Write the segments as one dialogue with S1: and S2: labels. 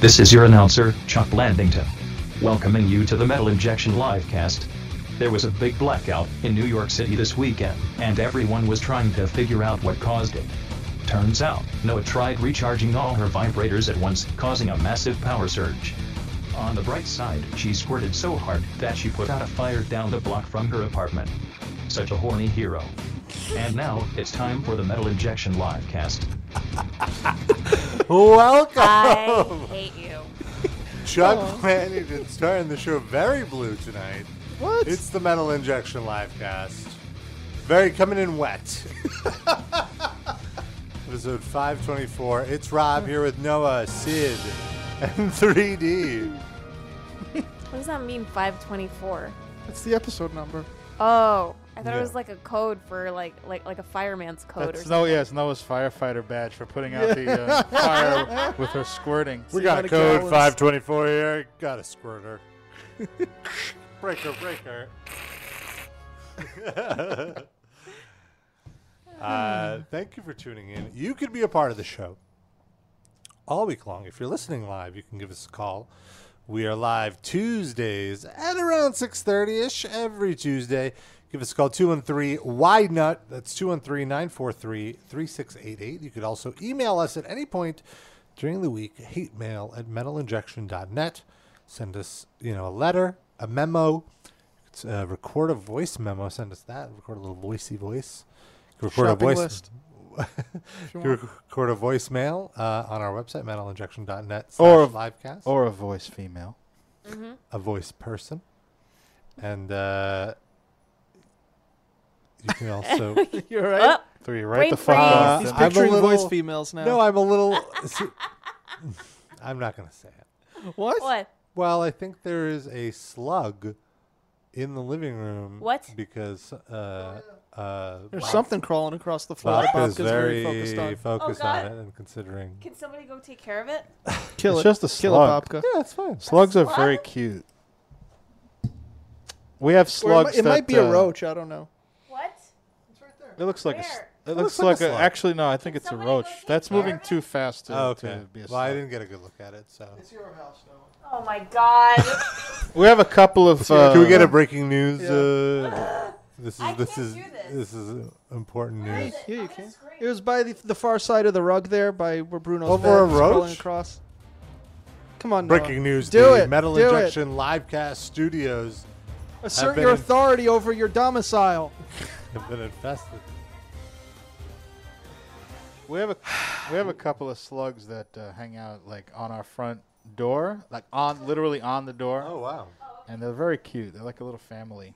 S1: This is your announcer, Chuck Landington, welcoming you to the Metal Injection Livecast. There was a big blackout in New York City this weekend, and everyone was trying to figure out what caused it. Turns out, Noah tried recharging all her vibrators at once, causing a massive power surge. On the bright side, she squirted so hard that she put out a fire down the block from her apartment. Such a horny hero. And now, it's time for the Metal Injection Livecast.
S2: Welcome,
S3: I hate you.
S2: Chuck Planington, starting the show very blue tonight.
S4: What?
S2: It's the Metal Injection Livecast. Very coming in wet. Episode 524. It's Rob here with Noah, Sid, and 3D.
S3: What does that mean, 524?
S4: That's the episode number.
S3: Oh, I thought
S2: Yeah.
S3: it was like a code for like like like a fireman's code or
S5: That's
S3: something.
S5: no, yes, Noah's firefighter badge for putting out the uh, fire with her squirting.
S2: We got
S4: Amount
S2: a
S4: of
S2: code
S4: gallons.
S2: 524 here. Got a squirter. breaker, breaker. uh, thank you for tuning in. You could be a part of the show all week long. If you're listening live, you can give us a call. We are live Tuesdays at around 6.30ish every Tuesday. Give us a call, 213-WIDE-NUT. That's 213-943-3688. You could also email us at any point during the week, hate mail at metalinjection.net. Send us, you know, a letter, a memo. It's, uh, record a voice memo. Send us that. Record a little voicey voice. You can Record
S4: Shopping
S2: a voice
S4: list.
S2: you can record a voicemail uh, on our website, metalinjection.net
S5: Or-
S2: slash livecast. Or
S5: Or a voice female.
S3: Mm-hmm.
S2: a voice person. And uh, you can also.
S4: You're right.
S2: Oh,
S5: Three, right
S3: Brain
S5: the fuck off.
S4: He's
S2: Uh, I'm a
S4: picturing voice
S2: little-
S4: females now.
S2: no, I'm a little. see- I'm not going to say it.
S4: what?
S3: What?
S2: Well, I think there is a slug in the living room.
S3: What?
S2: Because.
S4: Oh,
S2: Uh, uh,
S4: There's
S2: Bob-
S4: something crawling across the floor.
S2: Bob
S4: that
S2: is
S4: Bobka's
S2: very
S4: focused on.
S2: focused
S3: Oh,
S2: on
S3: God.
S2: it and considering.
S3: Can somebody go take care of it?
S4: Kill
S5: It's
S4: it.
S5: just a
S4: Kill
S5: slug.
S4: it, Bobka.
S2: Yeah, it's fine.
S5: Slugs are
S3: slug?
S5: very cute. We have
S4: Or it mi-
S5: slugs.
S4: it might
S5: that,
S4: be a
S5: uh,
S4: roach. I don't know.
S3: What?
S5: It looks like a. s-
S3: Where?
S5: It looks, like, a,
S2: slug.
S5: Actually, no. I think it's a
S3: somebody go
S5: roach.
S3: take
S5: That's
S3: care
S5: moving
S3: of it?
S5: too fast to,
S2: Oh,
S5: to
S2: okay.
S5: be a
S2: Well, I
S5: slug.
S2: didn't get a good look at it, so.
S4: your house now.
S3: Oh my god.
S5: We have a couple of. Uh,
S2: Can we get a breaking news? Uh, this is
S3: I
S2: this
S3: can't
S2: is
S3: do
S2: this is important
S3: is
S2: news.
S3: it?
S4: Yeah,
S3: I'm
S4: you
S3: gonna
S4: can.
S3: scream.
S4: It was by the, the far side of the rug there, by where Bruno's
S2: Over
S4: bed
S2: a
S4: was crawling
S2: roach?
S4: across. Come on, Noah.
S2: Breaking news:
S4: Do
S2: The
S4: it.
S2: Metal
S4: do
S2: Injection Livecast Studios
S4: It. Assert
S2: been
S4: your
S2: in-
S4: authority over your domicile.
S2: have been infested.
S5: We have a we have a couple of slugs that uh, hang out like on our front door, like on literally on the door,
S2: Oh, wow!
S5: and they're very cute. They're like a little family.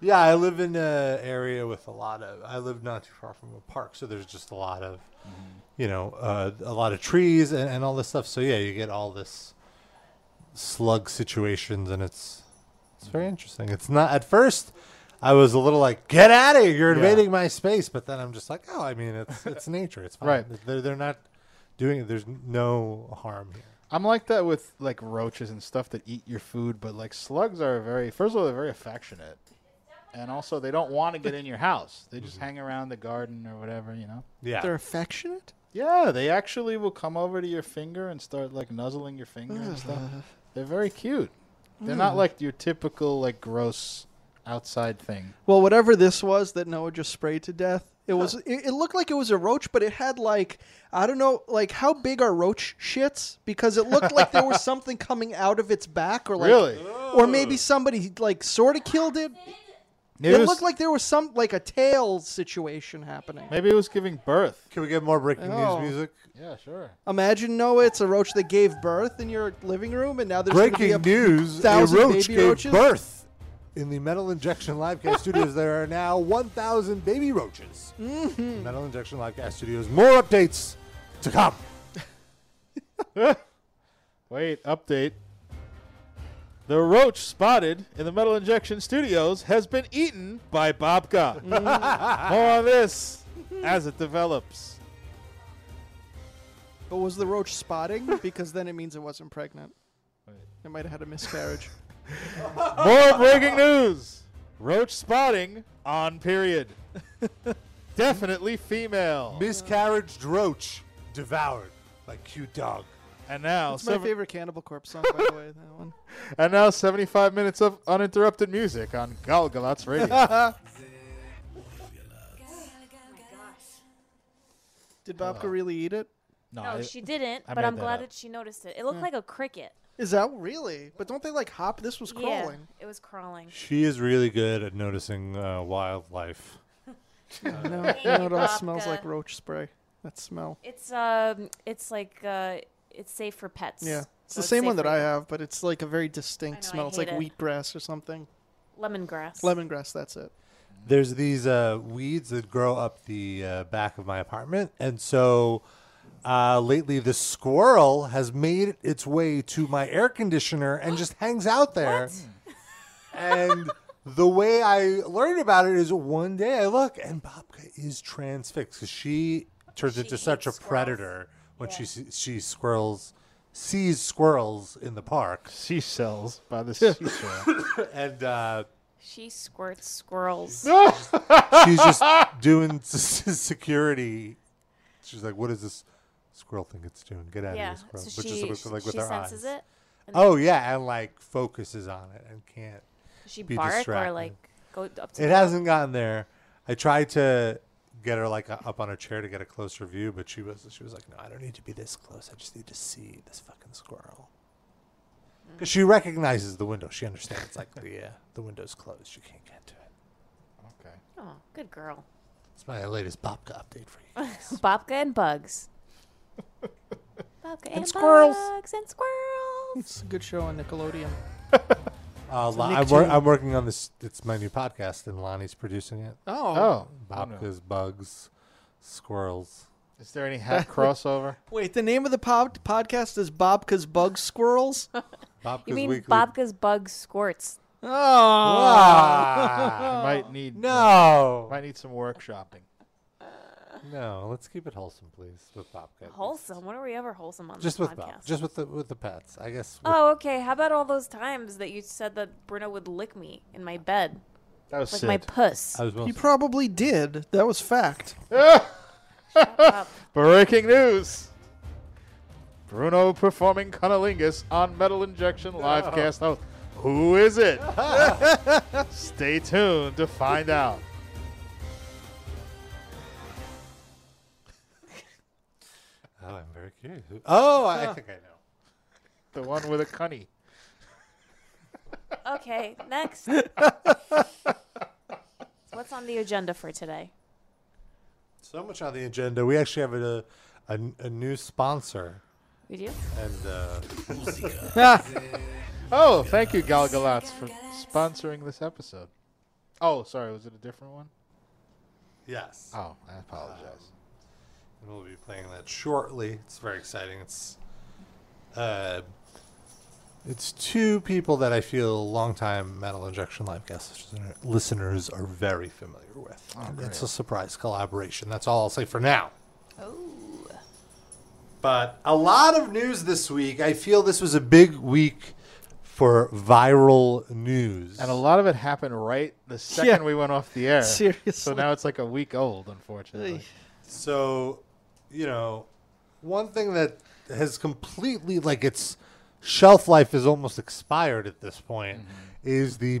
S2: Yeah, I live in an area with a lot of. I live not too far from a park, so there's just a lot of, you know, uh, a lot of trees and, and all this stuff. So yeah, you get all this slug situations, and it's it's very interesting. It's not at first. I was a little like, "Get out of here! You're
S5: Yeah.
S2: invading my space." But then I'm just like, "Oh, I mean, it's it's nature. It's fine.
S5: Right.
S2: They're they're not doing it. There's no harm here."
S5: I'm like that with like roaches and stuff that eat your food, but like slugs are very first of all they're very affectionate, and also they don't want to get in your house. They just hang around the garden or whatever, you know.
S2: Yeah,
S4: They're affectionate.
S5: Yeah, they actually will come over to your finger and start like nuzzling your finger and stuff. They're very cute. They're not like your typical like gross outside thing.
S4: Well, whatever this was that Noah just sprayed to death, it was. It, it looked like it was a roach, but it had like I don't know, like how big are roach shits? Because it looked like there was something coming out of its back, or like,
S5: Really?
S4: or maybe somebody like sort of killed it.
S5: Maybe
S4: It
S5: was-
S4: looked like there was some like a tail situation happening.
S5: Maybe it was giving birth.
S2: can we get more breaking
S4: Oh.
S2: news music?
S5: Yeah, sure.
S4: Imagine Noah, it's a roach that gave birth in your living room, and now there's gonna be
S2: Breaking
S4: a
S2: news: A
S4: thousand
S2: roach
S4: baby
S2: gave
S4: roaches?
S2: birth in the Metal Injection Livecast Studios. There are now 1,000 baby roaches. mm Metal Injection Livecast Studios. More updates to come.
S5: Wait, update. The roach spotted in the Metal Injection Studios has been eaten by Bobka. More on this as it develops.
S4: But was the roach spotting? Because then it means it wasn't pregnant.
S5: Wait.
S4: It might have had a miscarriage.
S5: More breaking news. Roach spotting on period. Definitely female.
S2: Miscarriage roach devoured by cute dog.
S5: And now,
S4: It's my
S5: seven,
S4: favorite Cannibal Corpse song, by the way. That one.
S5: and now 75 minutes of uninterrupted music on Galgalatz Radio.
S3: Oh
S4: Did Babka really eat it?
S5: Uh, no,
S3: No,
S5: I-
S3: she didn't,
S5: I
S3: but
S5: made
S3: I'm
S5: that
S3: glad
S5: up.
S3: that she noticed it. It looked like a cricket.
S4: Is that really? But don't they like hop? This was crawling.
S3: Yeah, it was crawling.
S2: She is really good at noticing uh, wildlife.
S4: No,
S3: Thank
S4: you know
S3: you,
S4: it all smells
S3: Babka.
S4: like roach spray. That smell.
S3: It's um, it's like uh, it's safe for pets.
S4: Yeah.
S3: So
S4: It's the same
S3: safe
S4: one that
S3: for
S4: I
S3: you.
S4: have, but it's like a very distinct
S3: I know, I
S4: smell. It's like
S3: hate it.
S4: wheatgrass or something.
S3: Lemongrass.
S4: Lemongrass, that's it.
S2: There's these uh, weeds that grow up the uh, back of my apartment, and so uh, lately the squirrel has made its way to my air conditioner and just hangs out there. And the way I learned about it is one day I look and Babka is transfixed because she turns
S3: She
S2: into such a
S3: hates squirrels.
S2: predator when
S3: Yeah.
S2: she she she squirrels sees squirrels in the park
S5: She sells by the seashore.
S2: and. Uh,
S3: She squirts squirrels.
S2: she's just doing s- s- security. She's like, "What is this squirrel thing it's doing? Get out
S3: yeah.
S2: of here, squirrel!"
S3: So
S2: but
S3: she,
S2: just
S3: she,
S2: like with
S3: she
S2: her
S3: senses
S2: eyes.
S3: it.
S2: Oh yeah, and like focuses on it and can't.
S3: Does she
S2: Be
S3: bark
S2: distracted.
S3: or like go up to
S2: It
S3: the-
S2: hasn't gotten there. I tried to get her like uh, up on a chair to get a closer view, but she was she was like, "No, I don't need to be this close. I just need to see this fucking squirrel."
S3: Mm.
S2: Because she recognizes the window. She understands like the uh, the window's closed. She can't get to it.
S5: okay.
S3: Oh, good girl.
S2: It's my latest Bobka update for you.
S3: Bobka and bugs. Bobka and,
S4: squirrels.
S3: Bugs and squirrels.
S4: It's a good show on Nickelodeon.
S2: Uh, Lon-
S4: Nick
S2: I'm, wor-
S4: Jr.
S2: I'm working on this. It's my new podcast, and Lonnie's producing it.
S5: Oh, oh no.
S2: Bobka's bugs, squirrels.
S5: is there any hat crossover?
S4: Wait, the name of the pod- podcast is Bobka's Bug Squirrels? Oh.
S2: Bobka's
S3: You mean
S2: weekly.
S3: Bobka's bugs squirts?
S2: Ah,
S5: I might need
S2: no,
S5: Might need some workshopping.
S2: no. Let's keep it wholesome, please, with Bobka.
S3: Wholesome. When are we ever wholesome on
S2: Just
S3: this
S2: with Bob.
S3: podcast?
S2: Just with the with the pets. I guess. with-
S3: oh, okay. How about all those times that you said that Bruno would lick me in my bed,
S5: That was
S3: like
S5: Sid.
S3: my puss?
S2: I was.
S4: He
S2: Wilson.
S4: probably did. That was fact.
S3: Up.
S5: Breaking news. Bruno performing cunnilingus on Metal Injection live cast host. Who is it? Stay tuned to find out.
S2: oh, I'm very curious. Who- Oh, I think I know.
S5: The one with a cunny.
S3: Okay, next. What's on the agenda for today?
S2: So much on the agenda. We actually have a a, a new sponsor,
S3: We do?
S2: and uh,
S5: Oh, thank you, Galgalatz, for sponsoring this episode. Oh, sorry, was it a different one?
S2: yes, Um,
S5: Oh, I apologize.
S2: and we'll be playing that shortly. It's very exciting. It's uh, it's two people that I feel longtime Metal Injection Livecast listener- listeners are very familiar with.
S5: Oh,
S2: And it's a surprise collaboration. That's all I'll say for now.
S3: Oh.
S2: But a lot of news this week. I feel this was a big week for viral news.
S5: And a lot of it happened right the second we went off the air. So
S4: Seriously.
S5: now it's like a week old, unfortunately.
S2: So, you know, one thing that has completely like its shelf life is almost expired at this point
S5: Mm-hmm.
S2: is the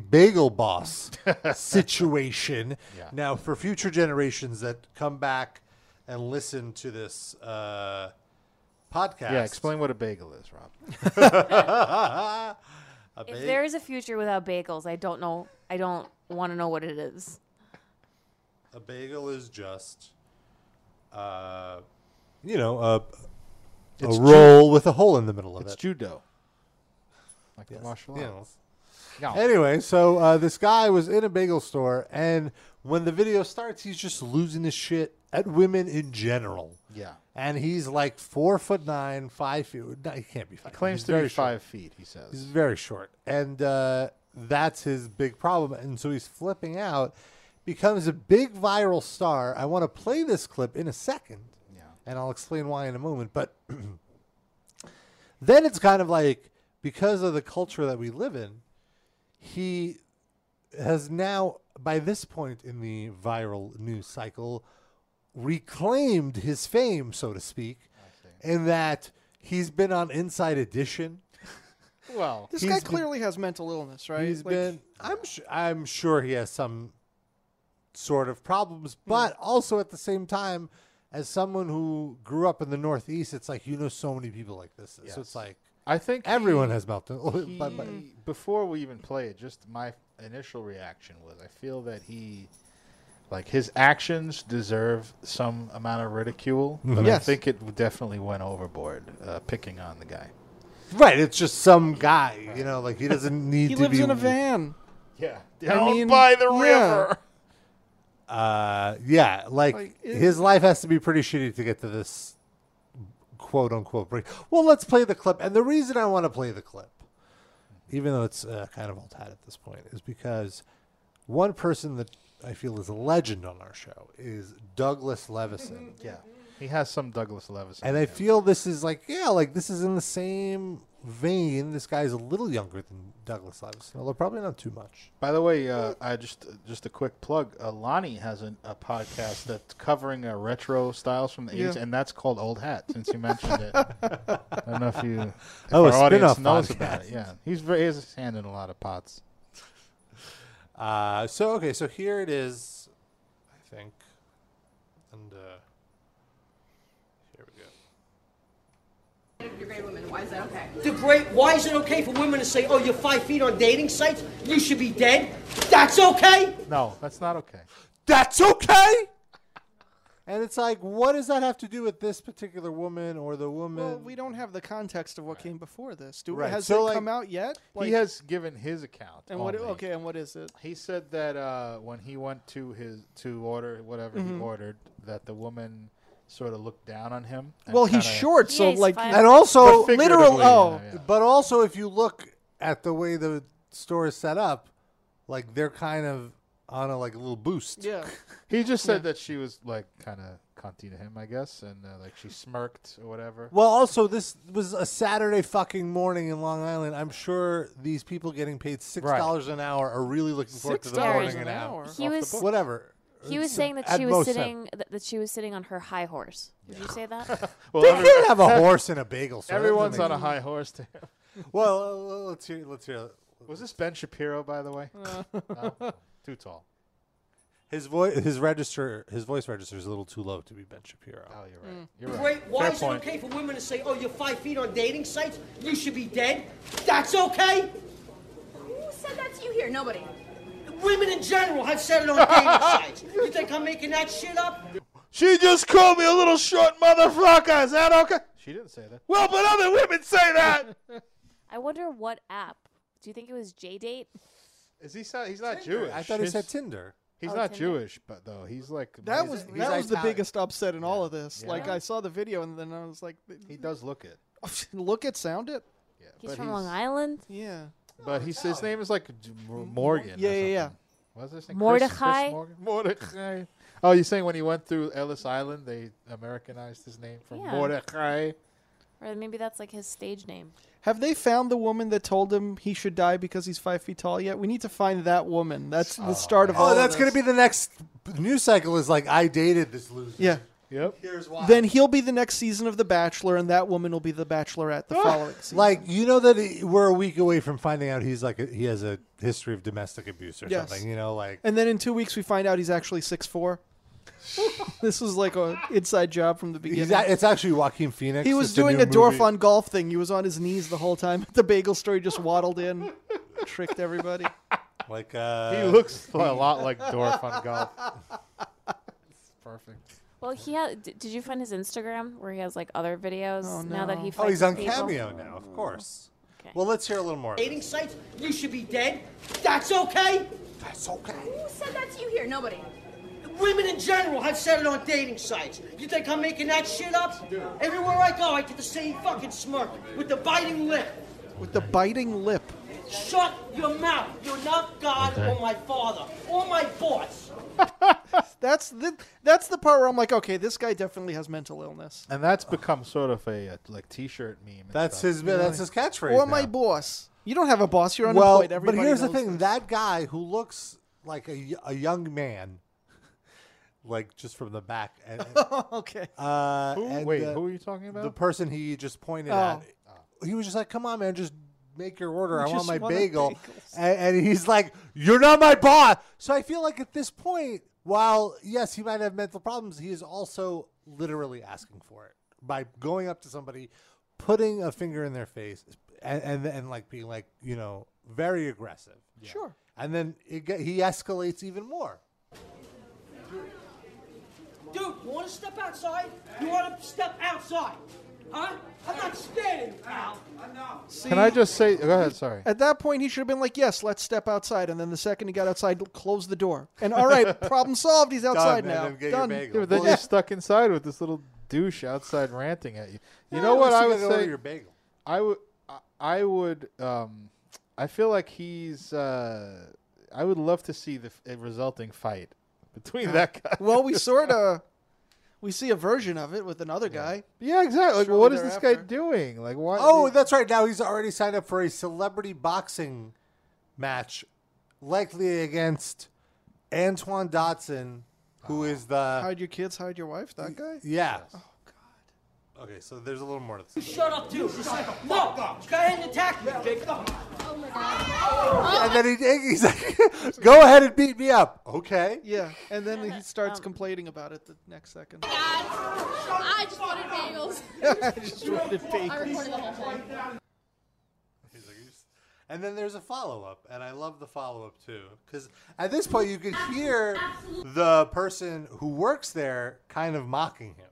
S2: bagel boss situation.
S5: Yeah.
S2: Now, for future generations that come back and listen to this uh, podcast,
S5: Yeah, explain what a bagel is, Rob.
S2: a
S3: If
S2: ba-
S3: there is a future without bagels, I don't know. I don't want to know what it is.
S2: a bagel is just, uh, you know, a, a
S5: It's
S2: roll with a hole in the middle of
S5: It's
S2: it.
S5: judo. Like
S2: Yes.
S5: the martial
S2: You
S5: arts.
S2: know,
S5: Yeah.
S2: Anyway, so uh, this guy was in a bagel store, and when the video starts, he's just losing his shit at women in general.
S5: Yeah.
S2: And he's like four foot nine, five feet. No, he can't be five.
S5: Claims
S2: he's
S5: to be
S2: very short.
S5: five feet, he
S2: He's
S5: says.
S2: very short, and uh, that's his big problem. And so he's flipping out, becomes a big viral star. I want to play this clip in a second,
S5: Yeah.
S2: and I'll explain why in a moment. But then it's kind of like because of the culture that we live in, he has now, by this point in the viral news cycle, reclaimed his fame, so to speak, in that He's been on Inside Edition.
S5: Well,
S4: This
S2: He's
S4: guy
S2: been-
S4: clearly has mental illness, right?
S2: He's
S4: Like,
S2: been. I'm su I'm sure he has some sort of problems,
S4: Hmm.
S2: but also at the same time, as someone who grew up in the Northeast, it's like you know so many people like this. So
S5: Yes.
S2: it's like
S5: I think he-
S2: everyone has melted.
S5: he-
S2: but, but-
S5: before we even play it, just my initial reaction was I feel that he, like his actions, deserve some amount of ridicule. But I
S4: Yes.
S5: think it definitely went overboard, uh, picking on the guy.
S2: right, it's just some guy. You know, like he doesn't need
S4: He
S2: to
S4: lives
S2: be
S4: in a van.
S5: Yeah,
S4: Down mean, by the yeah. river.
S2: Uh, yeah, like,
S4: Like, it-
S2: his life has to be pretty shitty to get to this quote unquote break. Well, let's play the clip. And the reason I want to play the clip, even though it's uh, kind of old hat at this point, is because one person that I feel is a legend on our show is Douglas Levison.
S5: Yeah, he has some Douglas Levis.
S2: And I feel this is like, yeah, like this is in the same vein. This guy's a little younger than Douglas Levison, although probably not too much.
S5: By the way, uh, I just just a quick plug. Uh, Lonnie has an, a podcast that's covering uh, retro styles from the
S4: Yeah.
S5: eighties, and that's called Old Hat. Since you mentioned it, I don't know if you if
S2: Oh, a
S5: our audience knows
S2: spin-off podcast.
S5: about it. Yeah, he's very, he has his hand in a lot of pots.
S2: Uh, so okay, so here it is, I think, and uh, here we go.
S6: You're gay women. Why is that okay?
S7: The great, why is it okay for women to say, oh, you're five feet on dating sites? You should be dead? That's okay?
S5: No, that's not okay.
S2: That's okay. And it's like, what does that have to do with this particular woman or the woman?
S4: Well, we don't have the context of what came before this. Do
S2: Right.
S4: has
S2: So,
S4: it
S2: like,
S4: come out yet? Like,
S5: he has given his account.
S4: And what?
S5: only.
S4: Okay, and what is it?
S5: He said that uh, when he went to his to order whatever
S4: Mm-hmm.
S5: he ordered, that the woman sort of looked down on him. and
S4: Well, he's
S5: kinda-
S4: short, so
S3: Yeah, he's
S4: like
S3: five.
S2: and also,
S5: But
S4: literal-
S5: figuratively,
S4: oh.
S5: yeah, yeah.
S2: but also, if you look at the way the store is set up, like they're kind of on a like a little boost.
S4: yeah.
S5: He just said that she was like kind of cunty to him, I guess, and uh, like she smirked or whatever.
S2: Well, also, this was a Saturday fucking morning in Long Island. I'm sure these people getting paid six dollars an hour are really looking forward to the
S3: $6
S2: morning
S3: an
S2: and
S4: hour.
S2: out.
S4: Off
S3: He was
S2: Whatever.
S3: he was
S2: It's
S3: saying that
S2: at
S3: she was
S2: most
S3: sitting that, that she was sitting on her high horse. Did you say that?
S5: Well,
S2: They
S5: every-
S2: can't have a horse and a bagel. So that doesn't
S5: everyone's
S2: make
S5: on a high horse to him.
S2: sense. Well, uh, let's hear. Let's hear.
S5: Was this Ben Shapiro, by the way?
S4: Uh.
S5: No? Too tall.
S2: His voice, his register, his voice register is a little too low to be Ben Shapiro.
S5: Oh, you're right. You're right.
S7: Great, why
S5: Fair
S7: is
S5: point.
S7: it okay for women to say, oh, you're five feet on dating sites? You should be dead? That's okay?
S6: Who said that to you here? Nobody.
S7: Women in general have said it on dating sites. You think I'm making that shit up?
S5: She just called me a little short motherfucker. Is that okay? She didn't say that. Well, but other women say that.
S3: I wonder what app. Do you think it was J Date?
S5: Is he? sa- He's not Jewish.
S2: I thought he
S5: He's-
S2: said Tinder.
S5: He's
S3: Oh,
S5: not
S3: Tinder.
S5: Jewish, but though he's like
S4: That
S5: he's-
S4: was
S5: he's-
S4: that was the
S2: Italian.
S4: biggest upset in all of this.
S5: Yeah.
S4: Like I saw the video and then I was like,
S5: he does look it.
S4: look at sound it.
S5: Yeah,
S3: He's
S5: but
S3: from Long Island.
S4: Yeah.
S5: But he's, his name is like J- Mor- Morgan.
S4: Oh, Yeah, yeah, yeah.
S5: What's his name? Chris-
S3: Mordecai?
S5: Chris, Morgan? Mordecai. Oh, you're saying when he went through Ellis Island, they Americanized his name from
S3: Yeah.
S5: Mordecai.
S3: Or maybe that's like his stage name.
S4: Have they found the woman that told him he should die because he's five feet tall yet? We need to find that woman. That's the start of all.
S2: Oh,
S4: of
S2: that's
S4: this.
S2: gonna be the next news cycle. Is like I dated this loser.
S4: Yeah.
S5: Yep.
S2: Here's why.
S4: Then he'll be the next season of The Bachelor, and that woman will be the Bachelorette the following season.
S2: Ah, like you know that he- we're a week away from finding out he's like a, he has a history of domestic abuse or
S4: Yes.
S2: something. You know, like
S4: and then in two weeks we find out he's actually six four. this was like a inside job from the
S2: he's
S4: beginning.
S2: a, it's actually Joaquin Phoenix.
S4: he was
S2: It's new
S4: doing a
S2: movie.
S4: dwarf on golf thing. He was on his knees the whole time. The bagel store he just waddled in, tricked everybody.
S2: like uh,
S5: He looks a lot like Dorf on golf. It's perfect.
S3: Well, he had. d- Did you find his Instagram where he has like other videos?
S4: Oh,
S3: Now that
S4: no.
S3: he
S2: Oh, he's
S3: fights
S2: on
S3: people?
S2: Cameo now, of course.
S3: Okay.
S2: Well, let's hear a little more. of
S7: Dating sites? You should be dead? That's okay?
S2: it. That's okay.
S6: Who said that to you here? Nobody.
S7: Women in general have said it on dating sites. You think I'm making that shit up? Everywhere I go, I get the same fucking smirk with the biting lip.
S4: With the biting lip.
S7: Shut your mouth. You're not God or my father or my boss.
S4: That's the that's the part where I'm like, okay, this guy definitely has mental illness.
S5: And that's become sort of a uh, like T-shirt meme. and
S2: That's
S5: stuff.
S2: his. That's his catchphrase.
S4: Or
S2: now.
S4: my boss. You don't have a boss. You're
S2: Well,
S4: unemployed.
S2: but
S4: Everybody
S2: here's the
S4: knows
S2: thing:
S4: this.
S2: that guy who looks like a, y- a young man like just from the back. And,
S4: okay.
S2: uh,
S5: Who?
S2: and
S5: Wait,
S2: the-
S5: who are you talking about?
S2: the person he just pointed
S4: Oh.
S2: at. He was just like, "Come on, man, just make your order. I want
S4: just
S2: my
S4: want a
S2: bagel."
S4: bagels.
S2: And, and he's like, "You're not my boss." So I feel like at this point, while yes, he might have mental problems, he is also literally asking for it by going up to somebody, putting a finger in their face, and and, and like being like, you know, very aggressive.
S4: Sure.
S2: And then it get, he escalates even more.
S7: Dude, you want to step outside? You want to step outside? Huh? I'm not standing, pal.
S4: See,
S5: Can I just say? Go ahead. Sorry.
S4: At that point, he should have been like, "Yes, let's step outside." And then the second he got outside, close the door. And all right, problem solved. He's outside
S2: Done, and
S4: now.
S2: then get your
S4: Done.
S2: bagel.
S5: Yeah, but then
S2: Well,
S5: you're stuck inside with this little douche outside ranting at you. You know
S2: at
S5: what
S2: least
S5: I
S2: you
S5: would
S2: gotta order
S5: say?
S2: Your bagel.
S5: I would. I- I would. Um, I feel like he's. Uh, I would love to see the f- a resulting fight between that guy.
S4: Well, we sort of we see a version of it with another guy.
S5: yeah, exactly. Like,
S4: Shortly
S5: what is this guy
S4: thereafter.
S5: doing? Like, why?
S2: Oh, that's right. Now he's already signed up for a celebrity boxing match, likely against Antoine Dotson, who is the
S4: Hide your kids, hide your wife. That guy.
S2: yeah. Oh God. Okay, so there's a little more to this.
S7: Shut up, dude. Just like, no, go ahead and attack me, Jake.
S2: And then he, he's like, "Go ahead and beat me up." Okay.
S4: Yeah, and then he
S8: Um.
S4: starts complaining about it the next second.
S8: Guys, I just wanted bagels.
S4: I just wanted
S8: I
S4: bagels.
S8: recorded the whole thing.
S2: He's like, "You s-" And then there's a follow up, and I love the follow up too, because at this point you could hear the person who works there kind of mocking him.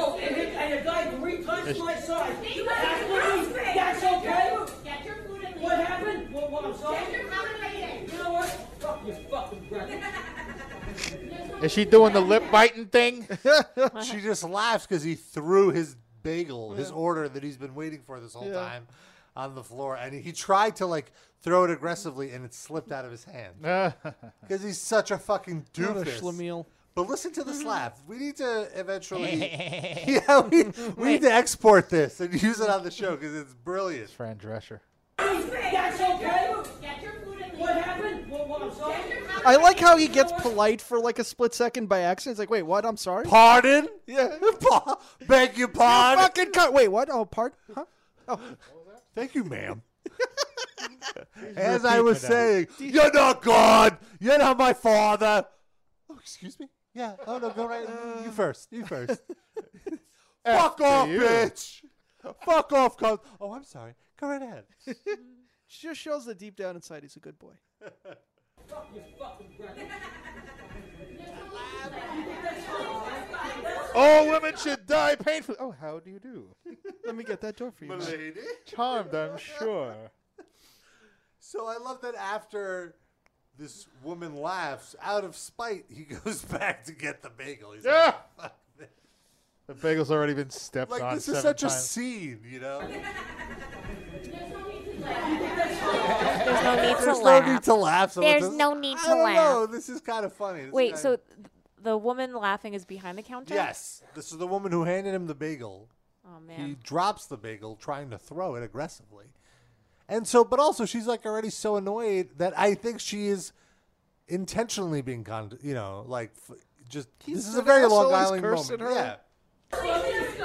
S7: Oh, and, hit- and a guy three times my size. That's, what he, that's okay?
S8: Get your food and
S7: What
S8: leave.
S7: happened? What, what, I'm
S8: Get
S7: sorry?
S8: your food and leave.
S7: You know what? Fuck your fucking breath.
S5: is she doing the lip biting thing?
S2: she just laughs because he threw his bagel, his order that he's been waiting for this whole
S4: Yeah.
S2: time, on the floor, and he tried to like throw it aggressively, and it slipped out of his hand because he's such a Mm-hmm. fucking
S4: What a
S2: doofus.
S4: schlemiel.
S2: But listen to this laugh. We need to eventually, yeah, we, we need to export this and use it on the show because it's brilliant.
S5: Fran Drescher.
S7: That's okay?
S8: Get your food and
S7: What
S8: leave.
S7: happened? What, what, I'm sorry?
S4: I like how he gets polite for like a split second by accident. It's like, wait, what? I'm sorry.
S2: Pardon?
S4: yeah.
S2: Pa- Beg your pardon.
S4: Fucking cut. Wait, what? Oh, part? Huh?
S2: Thank you, ma'am. As I was saying, you're not God. You're not my father. Oh, excuse me. Yeah. Oh no, go right. you first. You first. Fuck off,
S5: you.
S2: bitch. Fuck off, cuz. Oh, I'm sorry. Go right ahead.
S4: Just shows that deep down inside he's a good boy.
S2: Oh,
S5: All women should die painfully. Oh, how do you do?
S4: Let me get that door for you. man.
S2: Lady.
S5: Charmed, I'm sure.
S2: So I love that after this woman laughs out of spite, he goes back to get the bagel. He's like,
S5: Yeah. The bagel's already been stepped
S2: like
S5: on.
S2: this is
S5: seven
S2: such a
S5: times.
S2: scene, you know.
S3: There's no need
S2: There's
S3: to
S2: no
S3: laugh.
S2: need to laugh. so
S3: There's
S2: this-
S3: no need
S2: I
S3: to
S2: don't
S3: laugh.
S2: know. This is kind of funny. This is
S3: Wait,
S2: kinda-
S3: so th- the woman laughing is behind the counter?
S2: yes, this is the woman who handed him the bagel.
S3: Oh
S2: He
S3: man.
S2: drops the bagel, trying to throw it aggressively, and so. But also, she's like already so annoyed that I think she is intentionally being con. You know, like f- just
S4: He's
S2: this is
S4: an
S2: a very
S4: asshole,
S2: Long
S4: he's
S2: Island
S4: cursing
S2: moment.
S4: her.
S2: Yeah.
S7: No, and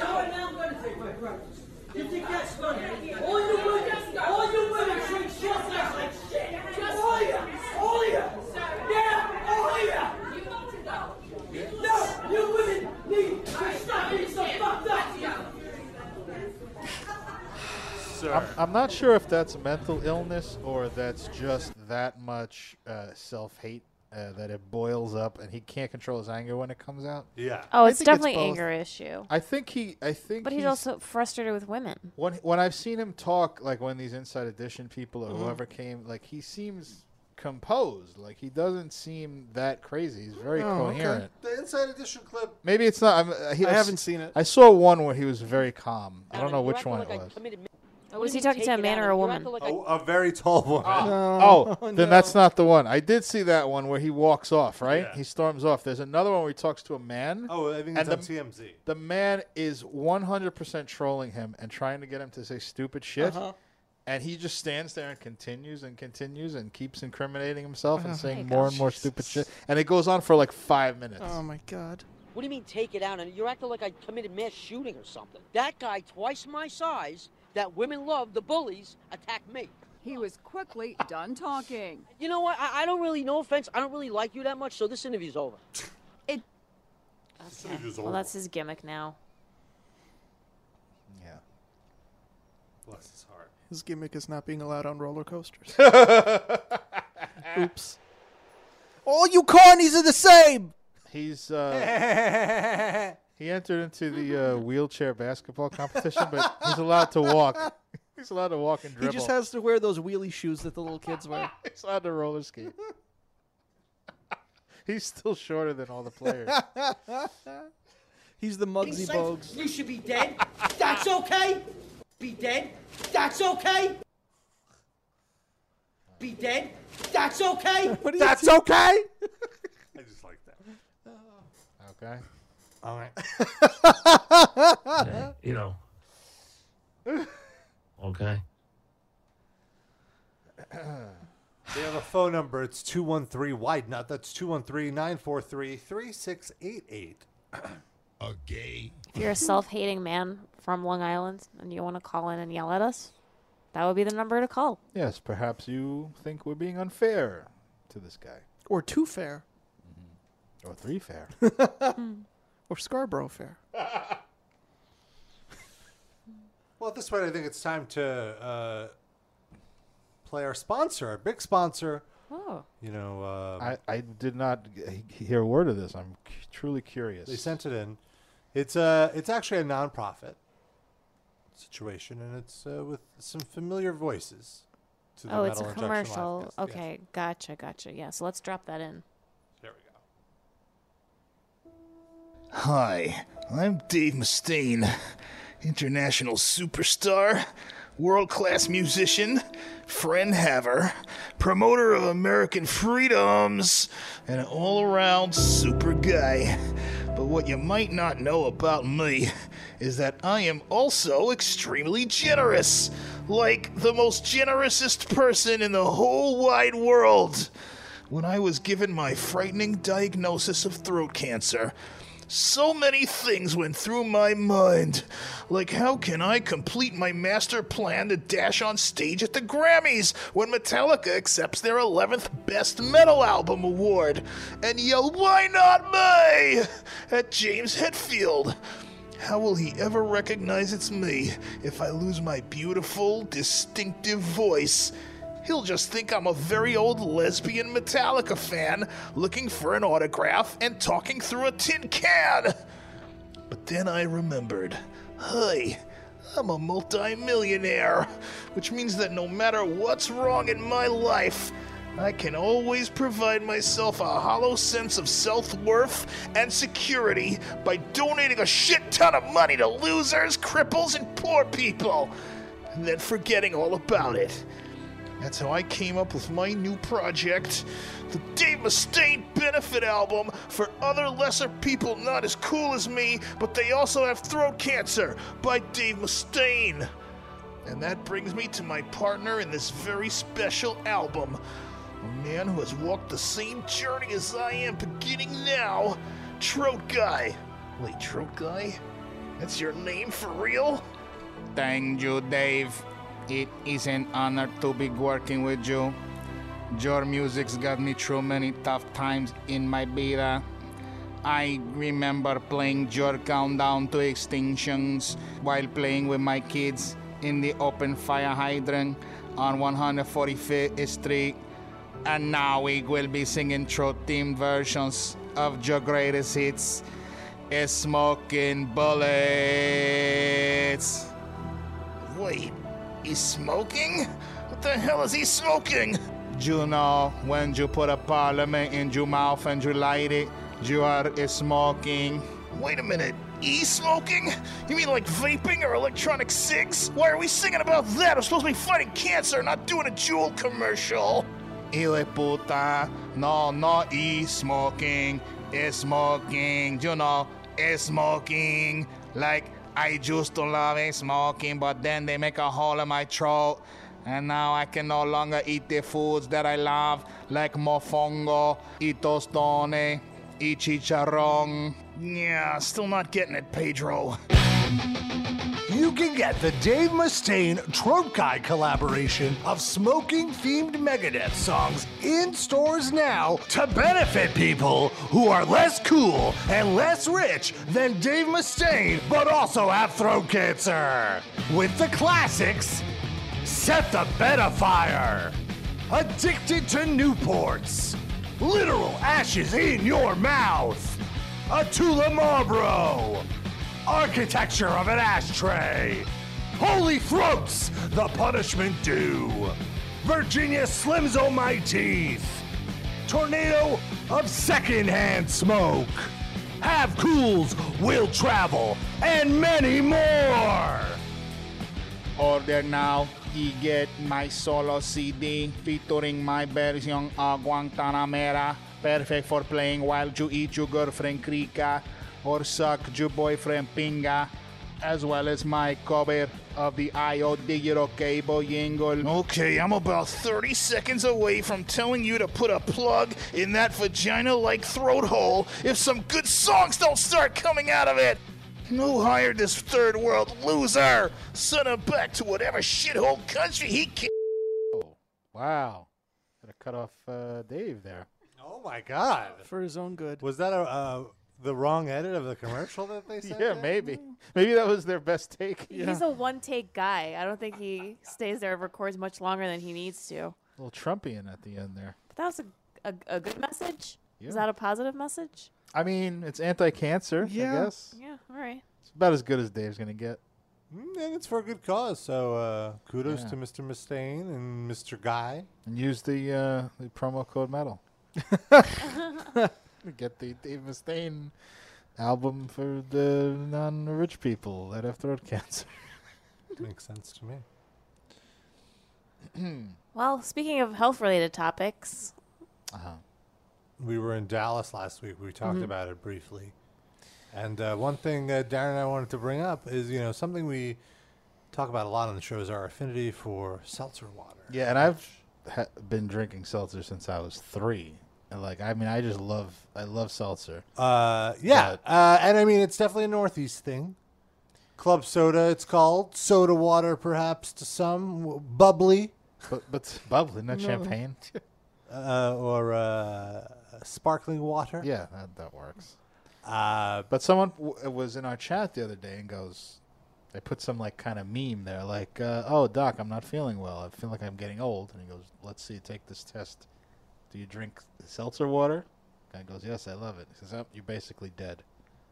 S7: now I'm gonna take my breakfast. You think that's funny? All you women, all you women treat yourself like shit. All you, all you. Yeah, all you.
S8: You want to go.
S7: No, you women need to stop being so fucked up.
S5: I'm, I'm not sure if that's mental illness or that's just that much uh, self hate uh, that it boils up and he can't control his anger when it comes out.
S2: Yeah.
S3: Oh,
S5: I
S3: it's
S5: think it's
S3: definitely
S5: both.
S3: anger issue.
S5: I think he. I think.
S3: But he's also frustrated with women.
S5: when when I've seen him talk, like when these Inside Edition people or
S2: Mm-hmm.
S5: whoever came, like he seems composed. Like he doesn't seem that crazy. He's
S2: Oh,
S5: very coherent.
S2: The Inside Edition clip.
S5: Maybe it's not. I'm, uh, he,
S4: I haven't seen it.
S5: I saw one where he was very calm. I don't know which one it was.
S3: Was he talking to a man or a woman?
S2: Oh, a very tall woman.
S5: Oh, then that's not the one. I did see that one where he walks off, right?
S2: Yeah.
S5: He storms off. There's another one where he talks to a man.
S2: Oh, I think
S5: and
S2: it's
S5: the,
S2: on TMZ.
S5: the
S4: Uh-huh.
S5: man is 100% trolling him and trying to get him to say stupid shit. And he just stands there and continues and continues and keeps incriminating himself
S4: Uh-huh.
S5: and saying
S3: my
S5: more and more stupid shit. And it goes on for like five minutes.
S4: Oh my god.
S9: What do you mean take it out? And you're acting like I committed mass shooting or something. That guy, twice my size, that women love, the bullies, attacked me.
S10: He was quickly done talking.
S9: You know what? I, I don't really, no offense, I don't really like you that much, so this interview's over.
S3: Well, that's his gimmick now.
S5: yeah.
S2: Bless his heart.
S4: His gimmick is not being allowed on roller coasters. Oops. All you carnies are the same.
S5: He's uh, he entered into the uh, wheelchair basketball competition, but he's allowed to walk. He's allowed to walk and dribble.
S4: He just has to wear those wheelie shoes that the little kids wear.
S5: he's allowed to roller skate. he's still shorter than all the players.
S4: He's the Muggsy
S9: Safe.
S4: Bogues.
S9: You should be dead. That's okay. Be dead. That's okay. Be dead. That's okay.
S4: What do you
S2: That's okay. I just like that.
S5: Okay.
S2: All right.
S11: Okay, you know. Okay.
S2: They have a phone number. It's 213 Wide Nut. That's 213 943 3688.
S3: If you're a self-hating man from Long Island and you want to call in and yell at us, that would be the number to call.
S5: Yes, perhaps you think we're being unfair to this guy.
S4: Or Two Fair.
S5: Or three fair.
S4: Or Scarborough Fair.
S2: Well, at this point, I think it's time to uh, play our sponsor, our big sponsor.
S3: Oh,
S2: You know, uh,
S5: I, I did not g- hear a word of this. I'm c- truly curious.
S2: they sent it in. It's uh, it's actually a nonprofit situation, and it's uh, with some familiar voices. To
S3: oh, it's a
S2: Metal Injection Live
S3: commercial.
S2: cast. Yes.
S3: Okay, gotcha, gotcha. Yeah, so let's drop that in.
S2: There we go.
S12: Hi, I'm Dave Mustaine, international superstar, world class musician, friend haver, promoter of American freedoms, and an all around super guy. But what you might not know about me is that I am also extremely generous, like the most generousest person in the whole wide world. When I was given my frightening diagnosis of throat cancer, so many things went through my mind. Like, how can I complete my master plan to dash on stage at the Grammys when Metallica accepts their 11th Best Metal Album award and yell, Why not me? at James Hetfield? How will he ever recognize it's me if I lose my beautiful, distinctive voice? He'll just think I'm a very old lesbian Metallica fan looking for an autograph and talking through a tin can. But then I remembered hey, I'm a multimillionaire, which means that no matter what's wrong in my life, I can always provide myself a hollow sense of self worth and security by donating a shit ton of money to losers, cripples, and poor people, and then forgetting all about it. That's how I came up with my new project, the Dave Mustaine Benefit Album for other lesser people not as cool as me, but they also have throat cancer by Dave Mustaine. And that brings me to my partner in this very special album, a man who has walked the same journey as I am beginning now, Trout Guy. Wait, Trout Guy? That's your name for real?
S11: Thank you, Dave. It is an honor to be working with you. Your music's got me through many tough times in my vida. I remember playing your countdown to extinctions while playing with my kids in the open fire hydrant on 145th Street. And now we will be singing through themed versions of your greatest hits, Smoking Bullets.
S12: Wait, he's smoking? What the hell is he smoking?
S11: You know, when you put a parliament in your mouth and you light it, you are smoking.
S12: Wait a minute. E smoking? You mean like vaping or electronic cigs? Why are we singing about that? We're supposed to be fighting cancer, not doing a Juul commercial.
S11: Hijo de puta. No, no e-smoking. Smoking, you know, smoking. Like, I used to love smoking, but then they make a hole in my throat. And now I can no longer eat the foods that I love, like mofongo, y tostone, y chicharrón.
S12: Yeah, still not getting it, Pedro.
S13: You can get the Dave Mustaine Trope Guy collaboration of smoking themed Megadeth songs in stores now to benefit people who are less cool and less rich than Dave Mustaine but also have throat cancer. With the classics, Set the Bed Afire, Addicted to Newports, Literal Ashes in Your Mouth, Atula Marlboro. Architecture of an Ashtray. Holy Throats, The Punishment Due. Virginia Slims on My Teeth. Tornado of Secondhand Smoke. Have Cools, Will Travel, and many more.
S11: Order now y get my solo CD featuring my version of Guantanamera, perfect for playing while you eat your girlfriend crica or suck your boyfriend pinga, as well as my cover of the IO Digital Cable Jingle.
S12: Okay, I'm about 30 seconds away from telling you to put a plug in that vagina like throat hole if some good songs don't start coming out of it. Who hired this third world loser? Send him back to whatever shithole country he can.
S5: Wow. Gonna cut off uh, Dave there.
S2: Oh my God!
S4: For his own good.
S2: Was that a uh, the wrong edit of the commercial that they sent?
S5: Yeah,
S2: in?
S5: maybe. Maybe that was their best take.
S3: He's a one take guy. I don't think he stays there and records much longer than he needs to.
S5: little Trumpian at the end there.
S3: But that was a, a, a good message.
S5: Yeah.
S3: Is that a positive message?
S5: I mean, it's anti-cancer. I guess
S3: Yeah, all right.
S5: it's about as good as Dave's gonna get.
S2: Mm, and it's for a good cause. So uh, kudos
S5: Yeah.
S2: to Mr. Mustaine and Mr. Guy.
S5: And use the uh, the promo code metal. get the Dave Mustaine album for the non-rich people that have throat cancer.
S2: Makes sense to me.
S3: Well, speaking of health related topics,
S2: We were in Dallas last week. We talked
S3: Mhm.
S2: about it briefly. And uh, one thing that Darren and I wanted to bring up is, you know, something we talk about a lot on the show is our affinity for seltzer water.
S5: Yeah, and I've ha- been drinking seltzer since I was three. And like, I mean, I just love, I love seltzer.
S2: Uh, yeah, uh, and I mean it's definitely a Northeast thing. Club soda, it's called soda water, perhaps to some w- bubbly,
S5: but, but bubbly, not
S2: No.
S5: champagne.
S2: uh, or uh, sparkling water.
S5: Yeah, that, that works.
S2: Uh,
S5: but someone w- was in our chat the other day and goes, they put some like kind of meme there, like, uh, "Oh, doc, I'm not feeling well. I feel like I'm getting old." And he goes, "Let's see, take this test. Do you drink seltzer water?" Guy goes, "Yes, I love it." He says, "Oh, you're basically dead."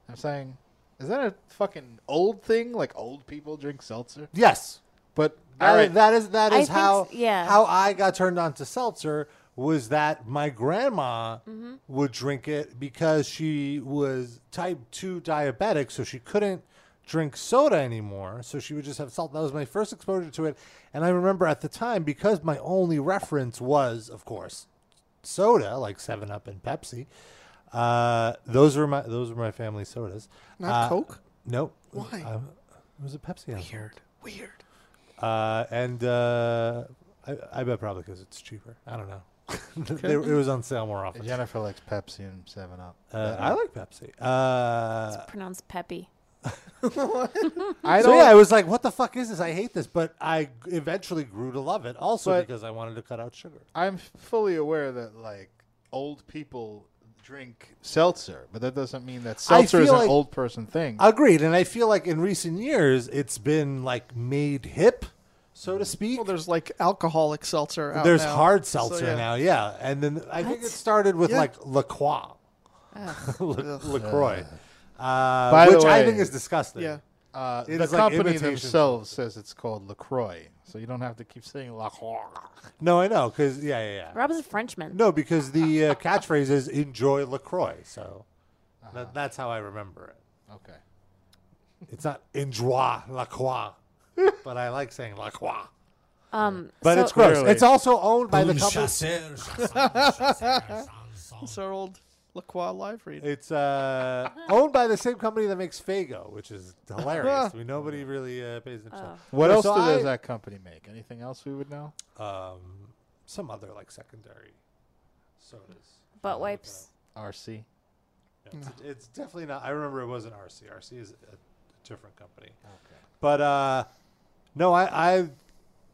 S5: I'm saying, is that a fucking old thing? Like old people drink seltzer?
S2: Yes,
S5: but
S2: That-
S5: all right,
S2: that is that
S3: I
S2: is
S3: think
S2: how
S3: s- yeah.
S2: how I got turned on to seltzer was that my grandma
S3: Mhm.
S2: would drink it because she was type two diabetic, so she couldn't drink soda anymore. So she would just have salt. That was my first exposure to it, and I remember at the time because my only reference was, of course, soda like Seven Up and Pepsi. Uh, those were my those were my family sodas.
S4: Not
S2: Uh,
S4: Coke?
S2: Nope.
S4: Why?
S2: Uh, it was a Pepsi. Weird.
S4: Weird.
S2: Uh, and uh, I, I bet probably because it's cheaper. I don't know. They- it was on sale more often.
S5: Jennifer likes Pepsi and Seven Up.
S2: Uh, I like Pepsi. Uh,
S3: pronounced Peppy.
S5: I
S2: so
S5: don't-
S2: yeah, I was like, "What the fuck is this? I hate this," but I g- eventually grew to love it, also
S5: But-
S2: because I wanted to cut out sugar.
S5: I'm fully aware that like old people drink seltzer, but that doesn't mean that seltzer is
S2: feel
S5: an
S2: like-
S5: old person thing.
S2: Agreed, and I feel like in recent years it's been like made hip, so to speak.
S4: Well, there's like alcoholic seltzer. Out
S2: There's
S4: now.
S2: hard
S4: So,
S2: seltzer
S4: yeah.
S2: now, yeah, and then I think
S4: What?
S2: it started with
S4: Yeah.
S2: like La Croix,
S4: Ugh.
S2: La,
S4: Ugh.
S2: LaCroix, uh,
S5: By the
S2: which I
S5: way-
S2: think is disgusting.
S5: Uh,
S2: It
S5: the
S2: is like
S5: company
S2: imitation
S5: themselves says it's called LaCroix, so you don't have to keep saying LaCroix.
S2: Oh. No, I know, because yeah, yeah, yeah.
S3: Rob's a Frenchman.
S2: No, because the uh, catchphrase is "Enjoy Lacroix," so that, that's how I remember it.
S5: Okay.
S2: It's not "Enjoy Lacroix," but I like saying Lacroix.
S3: Um,
S2: But
S3: so-
S2: it's gross. It's also owned by the
S4: Boom
S2: couple.
S4: chasseur, chasseur, chasseur, chasseur. It's our old LaCroix live read.
S2: It's uh, owned by the same company that makes Fago, which is hilarious. we nobody really uh, pays attention.
S5: What
S2: So
S5: else
S2: I-
S5: does that company make? Anything else we would know?
S3: Oh.
S2: Um, some other like secondary sodas.
S3: Butt
S2: uh,
S3: wipes.
S5: RC.
S2: Yeah, it's, it's definitely not. I remember it wasn't RC. RC is a, different company. Okay. But uh, no, I, I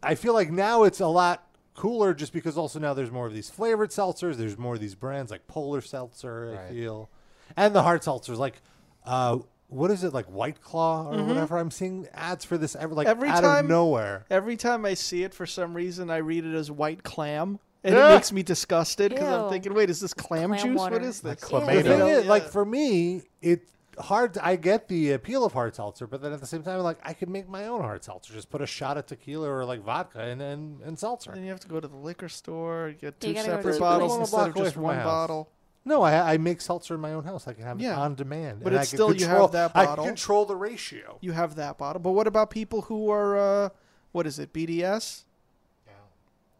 S2: I feel like now it's a lot cooler just because also now there's more of these flavored seltzers. There's more of these brands like Polar Seltzer. I
S5: Right.
S2: feel, and the hard seltzers like. Uh, what is it like White Claw or
S4: Mhm.
S2: whatever? I'm seeing ads for this ever like
S4: every
S2: out
S4: time,
S2: of nowhere.
S4: Every time I see it, for some reason, I read it as white clam, and
S2: Yeah.
S4: it makes me disgusted because
S2: Ew.
S4: I'm thinking, wait, is this clam,
S2: Clam
S4: juice? What
S2: water.
S4: is this?
S2: The thing is, like for me, it's hard. I get the appeal of hard seltzer, but then at the same time, like I could make my own hard seltzer. Just put a shot of tequila or like vodka and and, and seltzer.
S4: Then you have to go to the liquor store, get
S3: You
S4: two
S3: gotta go to
S4: separate
S3: the
S4: bottles
S3: place.
S4: instead of just one bottle.
S2: No, I, I make seltzer in my own house. I can have it on demand,
S4: But
S2: and I
S4: it's
S2: can
S4: still you
S2: control-
S4: have that
S2: I can
S4: bottle.
S2: control the ratio.
S4: You have that bottle. But what about people who are uh, what is it, BDS?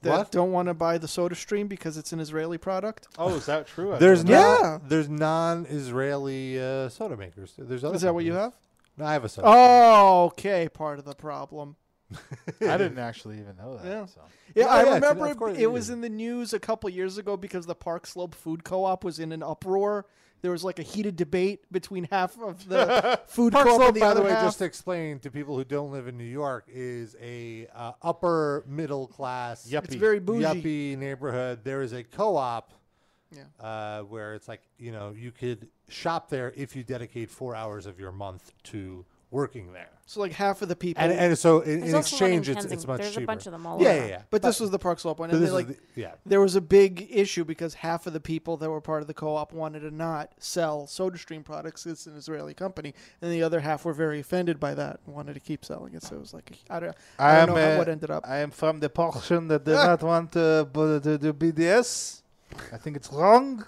S4: That
S2: What?
S4: don't want to buy the soda stream because it's an Israeli product.
S5: Oh, is that true?
S2: There's
S4: yeah.
S2: no, there's non-Israeli uh, soda makers. There's other
S4: Is that what you have?
S2: companies. No, I have a soda.
S4: Oh, okay. Part of the problem.
S5: I didn't actually even know that.
S4: Yeah,
S5: So.
S4: yeah,
S2: Yeah,
S4: I
S2: yeah, it's-
S4: remember
S2: of
S4: it-
S2: course
S4: it,
S2: it
S4: was in the news a couple years ago because the Park Slope Food Co-op was in an uproar. There was like a heated debate between half of the food
S2: Park
S4: co-op
S2: Slope,
S4: and the
S2: by
S4: other
S2: the way,
S4: half.
S2: just to explain to people who don't live in New York, is a uh, upper middle class,
S5: Yuppie. It's
S4: very bougie.
S2: yuppie neighborhood. There is a co-op,
S4: Yeah.
S2: uh, where it's like you know you could shop there if you dedicate four hours of your month to working there.
S4: So like half of the people.
S2: And- and so in- There's in also one in exchange, it's- it's Kensington. much
S3: There's a cheaper. bunch of them all
S2: Yeah, over. yeah, yeah.
S4: But, this
S2: But-
S4: was the Park Slope one,
S2: but
S4: and they,
S2: this was
S4: like
S2: the- yeah.
S4: there was a big issue because half of the people that were part of the co-op wanted to not sell SodaStream products. It's an Israeli company, and the other half were very offended by that, and wanted to keep selling it. So it was like I don't, I don't know how, what ended up.
S5: I am from the portion that does not want uh, b- to do BDS. I think it's wrong.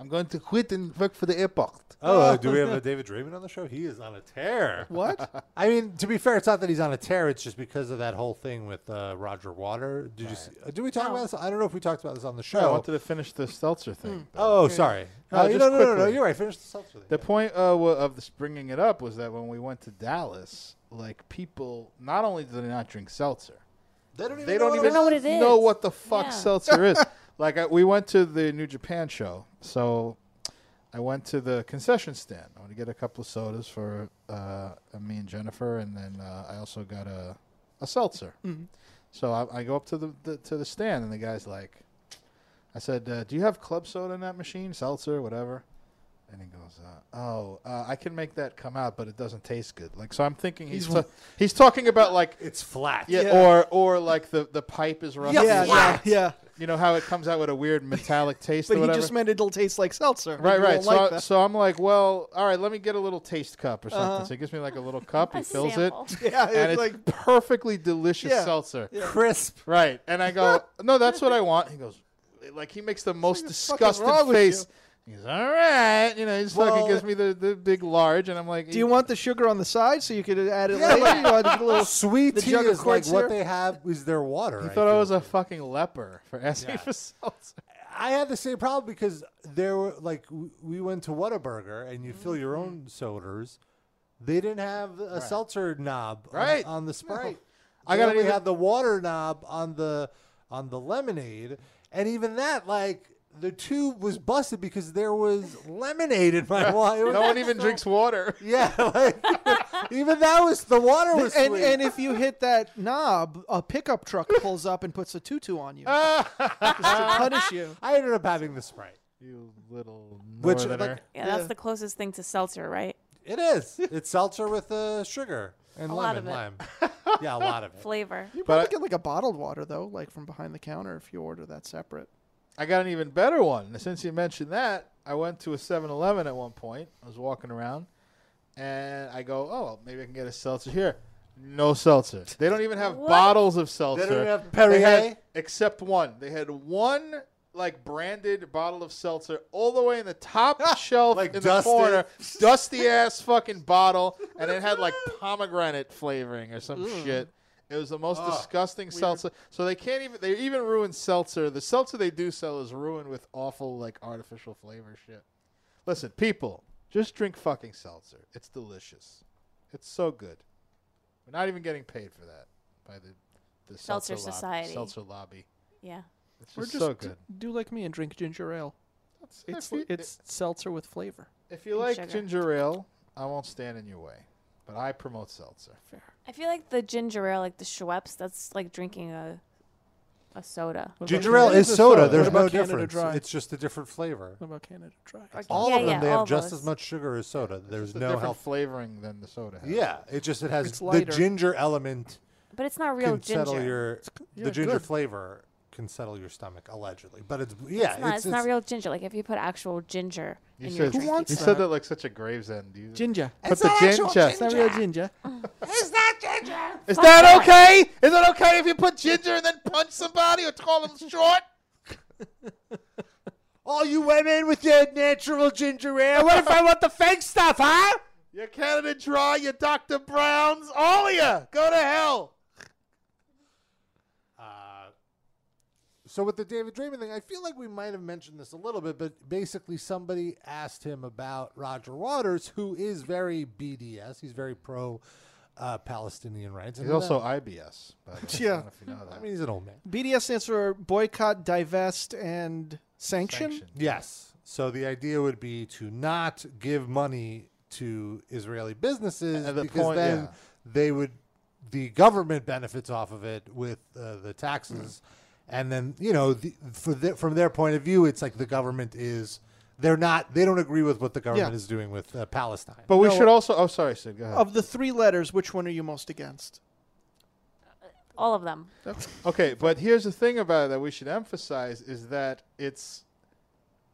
S5: I'm going to quit and work for the airport.
S2: Oh, uh, do we have a David Draymond on the show? He is on a tear.
S4: What?
S2: I mean, to be fair, it's not that he's on a tear. It's just because of that whole thing with uh, Roger Water. Did you? See, uh, did we talk about this? I don't know if we talked about this on the show.
S5: I wanted to finish the seltzer thing. but-
S2: Oh, sorry.
S5: No,
S2: Uh,
S5: just
S2: no, no, no, no,
S5: quickly.
S2: You're right. Finish the seltzer.
S5: The point uh, wa- of this bringing it up was that when we went to Dallas, like people, not only do they not drink seltzer,
S2: They don't even
S5: they
S2: know
S5: don't
S2: what
S5: even
S2: it is.
S5: know what the fuck
S2: Yeah.
S5: seltzer is. Like I, we went to the New Japan show, so I went to the concession stand. I want to get a couple of sodas for uh, me and Jennifer, and then uh, I also got a a seltzer.
S4: Mhm.
S5: So I, I go up to the, the to the stand, and the guy's like, "I said, uh, do you have club soda in that machine, seltzer, whatever?" And he goes, uh, "Oh, uh, I can make that come out, but it doesn't taste good." Like, so I'm thinking he's
S4: He's one-
S5: ta- he's talking about like
S2: it's flat,
S5: yeah,
S4: Yeah.
S5: or or like the the pipe is rusty,
S4: yeah, yeah, yeah.
S5: You know how it comes out with a weird metallic taste,
S4: But
S5: or
S4: he
S5: whatever.
S4: just meant it'll taste like seltzer.
S5: Right,
S4: You
S5: right.
S4: won't
S5: So,
S4: like
S5: I-
S4: that.
S5: so I'm like, well, all right, let me get a little taste cup or something.
S4: Uh-huh.
S5: So he gives me like a little cup, he
S4: A
S5: fills
S4: sample.
S5: it,
S4: Yeah,
S5: and it's
S4: it's
S5: like perfectly delicious
S4: Yeah,
S5: seltzer,
S4: yeah.
S2: crisp.
S5: Right, and I go, no, that's what I want. He goes, like he makes the most
S4: fuck is
S5: disgusted
S4: wrong with
S5: face. He goes, all right, you know, he just
S4: Well-
S5: fucking gives me the, the big large, and I'm like,
S4: Do you want the sugar on the side so you could add it
S5: Yeah,
S4: later?
S5: like-
S4: You want a little
S2: Sweet
S4: the
S2: tea
S4: jug of
S2: is like
S4: corn
S2: what
S4: syrup?
S2: they have is their water.
S5: He
S2: I
S5: thought I
S2: think.
S5: was a fucking leper for asking for seltzer.
S2: I had the same problem because there were like w- we went to Whataburger and you fill your own
S5: Mm-hmm.
S2: sodas. They didn't have a seltzer knob on-
S5: Right.
S2: on, the Sprite.
S5: I
S2: I
S5: got
S2: got we
S5: another-
S2: had the water knob on the on the lemonade, and even that like the tube was busted because there was lemonade in my wine.
S5: no one even drinks water.
S2: Yeah, like, even that was the water was
S4: and,
S2: sweet.
S4: and if you hit that knob, a pickup truck pulls up and puts a tutu on you.
S2: Uh,
S4: punish you.
S2: I ended up having the Sprite.
S5: You little
S2: Which, like,
S5: northerner.
S3: Yeah, that's
S4: Yeah.
S3: the closest thing to seltzer, right?
S2: It is. It's seltzer with uh, sugar and
S3: A lot
S2: lemon
S3: of it.
S2: lime. Yeah, a lot of it.
S3: Flavor.
S4: You
S5: But
S4: probably
S5: I-
S4: get like a bottled water though, like from behind the counter if you order that separate.
S5: I got an even better one. And since you mentioned that, I went to a 7 Eleven at one point. I was walking around and I go, oh, well, maybe I can get a seltzer here. No seltzer. They don't even have
S2: What?
S5: bottles of seltzer.
S2: They don't have
S5: They had-
S2: Perrier?
S5: except one. They had one like branded bottle of seltzer all the way in the top shelf in
S2: dusty.
S5: the corner. Dusty ass fucking bottle. And it had like pomegranate flavoring or some shit. It was the most
S12: Ugh,
S5: disgusting
S12: weird.
S5: seltzer. So they can't even they even ruin seltzer. The seltzer they do sell is ruined with awful like artificial flavor shit. Listen, people, just drink fucking seltzer. It's delicious. It's so good. We're not even getting paid for that by the the
S3: Seltzer
S5: lobby-
S3: Society.
S5: seltzer lobby.
S3: Yeah.
S5: It's
S4: Or
S5: just, so
S4: d-
S5: good.
S4: do like me and drink ginger ale. It's
S5: if you-
S4: it's seltzer with flavor.
S5: If you like ginger ale, I won't stand in your way, but I promote seltzer.
S3: I feel like the ginger ale, like the Schweppes, that's like drinking a a soda.
S2: Ginger ale is soda.
S4: What
S2: There's no
S4: about Canada
S2: difference.
S4: Dry?
S2: It's just a different flavor.
S4: What about Canada Dry?
S2: All
S3: Yeah,
S2: of them,
S3: yeah,
S2: they
S3: all
S2: have just
S3: those.
S2: as much sugar as soda. There's
S5: It's a
S2: no
S5: different
S2: health.
S5: flavoring than the soda has.
S2: Yeah, it just it has
S5: It's
S2: the
S5: lighter.
S2: ginger element.
S3: But it's not real
S2: can Settle
S3: ginger.
S2: your,
S3: It's c- yeah,
S2: the ginger
S3: good.
S2: flavor can settle your stomach allegedly, but it's yeah,
S3: it's not, it's not real ginger. Like if you put actual ginger
S5: You
S3: in
S5: said,
S3: your
S5: you
S3: drink, you
S5: said that like such a Gravesend. You
S4: Ginger.
S5: Put the ginger.
S4: ginger.
S5: It's not ginger. Is
S3: Fuck
S5: that
S3: that.
S5: okay? Is it okay if you put ginger and then punch somebody or call them short?
S13: All you women with your natural ginger ale. What if I want the fake stuff, huh?
S5: Your Canada Dry, your Dr. Browns, all of you, go to hell.
S2: Uh, so with the David Draymond thing, I feel like we might have mentioned this a little bit, but basically somebody asked him about Roger Waters, who is very BDS. He's very pro uh, Palestinian rights.
S5: He's also IBS. By the way. I
S4: Yeah.
S5: don't know if you know that.
S2: I mean, he's an old man.
S4: BDS stands for boycott, divest, and sanction.
S2: Yes. So the idea would be to not give money to Israeli businesses
S5: At the
S2: because
S5: point-
S2: then
S5: yeah.
S2: they would the government benefits off of it with uh, the taxes, and then you know the, for the, from their point of view, it's like the government is they're not they don't agree with what the government
S4: Yeah.
S2: is doing with uh, Palestine.
S5: But we
S4: No.
S5: should also. Oh, sorry, Sid. Go ahead.
S4: Of the three letters, which one are you most against?
S3: all of them.
S5: Okay, but here's the thing about it that we should emphasize is that it's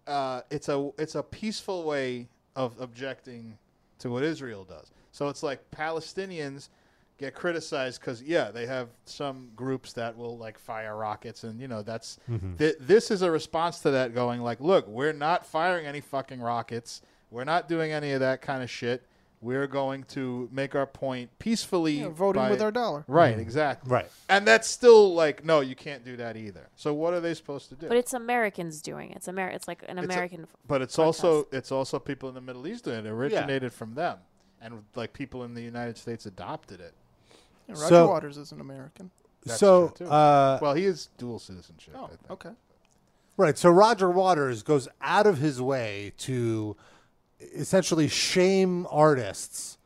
S5: uh, it's a it's a peaceful way of objecting to what Israel does. So it's like Palestinians get criticized because yeah, they have some groups that will like fire rockets, and you know that's
S12: Mhm.
S5: th- this is a response to that going like, look, we're not firing any fucking rockets, we're not doing any of that kind of shit. We're going to make our point peacefully,
S4: Yeah, voting
S5: by-
S4: with our dollar.
S5: right?
S4: Mhm.
S5: Exactly,
S2: Mm. Right.
S5: and that's still like, no, you can't do that either. So what are they supposed to do?
S3: But it's Americans doing it. It's Amer- It's like an
S5: It's a-
S3: American.
S5: but it's also it's also people in the Middle East doing it. It originated from them, and like people in the United States adopted it.
S4: Yeah, Roger
S2: So-
S4: Waters is an American. Oh,
S5: That's
S2: so
S5: true, too.
S2: uh,
S5: well, he is dual citizenship. I think.
S4: Okay.
S2: Right. So Roger Waters goes out of his way to essentially shame artists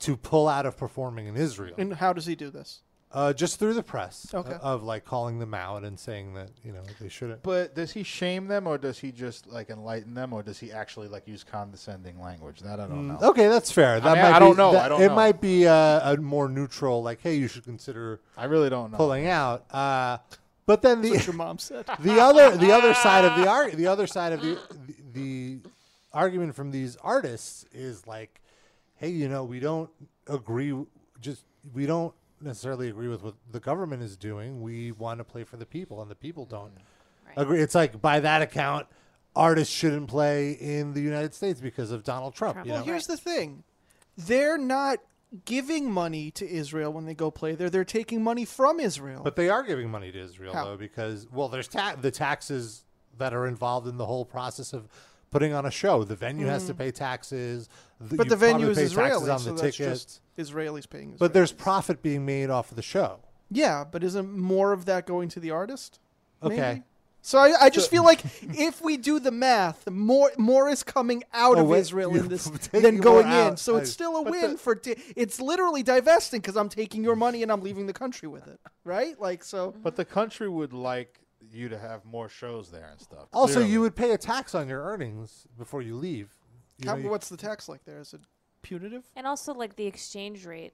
S2: to pull out of performing in Israel.
S4: And how does he do this?
S2: Uh, just through the press
S4: Okay.
S2: uh, of like calling them out and saying that, you know, they shouldn't.
S5: But does he shame them, or does he just like enlighten them, or does he actually like use condescending language? That I
S4: Mm.
S5: don't know.
S2: Mm, Okay, that's fair.
S5: I
S2: That
S5: mean,
S2: might
S5: I don't
S2: be-
S5: know.
S2: that-
S5: I don't
S2: It
S5: know.
S2: might be uh, a more neutral, like, hey, you should consider.
S5: I really don't know.
S2: pulling out. Uh, but then the
S4: That's what your mom said.
S2: the other the other side of the ar- the other side of the, the the argument from these artists is like, hey, you know, we don't agree. Just we don't necessarily agree with what the government is doing. We want to play for the people, and the people don't agree. It's like by that account, artists shouldn't play in the United States because of Donald Trump. you
S4: well,
S2: know?
S4: here's the thing: they're not giving money to Israel when they go play there. They're taking money from Israel.
S2: But they are giving money to Israel
S4: How?
S2: though, because well, there's ta- the taxes that are involved in the whole process of putting on a show. The venue has to
S4: Mm.
S2: pay taxes.
S4: But
S2: you
S4: the venue
S2: probably
S4: is
S2: pay
S4: Israeli,
S2: taxes on
S4: so
S2: the
S4: that's
S2: tickets.
S4: just Israelis paying. Israel.
S2: But there's profit being made off of the show.
S4: yeah, but isn't more of that going to the artist?
S2: Okay.
S4: Maybe? So I, I just
S2: So-
S4: feel like if we do the math, more more is coming out
S2: Oh,
S4: of
S2: wait,
S4: Israel
S2: you're
S4: in this
S2: taking
S4: than
S2: more
S4: going in.
S2: out.
S4: So it's
S2: I-
S4: still a
S2: but
S4: win for di- it's literally divesting because I'm taking your money and I'm leaving the country with it, right? Like so.
S2: Mm-hmm.
S5: But the country would like you to have more shows there and stuff.
S2: Also,
S5: Clearly.
S2: you would pay a tax on your earnings before you leave. You
S4: How,
S2: know, you-
S4: what's the tax like there? Is it punitive?
S3: And also like the exchange rate,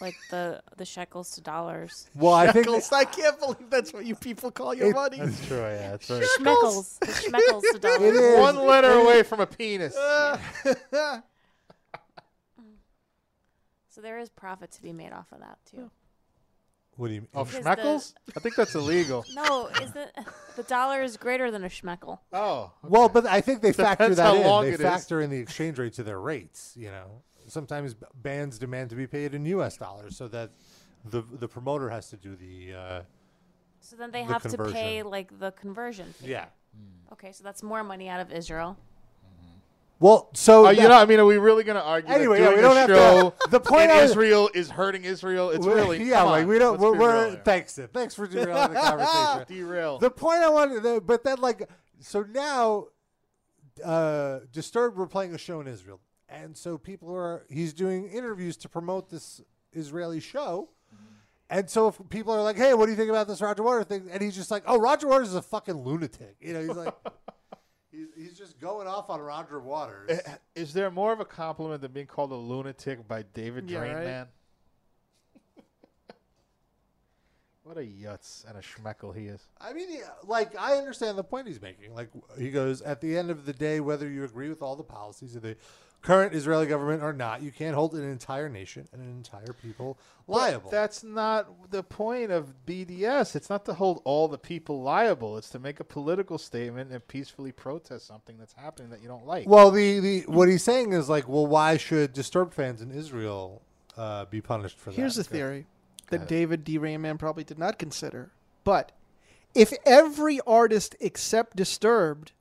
S3: like the the shekels to dollars.
S2: well, I think
S4: Shekels, I can't believe that's what you people call your
S2: It-
S4: money.
S5: That's true. Yeah, that's right.
S3: Schmeckles. The schmeckles to dollars.
S2: It is.
S5: One letter
S2: It is.
S5: away from a penis.
S3: So there is profit to be made off of that
S2: Oh.
S3: too.
S2: What do you mean?
S5: Of
S3: Because
S5: schmeckles? I think that's illegal.
S3: No, isn't the dollar is greater than a schmeckel?
S5: Oh,
S2: Well, but I think they factor
S5: Depends how
S2: that in.
S5: long
S2: They
S5: it is.
S2: factor in the exchange rate to their rates. You know, sometimes b- bands demand to be paid in U.S. dollars so that the the promoter has to do the. Uh,
S3: So then they
S2: the
S3: have to
S2: conversion.
S3: pay like the conversion. Fee.
S2: Yeah.
S3: Okay, so that's more money out of Israel.
S2: Well, so
S5: Are uh, you know, I mean, are we really going to argue?
S2: Anyway, yeah,
S5: that doing
S2: we don't
S5: a
S2: have to-
S5: show
S2: the point
S5: in
S2: I-
S5: Israel is hurting Israel. It's
S2: We're-
S5: really
S2: yeah,
S5: come
S2: like
S5: on,
S2: we don't.
S5: let's
S2: We're,
S5: be
S2: we're
S5: real here.
S2: thanks, Sid. Thanks for derailing the conversation.
S5: Derail.
S2: The point I wanted, the, but then like, so now, uh, Disturbed were playing a show in Israel, and so people are he's doing interviews to promote this Israeli show. And so if people are like, "Hey, what do you think about this Roger Waters thing?" and he's just like, "Oh, Roger Waters is a fucking lunatic," you know. He's like, he's, he's just going off on Roger Waters.
S5: Eh, Is there more of a compliment than being called a lunatic by David
S2: Yeah,
S5: Drain
S2: right?
S5: Man? what a yutz and a schmeckel he is.
S2: I mean, yeah, like I understand the point he's making. Like he goes, at the end of the day, whether you agree with all the policies of the current Israeli government or not, you can't hold an entire nation and an entire people liable.
S5: But that's not the point of BDS. It's not to hold all the people liable. It's to make a political statement and peacefully protest something that's happening that you don't like.
S2: well, the, the what he's saying is like, well, why should Disturbed fans in Israel uh, be punished for that?
S4: Here's a theory that
S2: ahead.
S4: David D. Rayman probably did not consider. But if every artist except Disturbed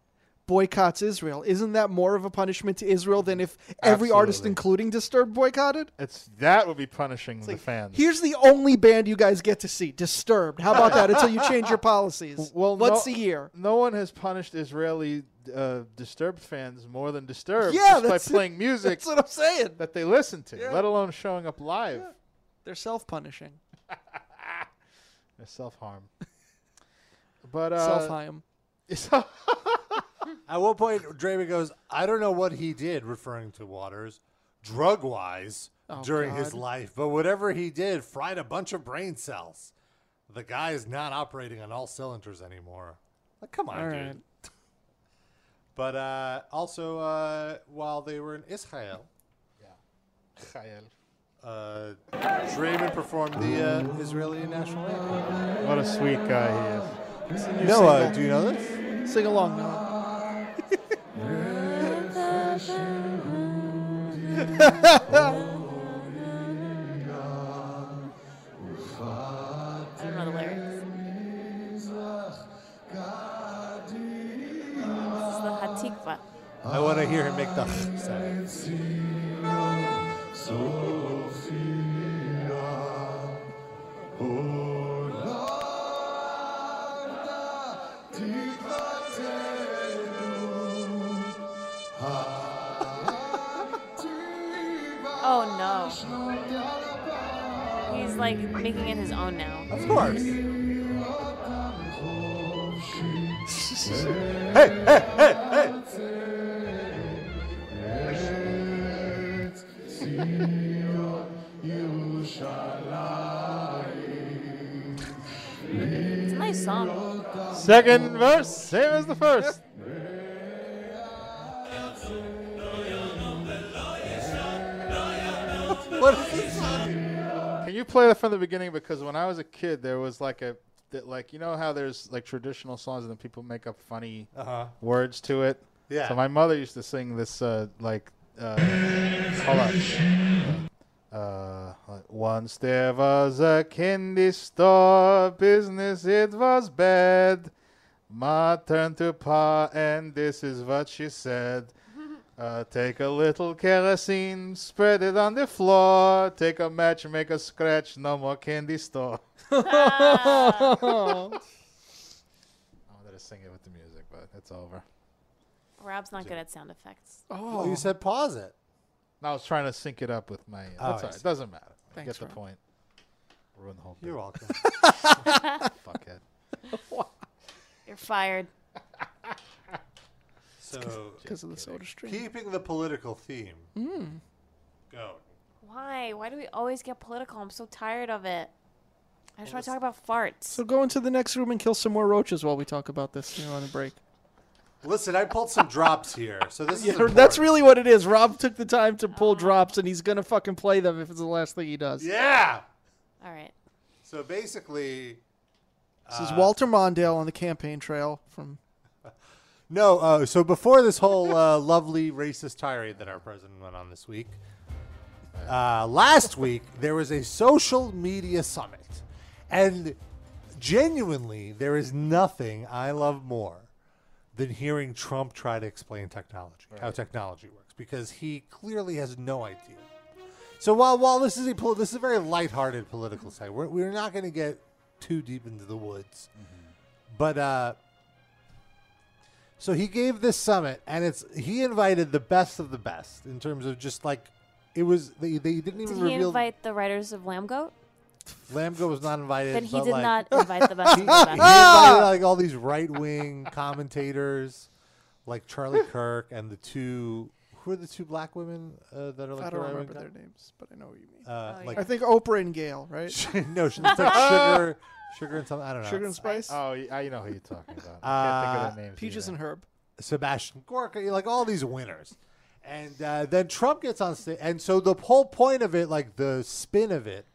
S4: boycotts Israel, isn't that more of a punishment to Israel than if every artist,
S5: Absolutely.
S4: including Disturbed, boycotted?
S5: It's that would be punishing the fans.
S4: Here's the only band you guys get to see Disturbed. How about that until you change your policies?
S5: Well,
S4: once
S5: no,
S4: a year.
S5: No one has punished Israeli uh, Disturbed fans more than Disturbed
S4: Yeah,
S5: just by
S4: that's it.
S5: playing music.
S4: That's what I'm saying.
S5: That they listen to,
S4: Yeah.
S5: let alone showing up live.
S4: They're self punishing.
S5: They're self harm. But uh,
S4: Self-harm.
S2: At one point, Draven goes, I don't know what he did, referring to Waters, drug wise,
S13: Oh,
S2: during his
S13: God.
S2: life, but whatever he did fried a bunch of brain cells. The guy is not operating on all cylinders anymore. Like, come on,
S13: All
S2: dude.
S13: right.
S2: But uh, also, uh, while they were in Israel, uh, Draven performed the uh, Israeli national anthem.
S5: What a sweet guy he is.
S2: Noah, do you know
S5: uh,
S2: this?
S4: Sing along, Noah.
S3: I don't know the lyrics. This is the Hatikva.
S2: I want to hear him make the sound.
S3: Oh no. He's like making it his own now.
S2: Of course.
S7: Hey, hey, hey, hey.
S3: It's a nice song.
S5: Second verse, same as the first.
S2: what is this
S5: Can you play that from the beginning? Because when I was a kid, there was like a that like you know how there's like traditional songs and then people make up funny
S2: Uh-huh.
S5: words to it.
S2: Yeah.
S5: So my mother used to sing this uh, like uh, hold on. Uh, like, once there was a candy store business, it was bad. Ma turned to Pa, and this is what she said. Uh, take a little kerosene, spread it on the floor. Take a match, make a scratch. No more candy store.
S4: Ah.
S5: I wanted to sing it with the music, but it's over.
S3: Rob's not good at sound effects.
S2: Oh, you said pause it.
S5: I was trying to sync it up with my.
S2: Oh,
S5: that's
S2: I
S5: all right.
S2: see.
S5: It doesn't matter. I
S2: Thanks,
S5: Get the
S2: Rob.
S5: point. Ruin the whole.
S2: You're
S5: bit.
S2: welcome.
S5: Fuckhead.
S3: You're fired.
S2: So,
S4: 'cause of the soda stream.
S2: Keeping the political theme.
S4: Mm.
S2: Go.
S3: Why? Why do we always get political? I'm so tired of it. I just
S4: Well,
S3: want to talk about farts. So
S4: go into the next room and kill some more roaches while we talk about this here on the break.
S2: Listen, I pulled some drops here, so this
S4: Yeah,
S2: is important.
S4: that's really what it is. Rob took the time to pull drops, and he's gonna fucking play them if it's the last thing he does.
S2: yeah.
S3: All right.
S2: So basically, uh,
S4: This is Walter Mondale on the campaign trail from.
S2: no. Uh, so before this whole uh, lovely racist tirade that our president went on this week, Uh, last week, there was a social media summit. And genuinely, there is nothing I love more than hearing Trump try to explain technology, how technology works, because he clearly has no idea. So while while this is a poli- this is a very lighthearted political site, we're, we're not going to get too deep into the woods, but uh, so he gave this summit, and it's he invited the best of the best in terms of just like it was they, they didn't even
S3: Did he
S2: reveal
S3: invite the writers of Lamb Goat?
S2: Lamgo was not invited.
S3: Then he
S2: but,
S3: did
S2: like-
S3: not invite the best
S2: he,
S3: of the best.
S2: he invited like all these right wing commentators, like Charlie Kirk and the two. Who are the two black women uh, that are like
S4: I
S2: the
S4: don't
S2: right-wing
S4: remember
S2: com-
S4: their names, but I know what you
S3: Oh,
S4: mean.
S2: Uh, like-
S4: I think Oprah and Gail, right?
S2: no, it's like sugar, sugar and something. I don't know.
S4: Sugar and spice.
S5: Oh, y- I know who you're talking about.
S2: Uh,
S5: I can't think of their names.
S4: Peaches and Herb.
S2: Sebastian Gorka, you know, like all these winners. And uh, then Trump gets on stage. And so the whole point of it, like the spin of it.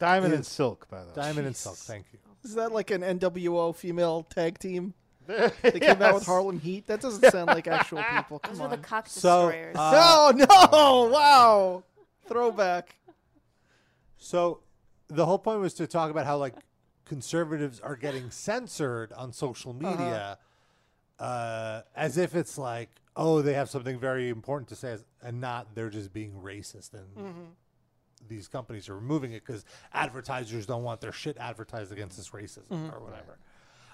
S5: Diamond and
S2: is-
S5: Silk, by the way.
S2: Diamond and Silk, thank you.
S4: Is that like an NWO female tag team? they came out with
S5: Yes.
S4: Harlem Heat. That doesn't sound like actual people. Come on.
S2: So, destroyers. uh,
S4: no, no, wow, throwback.
S2: So the whole point was to talk about how, like, conservatives are getting censored on social media uh, as if it's like, oh, they have something very important to say, and not they're just being racist and these companies are removing it because advertisers don't want their shit advertised against this racism
S13: Mhm.
S2: or whatever.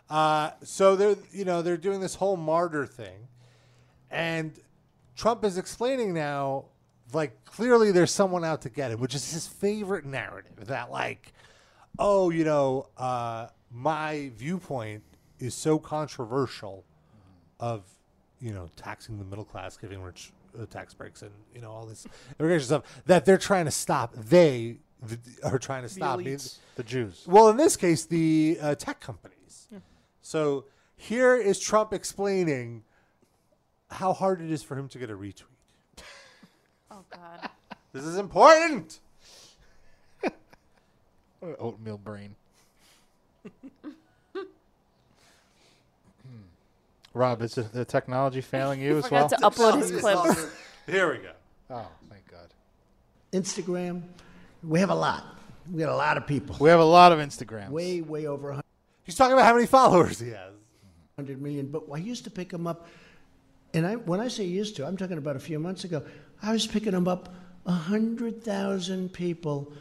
S2: Uh, so they're you know they're doing this whole martyr thing, and Trump is explaining now like clearly there's someone out to get him, which is his favorite narrative that like oh you know uh, my viewpoint is so controversial of you know taxing the middle class, giving rich uh, tax breaks, and you know all this immigration stuff that they're trying to stop. They th- are trying to
S5: The
S2: stop
S5: elites. The Jews.
S2: Well, in this case, the uh, tech companies. So here is Trump explaining how hard it is for him to get a retweet.
S3: Oh God.
S2: This is important.
S5: What an oatmeal brain. Rob, is it the technology failing you as well?
S3: forgot to upload his clip.
S2: Here we go.
S5: Oh, thank God.
S14: Instagram. We have a lot. We got a lot of people.
S5: We have a lot of Instagram.
S14: Way, way over. 100.
S2: He's talking about how many followers he has.
S14: 100 million. But I used to pick them up, and I when I say used to, I'm talking about a few months ago. I was picking them up 100,000 people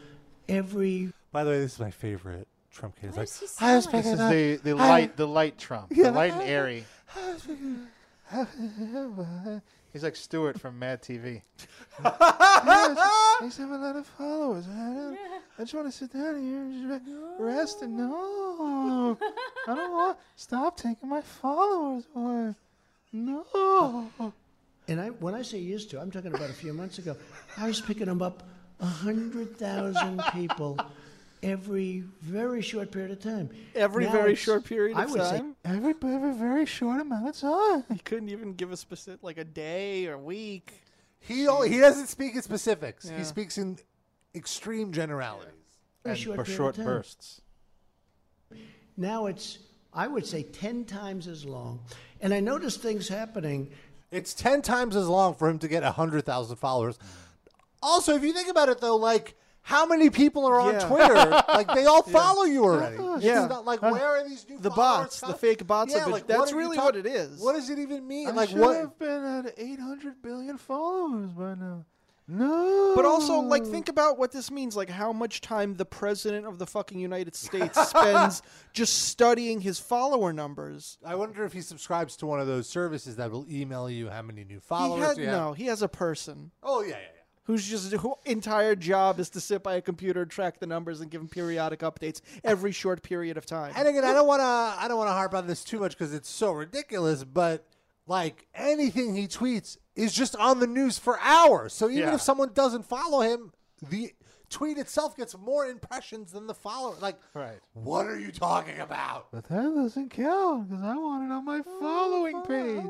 S14: every.
S2: By the way, this is my favorite Trump kid. It's like,
S14: is
S2: I was
S14: so nice.
S2: picking
S14: This
S2: up-
S5: is the, the
S2: I-
S5: light the light Trump.
S2: Yeah.
S5: The light and airy.
S4: He's
S5: He's like Stewart from Mad TV.
S4: have a lot of followers. I, don't, I just want to sit down here and just rest and no. I don't want. Stop taking my followers away. No.
S14: And I when I say used to, I'm talking about a few months ago. I was picking them up 100,000 people every very short period of time.
S4: Every
S14: Now
S4: very
S14: it's-
S4: short period
S14: I
S4: of
S14: would say
S4: time. Every every very short amount of time. He couldn't even give a specific, like a day or a week.
S2: He al- he doesn't speak in specifics.
S4: Yeah.
S2: He speaks in extreme generalities
S14: Very And short for period of short time.
S5: bursts.
S14: Now it's, I would say, 10 times as long. And I noticed things happening.
S2: It's 10 times as long for him to get 100,000 followers. Also, if you think about it, though, like, how many people are on
S4: Yeah.
S2: Twitter? like, they all
S4: Yeah.
S2: follow you already. It's
S4: Yeah.
S2: not like,
S4: Huh?
S2: where are these new
S4: The
S2: followers
S4: bots,
S2: coming-
S4: the fake bots
S2: Yeah,
S4: have been-
S2: like,
S4: that's
S2: what are you
S4: really
S2: talk-
S4: what it is.
S2: What does it even mean?
S4: I
S2: like,
S4: should
S2: what?
S4: have
S5: been at 800 billion followers by now.
S4: No. But also, like, think about what this means. Like, how much time the president of the fucking United States spends just studying his follower numbers.
S2: I wonder if he subscribes to one of those services that will email you how many new followers
S4: he had,
S2: you have.
S4: no, he has a person.
S2: Oh, yeah, yeah, yeah.
S4: Who's just who entire job is to sit by a computer, track the numbers, and give him periodic updates every short period of time.
S2: And again, I don't want to I don't want to harp on this too much because it's so ridiculous. But like anything he tweets is just on the news for hours. So even
S5: Yeah.
S2: if someone doesn't follow him, the tweet itself gets more impressions than the follower. Like,
S5: right?
S2: What are you talking about?
S5: But that doesn't count because I want it on my following page.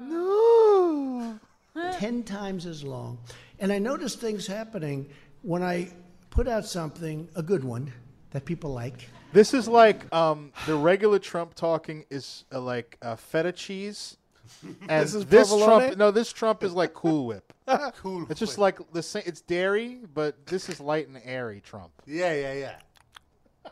S14: No! 10 times as long. And I noticed things happening when I put out something, a good one, that people like.
S5: This is like um, the regular Trump talking is uh, like uh, feta cheese, and
S4: This is
S5: this
S4: provolone?
S5: Trump. No, this Trump is like Cool Whip. cool. It's just like the same. It's dairy, but this is light and airy. Trump.
S2: Yeah, yeah, yeah.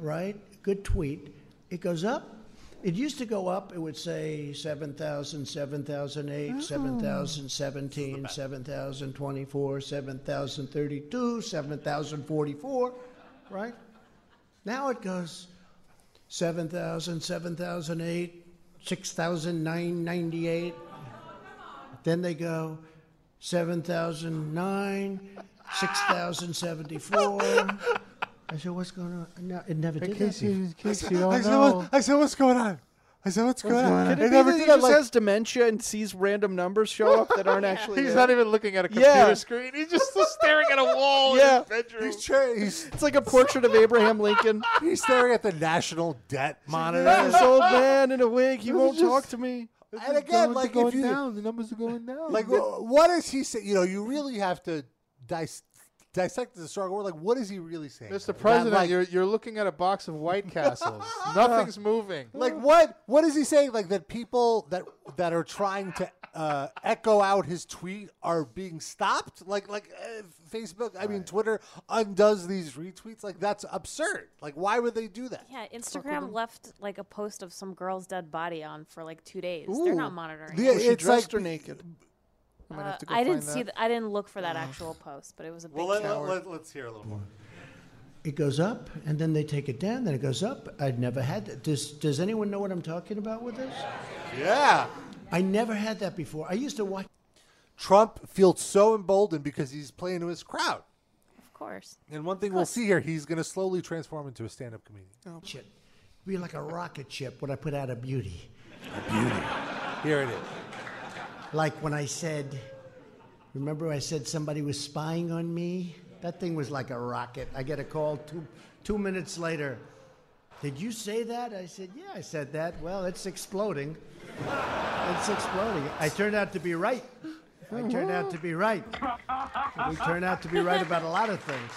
S14: right? Good tweet. It goes up. It used to go up. It would say 7,000, 7,008, 7,017, 7,024, 7,032, 7,044, right? Now it goes 7,000, 7,008, 6,998. Then they go 7,009, 6,074. I said, what's going on? No, it never did that.
S4: Casey-
S14: before.
S4: Casey, you don't
S2: I said,
S4: know.
S2: what, I said, what's going on? I said, what's going on?
S4: Could
S2: They
S4: it be that he just has dementia and sees random numbers show up that aren't actually?
S5: He's
S4: there?
S5: not even looking at a computer
S4: Yeah.
S5: screen. He's just staring at a wall
S4: Yeah.
S5: in his bedroom.
S2: He's trying. He's
S4: It's like a portrait of Abraham Lincoln.
S2: He's staring at the national debt monitor.
S4: This old man in a wig. He won't
S2: just-
S4: talk to me.
S2: and again, like if you
S5: the numbers are going down.
S2: like, uh, wh- what is he saying? You know, you really have to dis- dissect the strong word. Like, what is he really saying?
S5: Mr.
S2: Not
S5: President,
S2: like-
S5: you're you're looking at a box of White Castles. Nothing's moving.
S2: like what what is he saying like that people that that are trying to uh, echo out his tweet are being stopped like like uh, facebook i mean twitter undoes these retweets like that's absurd like why would they do that
S3: Yeah,
S2: Fuck with
S3: Instagram left like a post of some girl's dead body on for like two days.
S2: Ooh.
S3: They're not monitoring.
S2: Yeah,
S3: it.
S2: Was she it's dressed like- or
S4: naked?
S3: Uh,
S4: might have to go
S3: I didn't
S4: find
S3: see.
S4: that.
S3: Th- I didn't look for that actual post, but it was a big
S2: well let,
S3: coward.
S2: us hear a little more
S14: It goes up, and then they take it down, then it goes up. I'd never had that. Does, does anyone know what I'm talking about with this?
S2: yeah
S14: I never had that before. I used to watch.
S2: trump feels so emboldened because he's playing to his crowd
S3: of course
S2: and one thing we'll see here he's going to slowly transform into a stand-up comedian
S14: Shit. Be like a rocket ship when I put out a beauty.
S2: here it is
S14: Like when I said, remember I said somebody was spying on me? That thing was like a rocket. I get a call two, two minutes later. Did you say that? I said, yeah, I said that. Well, it's exploding. it's exploding. I turned out to be right. I turned out to be right. We turn out to be right about a lot of things.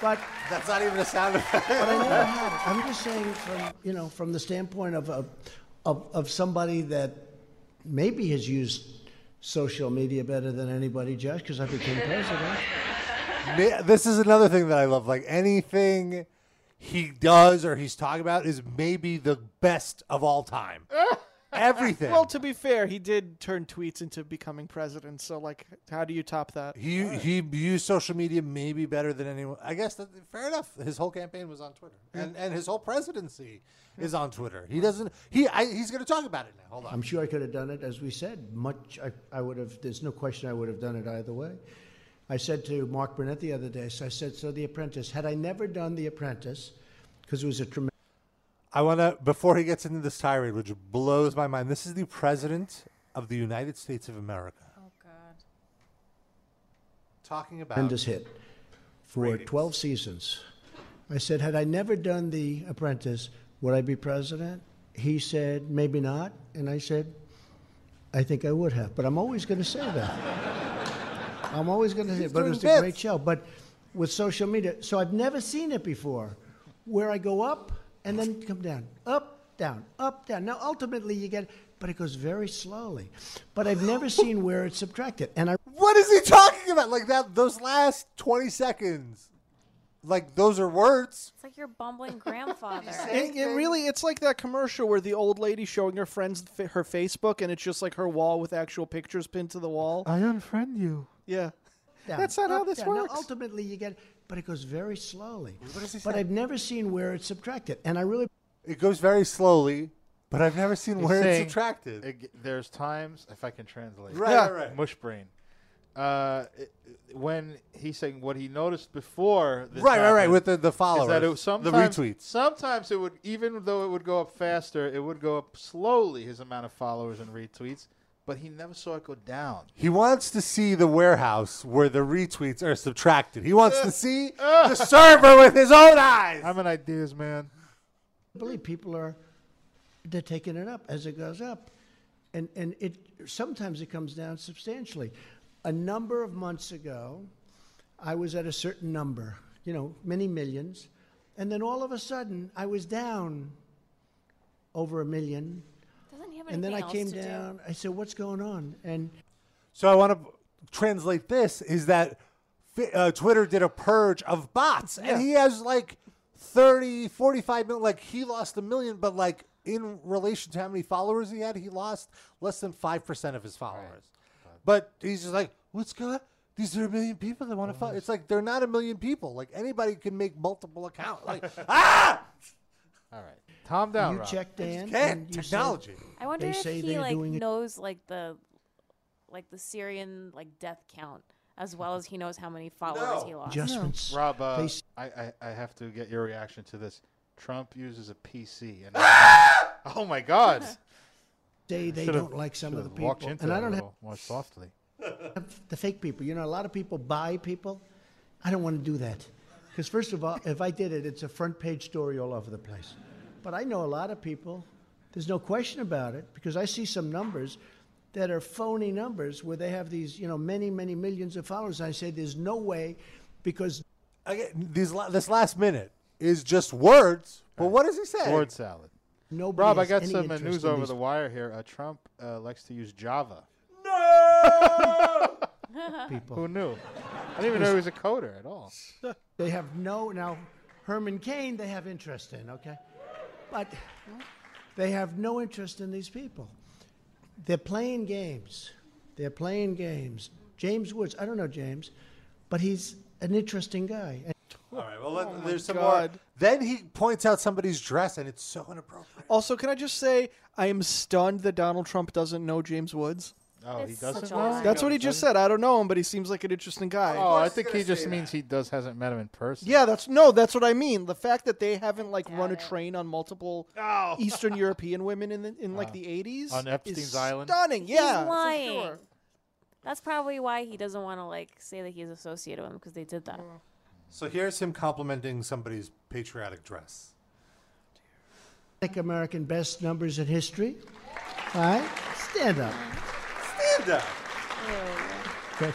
S14: But
S2: that's not even a sound effect
S14: but I never had it. I'm just saying, from you know, from the standpoint of of, of of somebody that maybe has used social media better than anybody, Josh, because I became president.
S2: Ma- this is another thing that I love. Like anything he does or he's talking about is maybe the best of all time. Everything.
S4: Well, to be fair, he did turn tweets into becoming president. So, like, how do you top that?
S2: He he used social media maybe better than anyone. I guess that, fair enough. His whole campaign was on Twitter, and and his whole presidency
S14: Hmm.
S2: is on Twitter. He doesn't. He I, he's going to talk about it now. Hold on.
S14: I'm sure I could have done it, as we said. Much I, I would have. There's no question I would have done it either way. I said to Mark Burnett the other day. So I said, so The Apprentice. Had I never done The Apprentice, because it was a tremendous.
S2: I want to before he gets into this tirade, which blows my mind. This is the president of the United States of America. Oh God. Talking about
S14: tremendous hit for 12 seasons. I said, had I never done The Apprentice, would I be president? He said, maybe not. And I said, I think I would have. But I'm always going to say that. I'm always going to say
S2: He's
S14: it. But it
S2: doing
S14: was a
S2: bits.
S14: great show. But with social media, so I've never seen it before where I go up and then come down, up, down, up, down. Now, ultimately, you get, but it goes very slowly. But I've never seen where it's subtracted. And I.
S2: What is he talking about? Like that those last 20 seconds. Like those are words.
S3: It's like your bumbling grandfather.
S4: It, it really, it's like that commercial where the old lady showing her friends fa- her Facebook, and it's just like her wall with actual pictures pinned to the wall.
S5: I unfriend you.
S4: Yeah,
S14: down,
S4: that's not how
S14: up,
S4: this
S14: down. Now,
S4: works.
S14: ultimately, you get, but it goes very slowly.
S2: he
S14: but
S2: say?
S14: I've never seen where it's subtracted, and I really
S2: It goes very slowly, but I've never seen
S5: He's
S2: where
S5: saying,
S2: it's subtracted.
S5: it g- there's times if I can translate.
S2: Right, Yeah. right, right.
S5: Mush brain. Uh, it- it- when he's saying what he noticed before, this
S2: Right, right, right,
S5: happened
S2: with the- the
S5: is that
S2: followers, the
S5: it, sometimes,
S2: retweets.
S5: Sometimes it would, even though it would go up faster, it would go up slowly. His amount of followers and retweets, but he never saw it go down.
S2: He wants to see the warehouse where the retweets are subtracted. He wants to see the server with his own eyes.
S5: I'm an ideas man.
S14: believe people are they're taking it up as it goes up, and and it sometimes it comes down substantially. A number of months ago, I was at a certain number, you know, many millions, and then all of a sudden I was down over a million,
S3: Doesn't he have anything
S14: and then I
S3: else
S14: came
S3: to do?
S14: down. I said, "What's going on?" And
S2: So I want to translate this is that fi- uh, Twitter did a purge of bots, and he has like 30, 45 million. Like he lost a million, but like in relation to how many followers he had, he lost less than 5% of his followers. But he's just like, what's going on? These are a million people that want to follow. It's like they're not a million people. Like anybody can make multiple accounts. Like, ah!
S5: All right. Calm down.
S14: you
S5: Rob.
S14: checked Dan.
S2: can't.
S14: and you said-
S2: Technology.
S3: I wonder
S14: they
S3: if
S14: say
S3: he
S14: they're
S3: like
S14: doing it-
S3: knows like the like the Syrian like death count as well as he knows how many followers he lost.
S5: Rob, uh,
S14: Face-
S5: I, I I have to get your reaction to this. Trump uses a PC, and oh my God,
S14: Say they
S5: Should've-
S14: don't like some of the
S5: should've
S14: people,
S5: walked into
S14: and I
S5: that a
S14: don't have
S5: little more softly.
S14: the fake people. You know, a lot of people buy people. I don't want to do that. Because, first of all, if I did it, it's a front page story all over the place. But I know a lot of people, there's no question about it, because I see some numbers that are phony numbers where they have these, you know, many, many millions of followers. I say there's no way because.
S2: Okay, these, la- this last minute is just words. But what does he say?
S5: Word salad.
S14: Nobody
S5: Rob, I
S14: has
S5: got
S14: any
S5: some uh,
S14: interest
S5: news
S14: in
S5: over
S14: these-
S5: the wire here. Uh, Trump uh, likes to use Java.
S14: People.
S5: Who knew? I didn't even know he was a coder at all.
S14: They have no now Herman Cain they have interest in, okay? But they have no interest in these people. They're playing games. They're playing games. James Woods, I don't know James, but he's an interesting guy. And
S2: All right. Well, let,
S14: Oh my
S2: there's some
S14: God.
S2: more. Then he points out somebody's dress, and it's so inappropriate.
S4: Also, can I just say I am stunned that Donald Trump doesn't know James Woods.
S5: Oh, he
S3: It's
S5: doesn't
S3: such a
S5: know.
S3: lie.
S4: That's what he just said. I don't know him, but he seems like an interesting guy.
S5: Oh, I think he just means he does hasn't met him in person.
S4: Yeah, that's no, that's what I mean. The fact that they haven't like run a train on multiple
S5: Oh.
S4: Eastern European women in the, in like
S5: Wow.
S4: the 80s
S5: Uh, On Epstein's
S4: is
S5: Island?
S4: Stunning. Yeah.
S3: He's lying. That's probably why he doesn't want to like say that he's associated with him because they did that.
S2: Mm. So here's him complimenting somebody's patriotic dress.
S14: Like American best numbers in history. All right? Stand up.
S2: Stand up.
S14: Okay.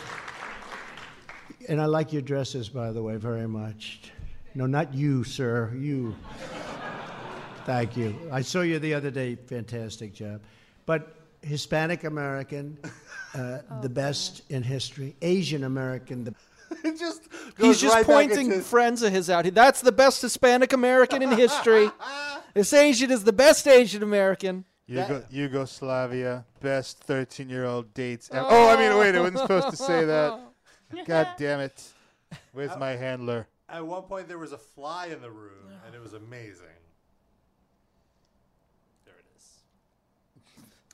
S14: And I like your dresses, by the way, very much. No, not you, sir. You. Thank you. I saw you the other day. Fantastic job. But Hispanic American, uh, the best in history. Asian American, the
S2: It just goes
S4: He's just
S2: right back
S4: pointing
S2: into-
S4: friends of his out. That's the best Hispanic American in history. this Asian is the best Asian American.
S5: Yugo- Yugoslavia, best 13 year old dates ever. Oh, I mean, wait, I wasn't supposed to say that. God damn it. Where's my handler?
S2: At one point, there was a fly in the room, and it was amazing. There it is.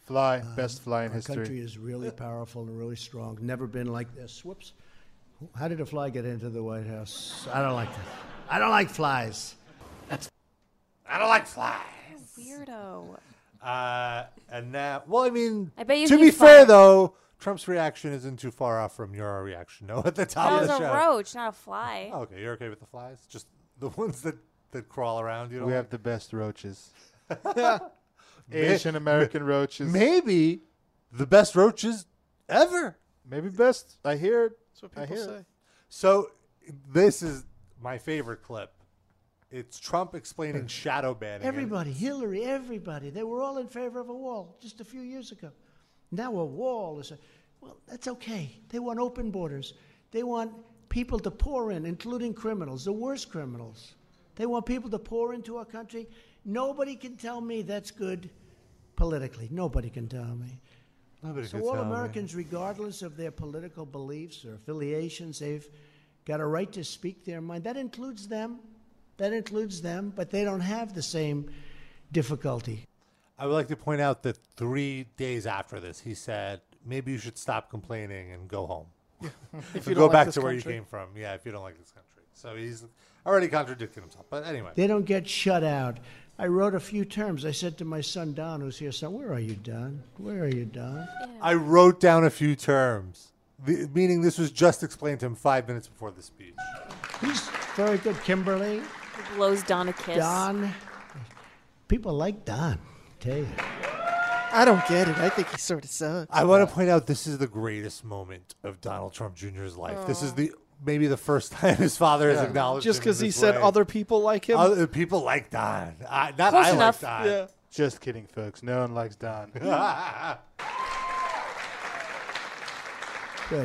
S5: Fly, best fly in
S14: Uh, Our country
S5: history.
S14: is really powerful and really strong. Never been like this. Whoops. How did a fly get into the White House? I don't like that. I don't like flies. That's.
S2: I don't like flies.
S3: Weirdo.
S2: Uh, and now, well, I mean,
S3: I bet you
S2: to
S3: he
S2: be fair
S3: fought-
S2: though, Trump's reaction isn't too far off from your reaction. No, at the top
S3: That was
S2: of the
S3: a
S2: show.
S3: roach, not a fly.
S2: Oh, okay, you're okay with the flies? Just the ones that that crawl around. You know,
S5: We have the best roaches.
S2: Oh. May-
S5: Asian American roaches.
S2: maybe the best roaches ever.
S5: Maybe best. I hear it. That's what
S4: people say.
S2: So this is my favorite clip. It's Trump explaining shadow banning. and
S14: Everybody, Hillary, everybody, they were all in favor of a wall just a few years ago. Now a wall is a. Well, that's okay. They want open borders. They want people to pour in, including criminals, the worst criminals. They want people to pour into our country. Nobody can tell me that's good politically. Nobody can tell me.
S2: Nobody
S14: so
S2: could
S14: all
S2: tell me.
S14: Americans, regardless of their political beliefs or affiliations, they've got a right to speak their mind. That includes them. That includes them, but they don't have the same difficulty.
S2: I would like to point out that three days after this, he said, "Maybe you should stop complaining and go home.
S4: If
S2: Or
S4: you
S2: go
S4: don't like
S2: back
S4: this
S2: to where
S4: country.
S2: you came from. Yeah, if you don't like this country." So he's already contradicting himself. But anyway,
S14: They don't get shut out. I wrote a few terms. I said to my son Don, who's here, son, where are you, Don? Where are you, Don?
S2: I wrote down a few terms, the, meaning this was just explained to him five minutes before the speech.
S14: He's very good, Kimberly.
S3: He blows Don a kiss.
S14: Don. People like Don. Tell you.
S4: I don't get it. I think he sort of sucks.
S2: I want to point out this is the greatest moment of Donald Trump Jr.'s life. This is the maybe the first time his father has acknowledged
S4: just
S2: because
S4: because he said other people like him.
S2: Other people like Don. I, not I like Don.
S4: Yeah.
S2: Ah.
S5: Just kidding, folks. No one likes Don.
S14: Good.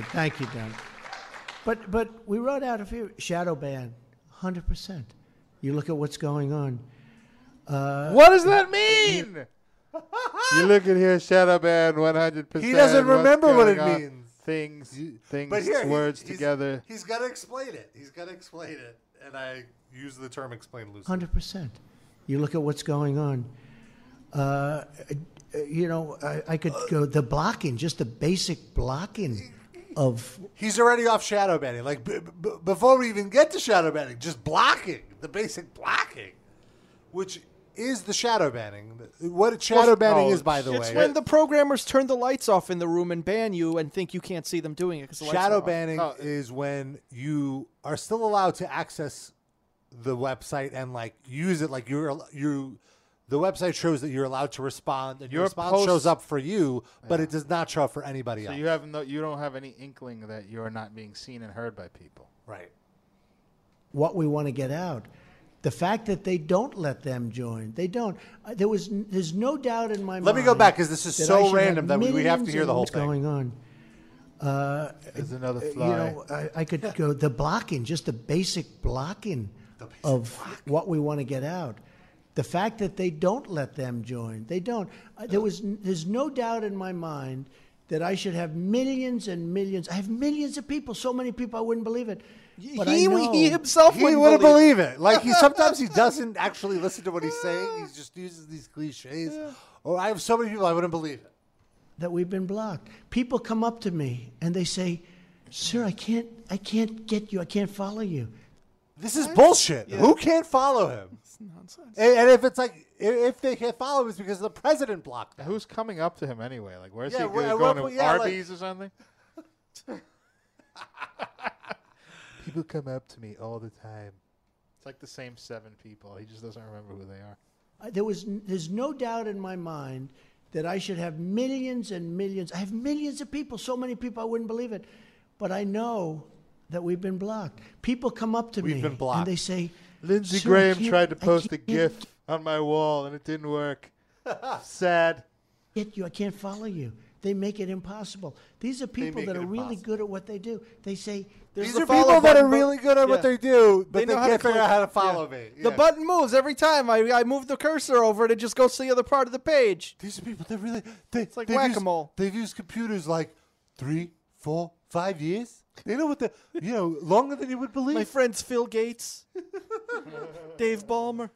S14: Thank you, Doug. But but we wrote out a few shadow ban, hundred percent. You look at what's going on. Uh,
S5: What does that mean?
S14: You
S5: look at here, shadow ban, one hundred percent.
S2: He doesn't remember what it means.
S5: Things, things,
S2: but here, he-
S5: words
S2: he's-
S5: together.
S2: He's got to explain it. He's got to explain it. And I use the term explain loosely.
S14: Hundred percent. You look at what's going on. Uh, uh, you know, I, I could go the blocking, just the basic blocking of
S2: He's already off shadow banning. Like b- b- before we even get to shadow banning, just blocking the basic blocking, which is the shadow banning. What shadow banning is, by the
S4: oh, it's
S2: way,
S4: when the programmers turn the lights off in the room and ban you and think you can't see them doing it. 'cause the lights are
S2: shadow
S4: off.
S2: banning
S5: Oh.
S2: is when you are still allowed to access the website and like use it. Like you're you, the website shows that you're allowed to respond, and your,
S5: Your
S2: response
S5: posts-
S2: shows up for you, but it does not show up for anybody
S5: So
S2: else.
S5: you have no, you don't have any inkling that you are not being seen and heard by people.
S2: Right.
S14: what we want to get out. The fact that they don't let them join, they don't. Uh, there was, n- there's no doubt in my mind.
S2: Let me go back, 'cause this is
S14: that
S2: so
S14: I should have
S2: random that we- we have to
S14: millions
S2: hear
S14: of
S2: the whole
S14: what's
S2: thing.
S14: going on. Uh,
S5: There's another
S14: uh,
S5: fly.
S14: You know, I, I could go the blocking, just the basic blocking of what we want to get out. The fact that they don't let them join, they don't. Uh, there was, n- there's no doubt in my mind that I should have millions and millions. I have millions of people, so many people I wouldn't believe it. But I
S4: he- he
S14: know-
S4: himself
S2: He wouldn't believe it. Like he sometimes he doesn't actually listen to what he's saying. He just uses these cliches. Oh, I have so many people I wouldn't believe it.
S14: that we've been blocked. People come up to me and they say, "Sir, I can't, I can't get you. I can't follow you."
S2: This is bullshit. Who can't follow him? And, and if it's like i- if they can't follow, it's because the president blocked them.
S5: Who's coming up to him anyway? Like where's
S2: Yeah,
S5: he
S2: where-
S5: going,
S2: at
S5: going
S2: what
S5: to
S2: point- yeah, like-
S5: Arby's or something? people come up to me all the time. It's like the same seven people. He just doesn't remember who they are.
S14: Uh, There was, n- there's no doubt in my mind that I should have millions and millions. I have millions of people. So many people, I wouldn't believe it. But I know that we've been blocked. People come up to
S5: We've
S14: me
S5: been blocked.
S14: and they say,
S5: Lindsey
S14: "Sir, I
S5: Graham
S14: can't-
S5: tried to
S14: I
S5: post a
S14: can't
S5: GIF on my wall and it didn't work. Sad.
S14: Get you. I can't follow you. They make it impossible. These are people
S5: make
S14: that
S5: it
S14: are really good at what they do. They say
S2: These are people that are really good at what they do, but
S4: They
S2: they,
S4: know how to
S2: can't figure out how to
S4: click. Yeah.
S2: follow me.
S4: The
S2: Yeah.
S4: button moves every time. I, I move the cursor over and it just goes to the other part of the page.
S2: These are people that really. They, it's
S4: like
S2: they've used-
S4: whack a mole.
S2: They've used computers like three, four, five years. They know what the you know longer than you would believe.
S4: My friends Phil Gates, Dave Ballmer.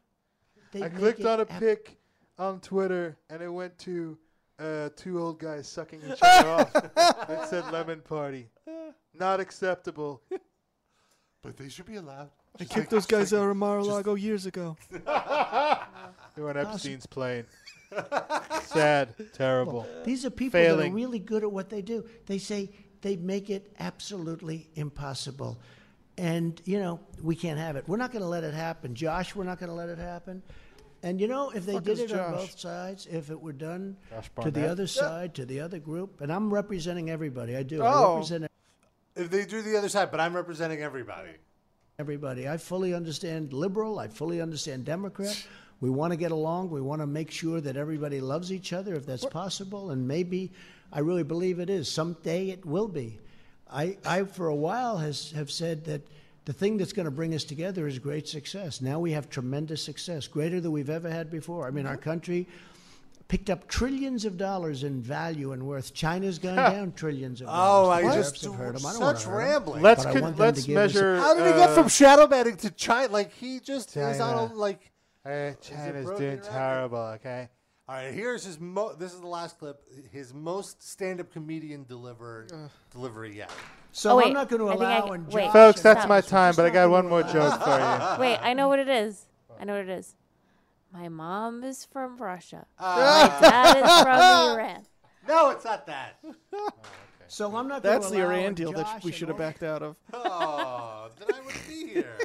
S5: I clicked on a pic on Twitter and it went to uh, two old guys sucking each other off. It said lemon party. Not acceptable.
S2: But they should be allowed.
S4: I kicked those guys out of Mar-a-Lago years ago.
S5: They were on Epstein's plane. Sad. Terrible.
S14: These are people that
S5: Failing.
S14: are really good at what they do. They say they make it absolutely impossible. And, you know, we can't have it. We're not going to let it happen. Josh, we're not going to let it happen. And, you know, if they
S4: Fuck
S14: did it
S4: is
S14: on
S4: Josh?
S14: both sides, if it were done
S5: Josh
S14: to the
S5: Barnett?
S14: other
S5: Yeah.
S14: side, to the other group, and I'm representing everybody. I do. I
S2: Oh.
S14: represent
S2: If they do the other side, but I'm representing everybody.
S14: everybody. I fully understand liberal. I fully understand Democrat. We want to get along. We want to make sure that everybody loves each other if that's possible. And maybe, I really believe it is. Someday it will be. I, I for a while, has, have said that the thing that's going to bring us together is great success. Now we have tremendous success, greater than we've ever had before. I mean,
S2: Mm-hmm.
S14: our country picked up trillions of dollars in value and worth. China's gone down trillions of dollars.
S2: Oh, I
S14: The Arabs
S2: just
S14: have heard 'em. I don't wanna
S2: such
S14: hurt 'em,
S2: rambling.
S5: Let's
S14: but I
S5: con-
S14: want them to
S5: let's
S14: give us-
S5: measure,
S2: How did he get
S5: uh,
S2: from shadow banning to China? Like he just is
S5: China.
S2: on a, like.
S5: Uh,
S2: is it
S5: China's
S2: broken
S5: doing
S2: record?
S5: terrible, okay?
S2: All right, here's his. Mo- this is the last clip. His most stand-up comedian deliver delivery yet.
S14: So
S3: Oh, wait.
S14: I'm not going to
S3: I think I
S14: allow
S3: can-
S14: and
S3: wait.
S14: Josh and
S5: Folks, that's my
S14: Josh.
S5: time, but I got one more joke for you.
S3: Wait, I know what it is. I know what it is. My mom is from Russia.
S2: Ah.
S3: My dad is from Iran.
S2: No, it's not that.
S14: So I'm not.
S4: That's
S14: gonna
S4: the
S14: allow
S4: Iran
S14: it,
S4: deal that
S14: Josh
S4: sh- we
S14: and
S4: should have
S14: Orrin.
S4: backed out of.
S2: Oh, then I wouldn't be here.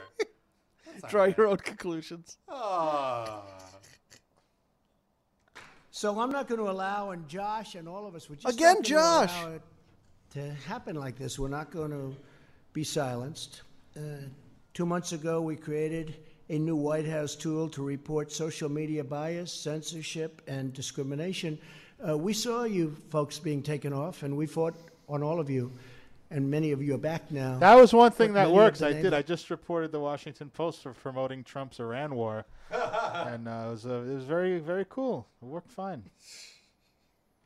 S4: Draw your own conclusions.
S2: Oh.
S14: So I'm not going to allow, and Josh and all of us, we're just
S4: Again,
S14: not gonna
S4: Josh.
S14: allow it to happen like this. We're not going to be silenced. Uh, two months ago, we created a new White House tool to report social media bias, censorship, and discrimination. Uh, we saw you folks being taken off, and we fought on all of you. and many of you are back now.
S5: That was one thing
S14: But
S5: that
S14: many of
S5: works.
S14: the
S5: I
S14: names-
S5: did. I just reported the Washington Post for promoting Trump's Iran war, and uh, it was uh, it was very very cool. It worked fine.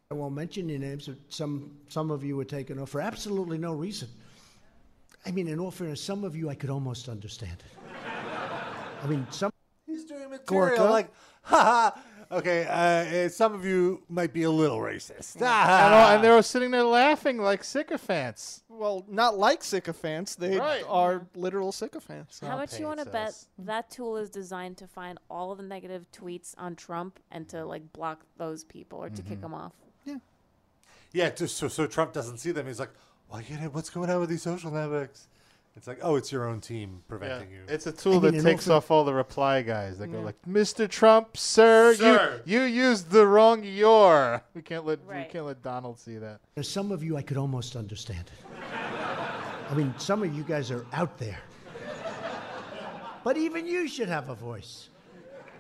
S14: I won't mention your names, but some some of you were taken off for absolutely no reason. I mean, in all fairness, some of you I could almost understand. I mean, some.
S2: He's doing material
S14: Gorka?
S2: like, haha. Okay, uh, uh, some of you might be a little racist.
S5: and, all- and they were sitting there laughing like sycophants.
S4: Well, not like sycophants. They
S5: Right.
S4: are literal sycophants.
S3: How much you want to bet that tool is designed to find all of the negative tweets on Trump and to like block those people or to
S2: Mm-hmm.
S3: kick 'em kick them off?
S2: yeah, just so, so Trump doesn't see them. He's like, well, you know, what's going on with these social networks? It's like, oh, it's your own team preventing you.
S5: It's a tool that takes off all the reply guys. They go like, "Mr. Trump, sir,
S2: Sir.
S5: you you used the wrong your." We can't let we can't let Donald see that.
S14: There's some of you I could almost understand. I mean, some of you guys are out there. But even you should have a voice.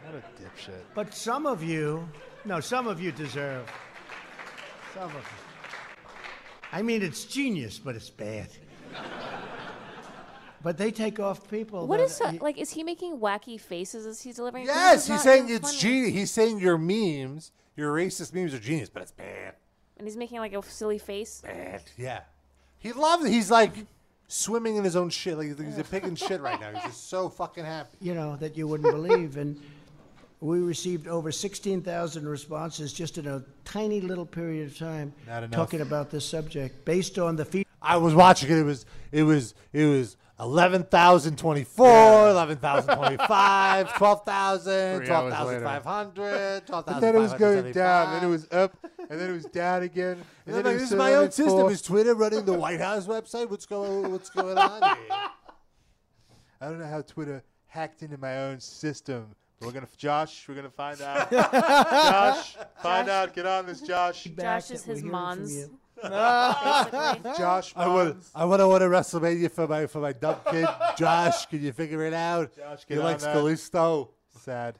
S5: What a dipshit.
S14: But some of you, no, some of you deserve. Some of you. I mean, it's genius, but it's bad. But they take off people.
S3: What
S14: that-
S3: is so, like? Is he making wacky faces as he's delivering? 'Cause this
S2: Yes,
S3: is
S2: he's
S3: not
S2: saying
S3: even
S2: it's
S3: funny.
S2: genius. He's saying your memes, your racist memes are genius, but it's bad.
S3: And he's making like a silly face.
S2: Bad. Yeah. He loves it. He's like swimming in his own shit. Like he's a pig in shit right now. He's just so fucking happy.
S14: you know, that you wouldn't believe. And we received over 16,000 responses just in a tiny little period of time
S2: Not enough.
S14: talking about this subject based on the feedback.
S2: I was watching it. It was it was it was eleven thousand twenty four, eleven thousand twenty five, twelve thousand,
S5: Three
S2: twelve
S5: hours
S2: thousand
S5: later.
S2: five hundred, twelve
S5: I
S2: thousand.
S5: thought it was going down, then it was up, and then it was down again. And then it
S2: like,
S5: was
S2: this is my
S5: seven
S2: own system.
S5: four.
S2: Is Twitter running the White House website? What's going What's going on? here?
S5: I don't know how Twitter hacked into my own system. We're gonna Josh. We're gonna find out. Josh, find out. Get on this, Josh.
S3: Josh is his mons. Basically.
S5: Josh,
S2: I would I would have won a WrestleMania for my for my dumb kid. Josh, can you figure it out?
S5: Josh,
S2: he
S5: get on
S2: likes
S5: that.
S2: Callisto.
S5: Sad.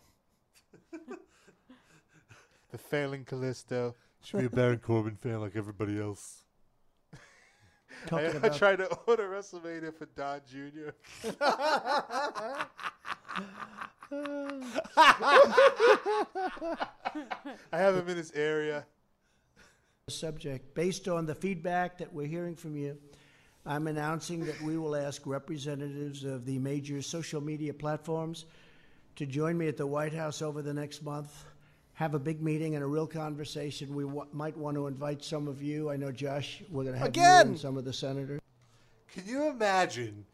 S5: the failing Callisto.
S2: Should be a Baron Corbin fan like everybody else.
S5: I, I tried to order WrestleMania for Don Jr. I have him in his area.
S14: subject based on the feedback that we're hearing from you. I'm announcing that we will ask representatives of the major social media platforms to join me at the White House over the next month. Have a big meeting and a real conversation. We wa- might want to invite some of you. I know Josh. We're going to have you
S2: Again!
S14: and some of the senators.
S2: Can you imagine,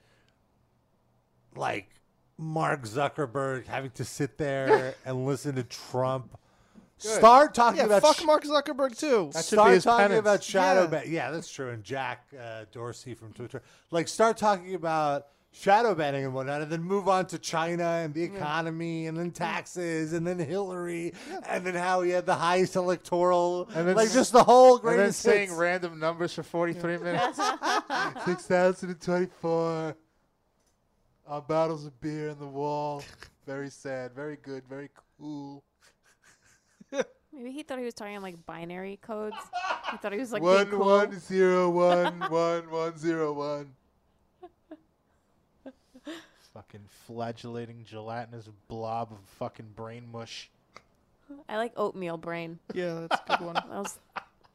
S2: like, Mark Zuckerberg having to sit there and listen to Trump start talking
S4: yeah,
S2: about
S4: fuck
S2: sh-
S4: Mark Zuckerberg too.
S2: start talking about shadow ban? Yeah, that's true. And Jack uh, Dorsey from Twitter, like, start talking about shadow banning and whatnot, and then move on to China and the economy, and then taxes, and then Hillary, and then how he had the highest electoral, and then like just the whole
S5: And then
S2: greatest
S5: saying
S2: hits.
S5: random numbers for 43 minutes. 6,024. Our bottles of beer on the wall. Very sad. Very good. Very cool.
S3: Maybe he thought he was talking like binary codes. He thought he was like being
S5: One
S3: cool.
S5: one zero one one one zero one. Fucking flagellating gelatinous blob of fucking brain mush.
S3: I like oatmeal brain.
S4: Yeah, that's a good one.
S3: That, was,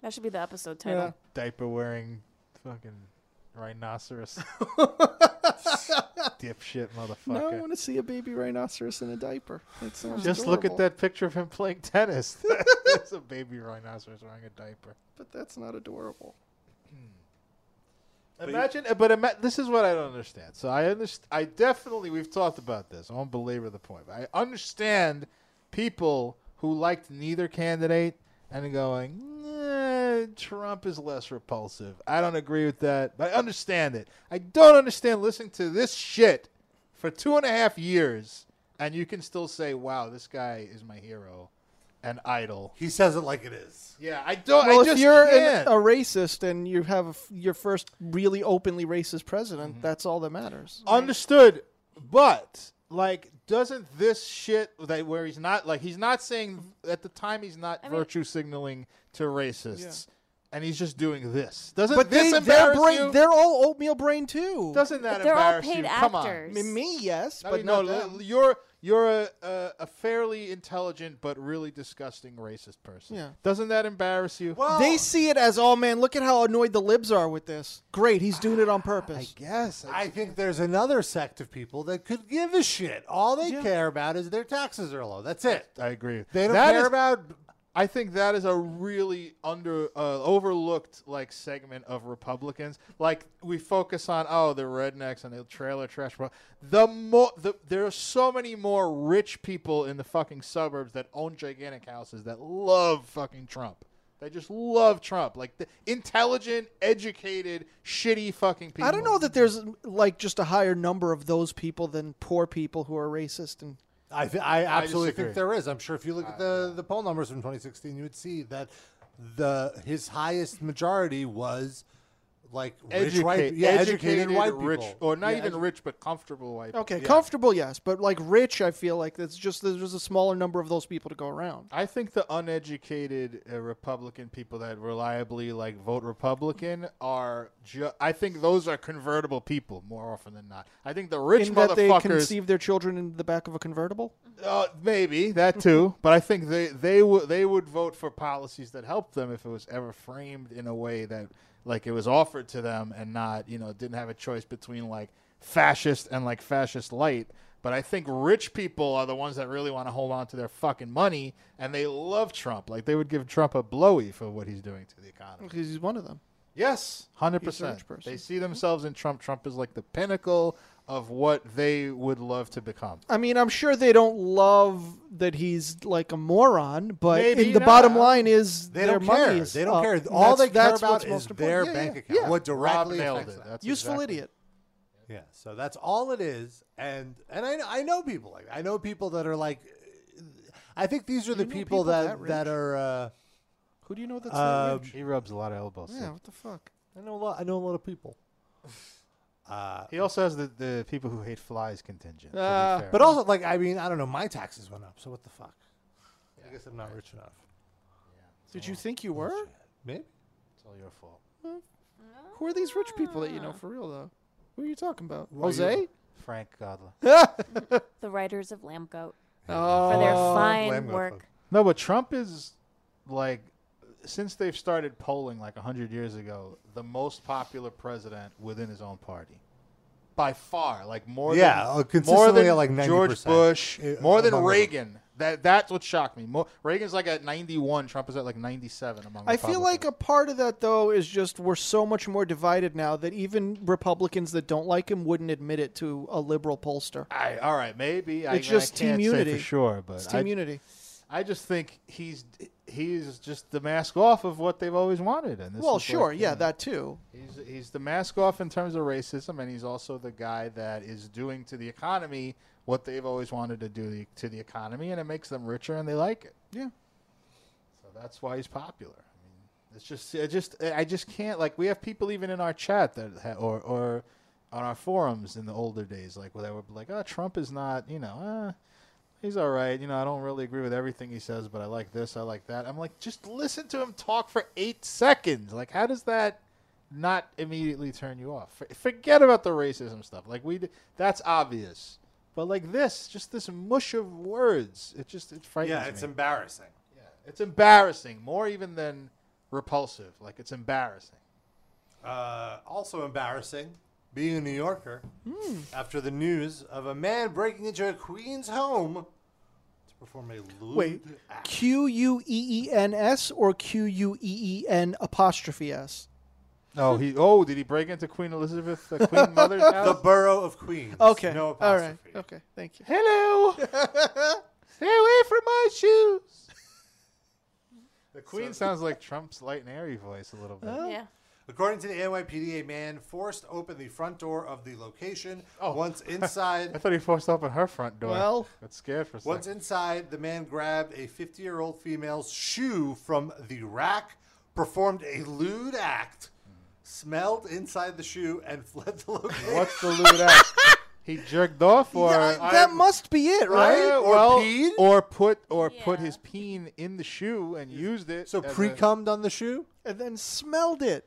S3: that should be the episode title.
S5: Diaper wearing fucking rhinoceros. Dipshit
S4: No, I
S5: motherfucker.
S4: want to see a baby rhinoceros in a diaper. That sounds
S5: Just look at
S4: adorable.
S5: that picture of him playing tennis. That's a baby rhinoceros wearing a diaper.
S4: But that's not adorable.
S5: But Imagine, uh, but ima- this is what I don't understand. So I underst- I definitely we've talked about this. I won't belabor the point. But I understand people who liked neither candidate and going, "Nah, Trump is less repulsive. I don't agree with that, but I understand it. I don't understand listening to this shit for two and a half years, and you can still say, "Wow, this guy is my hero, and idol."
S2: He says it like it is.
S5: Yeah, I don't.
S4: well,
S5: I
S4: if
S5: just
S4: you're an-
S5: can't.
S4: a racist and you have a f- your first really openly racist president,
S5: Mm-hmm.
S4: that's all that matters.
S5: Oh, Understood, but like, doesn't this shit that where he's not like he's not saying at the time he's not virtue signaling to racists, and he's just doing this. Doesn't
S4: but
S5: this
S4: they, their
S5: embarrass
S4: brain,
S5: you?
S4: they're all oatmeal brain too.
S5: Doesn't that They're all embarrass paid you? Come on. actors.
S4: Me- Me, yes,
S5: I
S4: but
S5: mean,
S4: no,
S5: no, l- you're you're a, a a fairly intelligent but really disgusting racist person.
S4: Yeah.
S5: Doesn't that embarrass you?
S4: they see it as, oh man, look at how annoyed the libs are with this. Great, he's doing it on purpose. I
S5: guess.
S2: I think there's another sect of people that could give a shit. All they care about is their taxes are low. That's it.
S5: I agree.
S2: They don't
S5: That
S2: care
S5: is-
S2: about.
S5: I think that is a really under uh, overlooked like segment of Republicans. Like we focus on oh the rednecks and the trailer trash. But the more the, there are so many more rich people in the fucking suburbs that own gigantic houses that love fucking Trump. They just love Trump. Like the intelligent, educated, shitty fucking people.
S4: I don't know that there's like just a higher number of those people than poor people who are racist and.
S2: I, th- I absolutely Uh, think
S4: disagree.
S2: there is. I'm sure if you look at the, the poll numbers from 2016, you would see that the his highest majority was like rich white,
S5: Educate-
S2: yeah, educated, white people,
S5: rich, or not
S2: Yeah,
S5: even
S2: edu-
S5: rich, but comfortable white. people.
S4: Okay,
S5: Yeah.
S4: comfortable, yes, but like rich, I feel like that's just there's just a smaller number of those people to go around.
S5: I think the uneducated uh, Republican people that reliably like vote Republican are. Ju- I think those are convertible people more often than not. I think the rich
S4: In that they
S5: motherfuckers.
S4: conceive their children in the back of a convertible.
S5: uh, maybe that too, but I think they they would they would vote for policies that help them if it was ever framed in a way that like it was offered to them and not you know didn't have a choice between like fascist and like fascist light. But I think rich people are the ones that really want to hold on to their fucking money and they love Trump. Like they would give Trump a blowy for what he's doing to the economy.
S4: Because he's one of them.
S5: Yes, hundred
S4: He's a rich
S5: percent.
S4: person.
S5: They
S2: Hmm?
S5: see themselves in Trump. Trump is like the pinnacle of what they would love to become.
S4: I mean, I'm sure they don't love that he's like a moron, but
S5: Maybe
S4: in the
S5: not.
S4: bottom line is
S2: They
S4: their
S2: don't
S4: money
S2: care.
S4: is
S2: They don't
S4: up,
S2: care.
S4: and
S2: All
S4: that's-
S2: they care
S4: that's
S2: about
S4: what's
S2: is
S4: most
S2: their
S4: important. Yeah,
S2: bank
S4: yeah,
S2: account,
S4: yeah.
S2: what directly affects them.
S4: Useful idiot.
S2: Yeah, so that's all it is, and and I I know people like I know people that are like, I think these are the
S4: know
S2: people,
S4: people
S2: that
S4: that
S2: that, are. Uh,
S4: Who do you know that's that
S2: um,
S4: rich?
S5: He rubs a lot of elbows.
S4: Yeah, what the fuck?
S2: I know a lot. I know a lot of people. Uh,
S5: he also has the, the people who hate flies contingent. to be
S2: Uh,
S5: fair.
S2: but also, like, I mean, I don't know. My taxes went up, so what the fuck? I guess I'm not rich enough.
S4: Did you think you were?
S2: Maybe.
S5: it's all your fault.
S4: Who are these rich people that you
S2: Ah.
S4: know for real though? Who are you talking about?
S5: Who are
S4: Jose?
S5: you? Frank Godla.
S3: the writers of Lamb Goat
S4: Oh.
S3: for their
S5: Oh.
S3: fine
S5: Lamb Goat
S3: work.
S5: No, but Trump is like since they've started polling like 100 years ago, the most popular president within his own party. By far, like more
S2: Yeah, uh,
S5: than more
S2: consistently
S5: than
S2: at, like, 90%.
S5: George Bush,
S2: Uh,
S5: more than
S2: among them.
S5: Reagan. That that's what shocked me. More, Reagan's like at 91, Trump is at like 97 among
S4: I feel like a part of that though is just we're so much more divided now that even Republicans that don't like him wouldn't admit it to a liberal pollster.
S5: I, all right, maybe I,
S4: It's just
S5: I can't
S4: team
S5: say
S4: unity.
S5: for sure, but
S4: It's team
S5: I,
S4: unity.
S5: I just think he's he's just the mask off of what they've always wanted, and this
S4: Well,
S5: is
S4: sure,
S5: like, you
S4: yeah,
S5: know,
S4: that too.
S5: He's he's the mask off in terms of racism, and he's also the guy that is doing to the economy what they've always wanted to do the, to the economy, and it makes them richer, and they like it.
S4: Yeah.
S5: So that's why he's popular. I mean, it's just I just I just can't like we have people even in our chat that ha- or or on our forums in the older days like where they were like, oh, Trump is not you know. Uh, He's all right. You know, I don't really agree with everything he says, but I like this, I like that. I'm like, just listen to him talk for eight seconds. Like, how does that not immediately turn you off? For- Forget about the racism stuff. Like, we d- that's obvious, but like this, just this mush of words, it just it frightens
S2: Yeah, it's
S5: me.
S2: embarrassing.
S5: Yeah, it's embarrassing more even than repulsive. Like, it's embarrassing.
S2: Uh, also embarrassing, being a New Yorker, after the news of a man breaking into a queen's home to perform a lewd
S4: Wait, Q U E E N S or Q U E E N apostrophe S?
S5: Oh, he. Oh, did he break into Queen Elizabeth, the Queen Mother's house?
S2: The borough of Queens.
S4: Okay.
S2: No
S4: All right.
S2: apostrophe.
S4: Okay. Thank you.
S5: Hello. Stay away from my shoes. The Queen sounds like Trump's light and airy voice a little bit.
S3: Yeah.
S2: According to the NYPD, a man forced open the front door of the location.
S5: Oh.
S2: Once inside,
S5: I thought he forced open her front door.
S2: Well-
S5: got scared for a second.
S2: Once inside, the man grabbed a 50 year old female's shoe from the rack, performed a lewd act, smelled inside the shoe, and fled the location.
S5: What's the lewd act? He jerked off, or
S4: that must be it, right?
S5: Yeah,
S4: Or
S5: well,
S4: peed?
S5: or put or put his peen in the shoe and used it.
S2: So
S5: as a-
S2: pre cummed on the shoe?
S4: And then smelled it.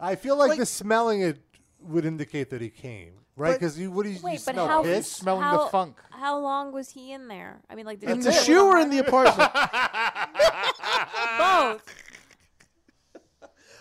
S2: I feel like, the smelling it would indicate that he came, right?
S4: But-
S2: Because you what do you, you
S3: Wait, but
S2: smell?
S3: how
S2: piss?
S3: how- How long was he in there? I mean, like did
S2: In
S3: he
S2: the
S3: put it
S2: shoe
S3: on
S2: or
S3: her?
S2: in the apartment?
S3: Both.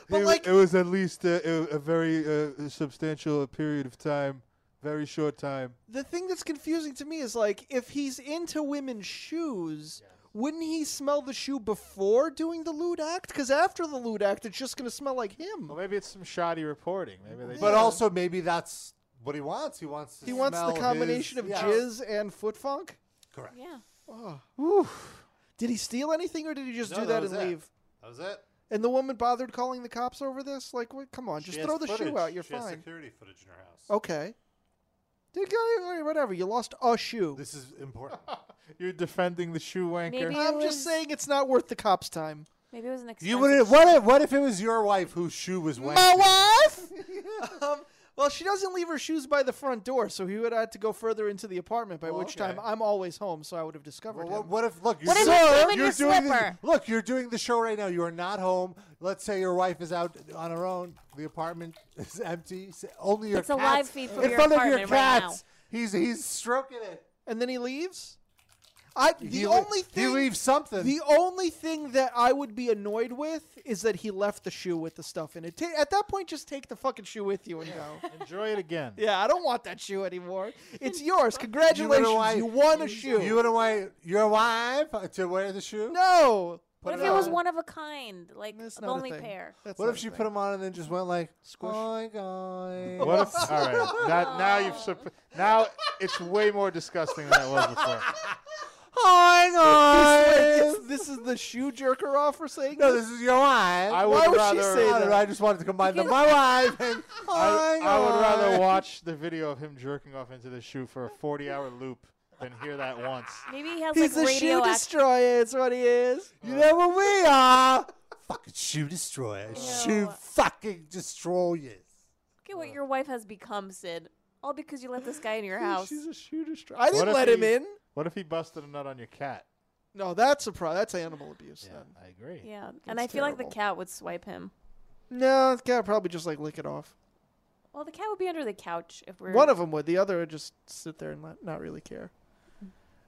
S5: it, it was at least a, a, a very uh, substantial period of time, very short time.
S4: The thing that's confusing to me is like if he's into women's shoes, wouldn't he smell the shoe before doing the lewd act? Because after the lewd act, it's just going to smell like him.
S5: Well, maybe it's some shoddy reporting. Maybe they.
S2: But also maybe that's what he wants. He wants to
S4: he wants the
S2: smell
S4: combination
S2: his-
S4: of
S2: yeah.
S4: jizz and foot funk.
S2: Correct.
S3: Yeah.
S4: Oh, oof. Did he steal anything, or did he just
S2: No,
S4: do
S2: that
S4: that,
S2: was
S4: and
S2: it.
S4: leave?
S2: That was it.
S4: And the woman bothered calling the cops over this? Like, what? Come on,
S2: She
S4: just
S2: has
S4: throw the
S2: footage.
S4: shoe out. You're
S2: She has
S4: fine.
S2: security footage in her house.
S4: Okay. Did guy whatever? You lost a shoe.
S2: This is important.
S5: You're defending the shoe wanker.
S3: Maybe it
S4: I'm
S3: was-
S4: just saying it's not worth the cops' time.
S3: Maybe it was an
S2: You
S3: expensive.
S2: would have what if what if it was your wife whose shoe was wet?
S4: My wife. um, well, she doesn't leave her shoes by the front door, so he would have had to go further into the apartment. By
S2: Well,
S4: which time
S2: Oh, okay.
S4: I'm always home, so I would have discovered
S2: What,
S4: him.
S2: what if look?
S4: What if you
S2: Sir,
S4: came in your
S2: doing the-
S4: slipper?
S2: look, you're doing the show right now. You are not home. Let's say your wife is out on her own. The apartment is empty. S- Only your
S3: It's a
S2: cats
S3: live feed from
S2: in
S3: your
S2: front of your
S3: apartment right
S2: cats. he's he's stroking it.
S4: And then he leaves. I the
S2: He le-
S4: only
S2: he
S4: thing
S2: leaves something.
S4: The only thing that I would be annoyed with is that he left the shoe with the stuff in it. Ta- at that point, just take the fucking shoe with you and go.
S5: Enjoy it again.
S4: yeah, I don't want that shoe anymore. It's yours. Congratulations, you,
S2: want-
S4: won a shoe.
S2: You wouldn't want your wife uh, to wear the shoe?
S4: no.
S3: What
S2: Put
S3: if it was
S2: on.
S3: one of a kind, like the
S4: not a
S3: only
S4: thing.
S3: pair?
S4: That's
S2: What
S4: not
S2: if
S4: a
S2: she
S4: thing.
S2: put them on and then just went like,
S4: Squish.
S2: "Oh my god."
S5: What if? All right. That now you've sup- now it's way more disgusting than it was before.
S2: Hang
S4: This,
S2: on.
S4: is- this is the shoe jerker off for saying
S2: No,
S4: this?
S2: this is your wife.
S5: I would
S4: Why would she
S5: rather. uh,
S4: say
S2: I don't
S4: that?
S2: know, I just wanted to combine them. My wife and
S5: I, I
S2: hang
S4: Oh
S5: would rather
S2: on.
S5: watch the video of him jerking off into the shoe for a 40-hour loop than hear that once.
S3: Maybe he has
S4: He's
S3: like
S4: a shoe
S3: radio act-
S4: destroyer. It's what he is.
S2: You know what we are? fucking shoe destroyers. Shoe fucking destroyers.
S3: Look at what your wife has become, Sid. All because you let this guy in your house.
S4: She's a shoe destroyer. I didn't
S5: What if
S4: let him
S5: he-
S4: in.
S5: What if he busted a nut on your cat?
S4: No, that's a pro. That's animal abuse. Then.
S5: I agree.
S3: Yeah, and
S4: That's
S3: I feel like the
S4: terrible.
S3: cat would swipe him.
S4: No, the cat probably just like lick it off.
S3: Well, the cat would be under the couch if we're
S4: One of them would. The other would just sit there and not, not really care.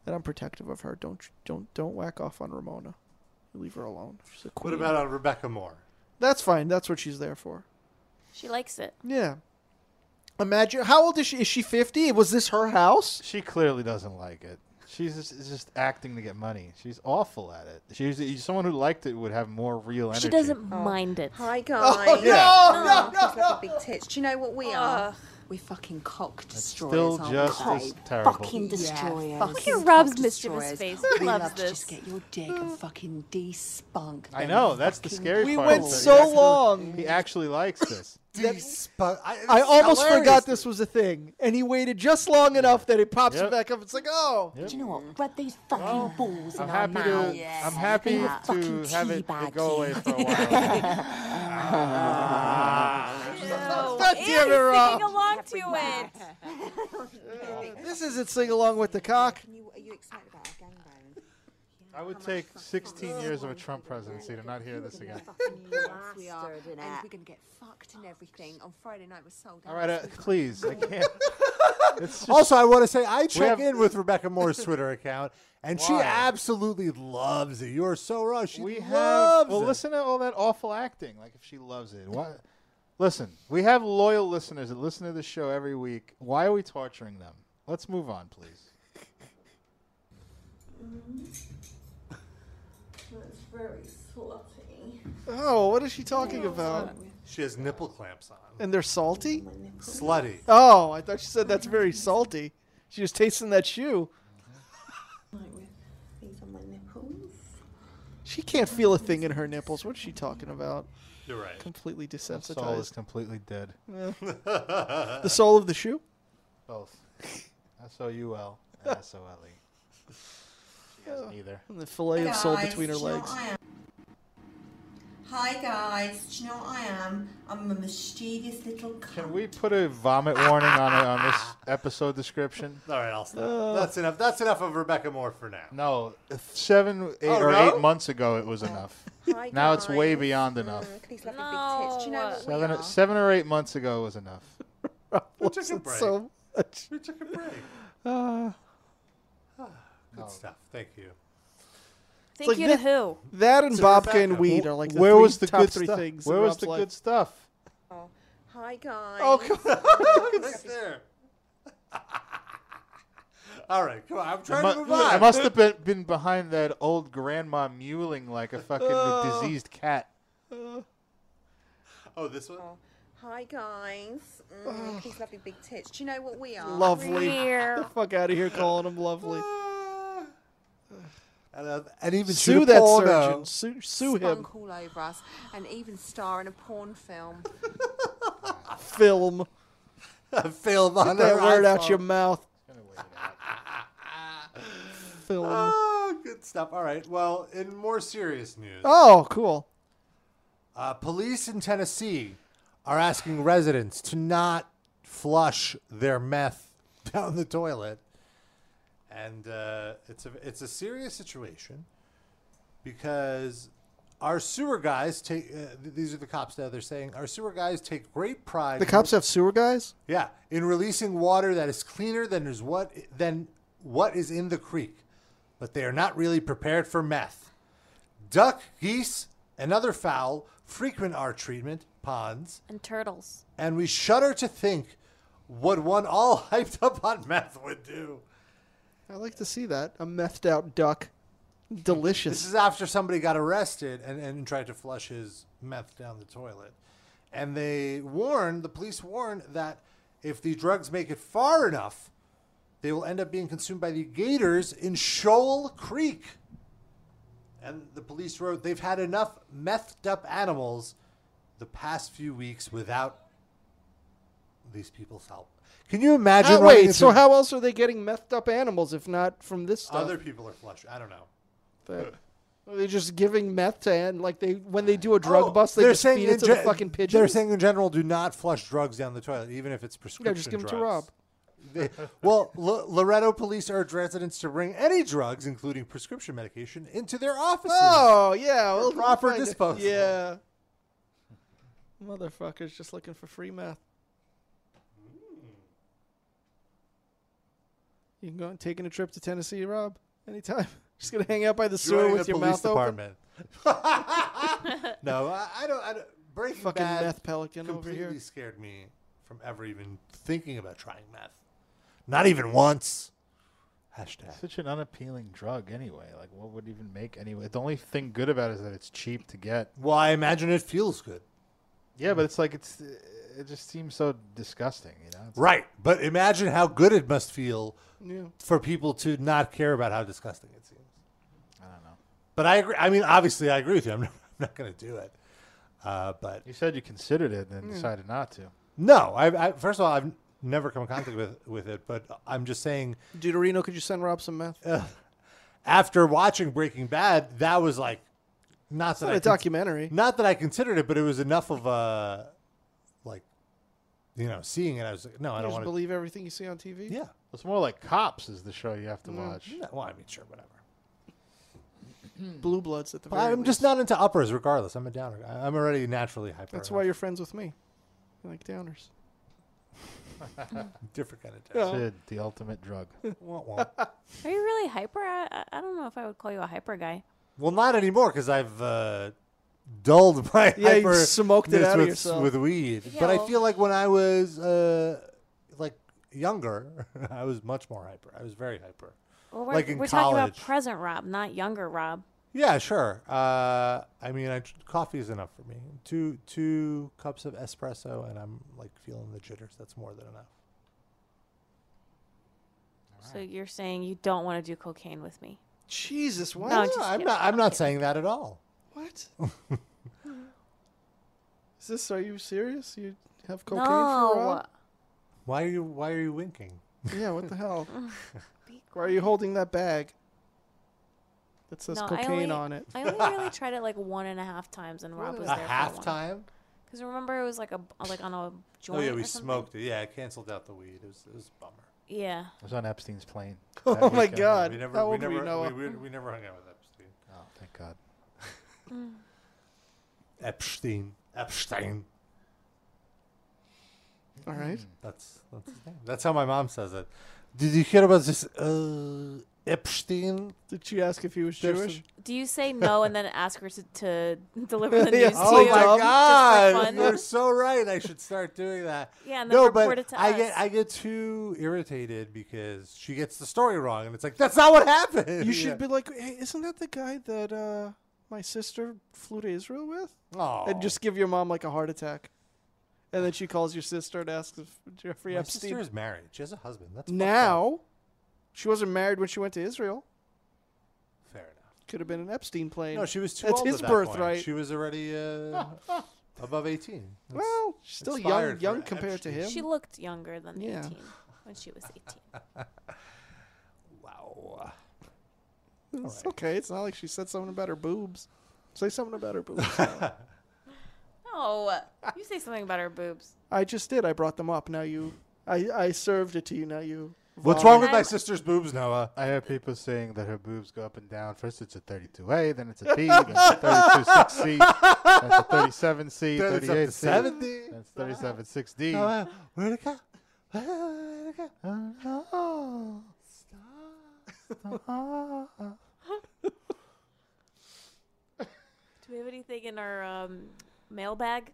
S4: And I'm protective of her. Don't don't don't whack off on Ramona. Leave her alone. She's a queen.
S2: What about on Rebecca Moore?
S4: That's fine. That's what she's there for.
S3: She likes it.
S4: Yeah. Imagine how old is she? Is she 50? Was this her house?
S5: She clearly doesn't like it. She's just, is just acting to get money. She's awful at it. She's someone who liked it would have more real energy.
S3: She doesn't
S2: Oh.
S3: mind it.
S15: Hi guys.
S4: Oh, no,
S15: Oh, she's like a big tits. Do you know what we are? We're fucking cock destroyers.
S5: still
S15: aren't
S5: just
S15: we?
S5: as terrible.
S15: Fucking
S5: Fucking
S15: destroyers.
S3: destroyers.
S15: fucking
S3: Look at Rob's
S15: cock
S3: mischievous
S15: destroyers.
S3: face. He
S15: We
S3: loves
S15: love to
S3: this.
S15: just get your dick and fucking de-spunk.
S5: I
S15: them
S5: know. That's the
S15: fucking
S5: scary
S4: We
S5: part.
S4: went
S5: is that he
S4: so
S5: actually-
S4: long.
S5: He actually likes this.
S2: Despo-
S4: I
S2: it's
S4: almost
S2: hilarious.
S4: forgot this was a thing. And he waited just long enough that it pops
S5: Yep.
S4: back up. It's like, oh.
S5: Yep.
S15: Do you know what? Rub these fucking balls
S5: I'm
S15: in our
S5: happy to.
S15: mouths.
S5: I'm happy
S15: Yeah.
S5: to
S15: Fucking
S5: have it,
S15: teabag
S5: it go
S15: you.
S5: away for a while.
S4: Ah.
S5: Ah.
S4: God damn it, Rob.
S3: Singing along to it.
S4: This isn't sing along with the cock.
S15: You- Are you excited about our gangbang?
S5: I would take 16 years of a Trump presidency to not hear this again.
S15: Fucking yes, we are. And we're gonna get fucked and everything. On Friday night we're sold out.
S5: All right, uh, please. I can't. It's just,
S2: Also, I want to say I check
S5: have-
S2: in with Rebecca Moore's Twitter account, and she
S5: Why?
S2: absolutely loves it. You are so right. She
S5: we have.
S2: loves
S5: Well,
S2: it.
S5: listen to all that awful acting. Like if she loves it, why? Listen, we have loyal listeners that listen to this show every week. Why are we torturing them? Let's move on, please.
S8: That's very sloppy.
S4: Oh, what is she talking about?
S2: She has nipple clamps on.
S4: And they're salty?
S2: Slutty.
S4: Oh, I thought she said that's very salty. She was tasting that shoe.
S8: Like with these on my nipples.
S4: She can't feel a thing in her nipples. What's she talking about?
S2: You're right.
S4: Completely
S5: Soul is
S4: desensitized.
S5: completely dead.
S4: The sole of the shoe?
S5: Both. S O U L and S O L E. She has neither.
S4: And the fillet of sole between her legs.
S8: Hi guys, do you know what I am? I'm a mischievous little
S5: Can we put a vomit warning on on this episode description?
S2: All right, I'll stop. that's enough. That's enough of Rebecca Moore for now.
S5: Uh. No, seven, eight,
S2: Oh,
S5: or
S2: no?
S5: eight months ago, it was enough.
S15: Hi,
S5: now it's way
S15: guys.
S5: beyond enough.
S15: Look at these lovely big tits. Do you know what we
S5: Seven,
S15: are?
S5: seven or eight months ago was enough.
S2: We took a break.
S4: so much.
S2: We took a break.
S4: Uh,
S2: Ah, Good stuff. Thank you.
S3: Thank you to who?
S4: That and
S5: So
S4: Bobka
S5: Rebecca,
S4: and weed
S5: wh-
S4: are like the
S5: where
S4: three,
S5: was the
S4: top
S5: good
S4: three
S5: stuff?
S4: things.
S5: Where
S4: in
S5: was
S4: Rob's
S5: the
S4: life.
S5: good stuff?
S15: Hi guys.
S2: Oh, come on. Look at there. All right, come on. I'm trying
S5: I
S2: to
S5: mu-
S2: move on.
S5: I must have been, been behind that old grandma mewling like a fucking
S15: Oh.
S5: diseased cat.
S2: Oh, this one.
S15: Hi guys. Mm, look at these lovely big tits. Do you know what we are?
S4: Lovely. Get the fuck out of here calling him lovely.
S2: And, uh, and even
S4: Sue
S2: Judah
S4: that
S2: Paul, no.
S4: surgeon. Sue, sue him.
S15: Spunk all over us, and even star in a porn film.
S4: Film.
S2: Film on
S4: Get that
S2: her
S4: word out
S2: iPhone.
S4: your mouth. Film.
S2: Oh, good stuff. All right. Well, in more serious news,
S4: Oh, cool.
S2: uh, police in Tennessee are asking residents to not flush their meth down the toilet, and uh, it's a it's a serious situation because our sewer guys take uh, th- these are the cops now. They're saying our sewer guys take great pride.
S4: The
S2: in
S4: cops have sewer guys?
S2: yeah, in releasing water that is cleaner than is what than what is in the creek, but they are not really prepared for meth. Duck, geese, and other fowl frequent our treatment ponds,
S3: And turtles.
S2: and we shudder to think what one all hyped up on meth would do.
S4: I like to see that. A methed out duck. Delicious.
S2: This is after somebody got arrested and, and tried to flush his meth down the toilet. And they warn, the police warn that if the drugs make it far enough, they will end up being consumed by the gators in Shoal Creek. And the police wrote they've had enough methed up animals the past few weeks without these people's help. Can you imagine?
S4: Ah,
S2: running
S4: wait,
S2: into-
S4: so how else are they getting methed up animals if not from this stuff?
S2: other people are flush? I don't know.
S4: That- Are they just giving meth to and like they when they do a drug bust they
S2: Oh, They're
S4: just feed it
S2: in
S4: to the
S2: gen-
S4: fucking pigeons?
S2: They're saying in general, do not flush drugs down the toilet, even if it's prescription.
S4: just give 'em to
S2: drugs. They- well, L- Loretto police urge residents to bring any drugs, including prescription medication, into their offices.
S4: Oh yeah,
S2: for
S4: well,
S2: proper
S4: fine.
S2: disposal.
S4: Yeah, motherfuckers just looking for free meth. You can go and taking a trip to Tennessee, Rob, anytime. Just gonna hang out by the sewer
S2: Joining
S4: with
S2: the
S4: your
S2: police
S4: mouth
S2: department.
S4: open.
S2: No, I, I don't. I don't breaking
S4: Fucking
S2: Bad
S4: meth pelican over
S2: completely
S4: here.
S2: scared me from ever even thinking about trying meth. Not even once. Hashtag.
S5: Such an unappealing drug, anyway. Like, what would even make anyway? The only thing good about it is that it's cheap to get.
S2: Well, I imagine it feels good.
S5: Yeah, but it's like it's. It just seems so disgusting, you know. It's
S2: Right, but imagine how good it must feel
S4: Yeah.
S2: for people to not care about how disgusting it seems.
S5: I don't know.
S2: But I agree. I mean, obviously, I agree with you. I'm not, I'm not going to do it. Uh, but
S5: You said you considered it and then
S2: Mm.
S5: decided not to.
S2: no, I, I first of all, I've never come in contact with with it. But I'm just saying,
S4: Deuterino, could you send Rob some meth?
S2: uh, after watching Breaking Bad, that was like not that
S4: not
S2: I
S4: a documentary.
S2: Not that I considered it, but it was enough of a like, you know, seeing it. I was like, no, I
S4: You
S2: don't
S4: just
S2: want to.
S4: believe everything you see on TV.
S2: Yeah.
S5: It's more like Cops is the show you have to
S4: Mm.
S5: watch.
S2: Well, I mean, sure, whatever.
S4: Blue Bloods at the
S2: But
S4: very
S2: I'm
S4: least.
S2: just not into uppers, regardless. I'm a downer. I- I'm already naturally hyper.
S4: That's why you're friends with me. You like downers.
S2: different kind of
S4: Yeah.
S2: downer.
S5: Sid, the ultimate drug.
S2: Wah, wah.
S3: Are you really hyper? I, I- I don't know if I would call you a hyper guy.
S2: Well, not anymore because I've uh, dulled my
S4: Yeah, you
S2: hyper
S4: smoked it out of
S2: with,
S4: yourself.
S2: with weed.
S3: Yeah,
S2: but I
S3: well-
S2: feel like when I was uh, like younger, I was much more hyper. I was very hyper.
S3: Well, we're
S2: like in
S3: we're talking
S2: college.
S3: about present Rob, not younger Rob.
S2: yeah, sure. Uh, I mean, I, coffee is enough for me. Two two cups of espresso, and I'm like feeling the jitters. That's more than enough.
S3: So you're saying you don't want to do cocaine with me?
S4: Jesus, what?
S3: No, I'm just
S2: I'm
S3: kidding.
S2: not. I'm not saying that at all.
S4: What? Is this? Are you serious? You have cocaine for
S3: no.
S4: Rob?
S2: Why are you Why are you winking?
S4: Yeah. What the hell? Why are you holding that bag? that says
S3: No, I
S4: cocaine
S3: only-
S4: on it.
S3: I only really tried it like one and a half times, and Rob was
S2: A
S3: there.
S2: half time?
S3: Because remember, it was like a uh, like on a joint.
S2: oh yeah, we
S3: or something?
S2: smoked it. Yeah, I canceled out the weed. It was, it was a bummer.
S3: Yeah.
S5: It was on Epstein's plane.
S4: Oh
S5: that
S4: my
S5: weekend.
S4: God.
S2: We never,
S4: How
S2: we
S4: old were
S2: never,
S4: you, Noah?
S2: we, we, we never hung out with Epstein.
S5: Oh, thank God.
S2: Epstein. Epstein. Hmm,
S4: All right.
S2: That's that's his name. That's how my mom says it. Did you hear about this uh, Epstein?
S4: Did she ask if he was Jewish?
S3: Do you say no and then ask her to, to deliver the
S4: Yeah.
S3: news
S4: Oh
S3: to you?
S4: my
S3: just for
S2: God,
S3: fun?
S2: you're so right. I should start doing that.
S3: Yeah, and then
S2: no,
S3: report
S2: but
S3: it to
S2: I
S3: us.
S2: get I get too irritated because she gets the story wrong, and it's like that's not what happened.
S4: You should be like, hey, isn't that the guy that uh, my sister flew to Israel with?
S5: Oh,
S2: Aw.
S4: And just give your mom like a heart attack. And then she calls your sister and asks if Jeffrey
S2: My
S4: Epstein.
S2: sister is married. She has a husband. That's fucked up.
S4: now, she wasn't married when she went to Israel.
S2: Fair enough.
S4: Could have been an Epstein plane.
S2: No, she was too
S4: That's
S2: old.
S4: his
S2: at that point.
S4: birthright.
S2: She was already uh, above eighteen. That's
S4: well, she's still young,
S2: expired for
S4: young compared to
S2: Epstein.
S4: him.
S3: She looked younger than
S4: Yeah.
S3: 18 when she was 18.
S2: wow.
S4: It's okay. It's not like she said something about her boobs. Say something about her boobs.
S3: No, you say something about her boobs.
S4: I just did. I brought them up. Now you, I, I served it to you. Now you.
S2: What's wrong with
S4: vomit.
S2: my sister's boobs, Noah?
S5: I hear people saying that her boobs go up and down. First it's a 32A, then it's a B, then it's a 36C, then it's a 37C,
S2: Then it's up
S5: 38C,
S2: to 70.
S5: then it's 3760.
S2: Noah, where'd it go?
S3: Do we have anything in our um, mailbag?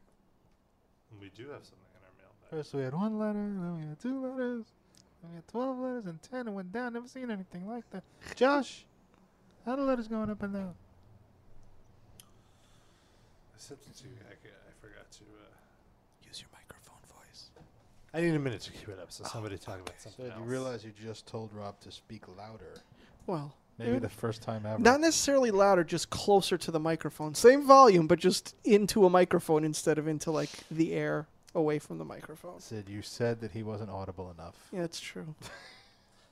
S2: We do have something in our mailbag.
S5: First we had one letter, then we had two letters, then we had 12 letters and 10 and went down. Never seen anything like that. Josh, how the letters going up and down?
S2: I substitute. I, ca- I forgot to uh, use your microphone voice. I need a minute to keep it up, so
S5: Oh,
S2: somebody talk about something
S5: you realize you just told Rob to speak louder.
S4: Well,
S5: Maybe
S4: it-
S5: the first time ever.
S4: Not necessarily louder, just closer to the microphone. Same volume, but just into a microphone instead of into like the air away from the microphone.
S5: Sid, you said that he wasn't audible enough.
S4: Yeah, it's true.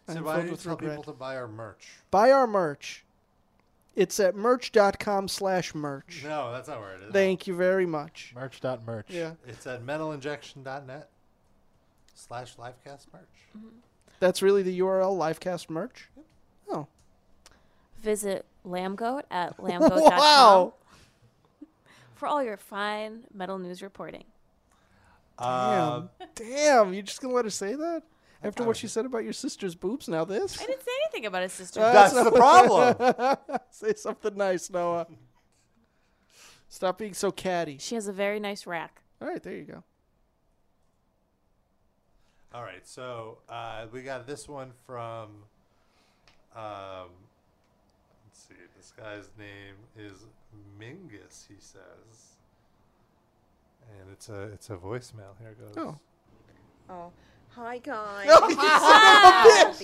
S2: So
S4: I'm
S2: why
S4: filled
S2: do you
S4: with
S2: tell
S4: regret.
S2: people to buy our merch?
S4: Buy our merch. It's at merch.com slash merch.
S2: No, that's not where it is.
S4: Thank you very much.
S5: Merch.merch.
S4: Yeah.
S2: It's at metalinjection.net slash livecast merch.
S4: That's really the URL, livecast merch. Oh.
S3: Visit Lambgoat at lambgoat.com
S4: Wow.
S3: for all your fine metal news reporting.
S4: Damn.
S2: Um,
S4: Damn. You're just going to let her say that? After what she said about your sister's boobs, now this?
S3: I didn't say anything about his sister.
S4: Uh,
S2: That's
S4: so-
S2: the problem.
S4: say something nice, Noah. Stop being so catty.
S3: She has a very nice rack.
S4: All right, there you go.
S2: All right, so uh, we got this one from. Um, let's see, this guy's name is Mingus. He says, and it's a it's a voicemail. Here it goes.
S15: Oh, hi guys.
S4: No, you son of a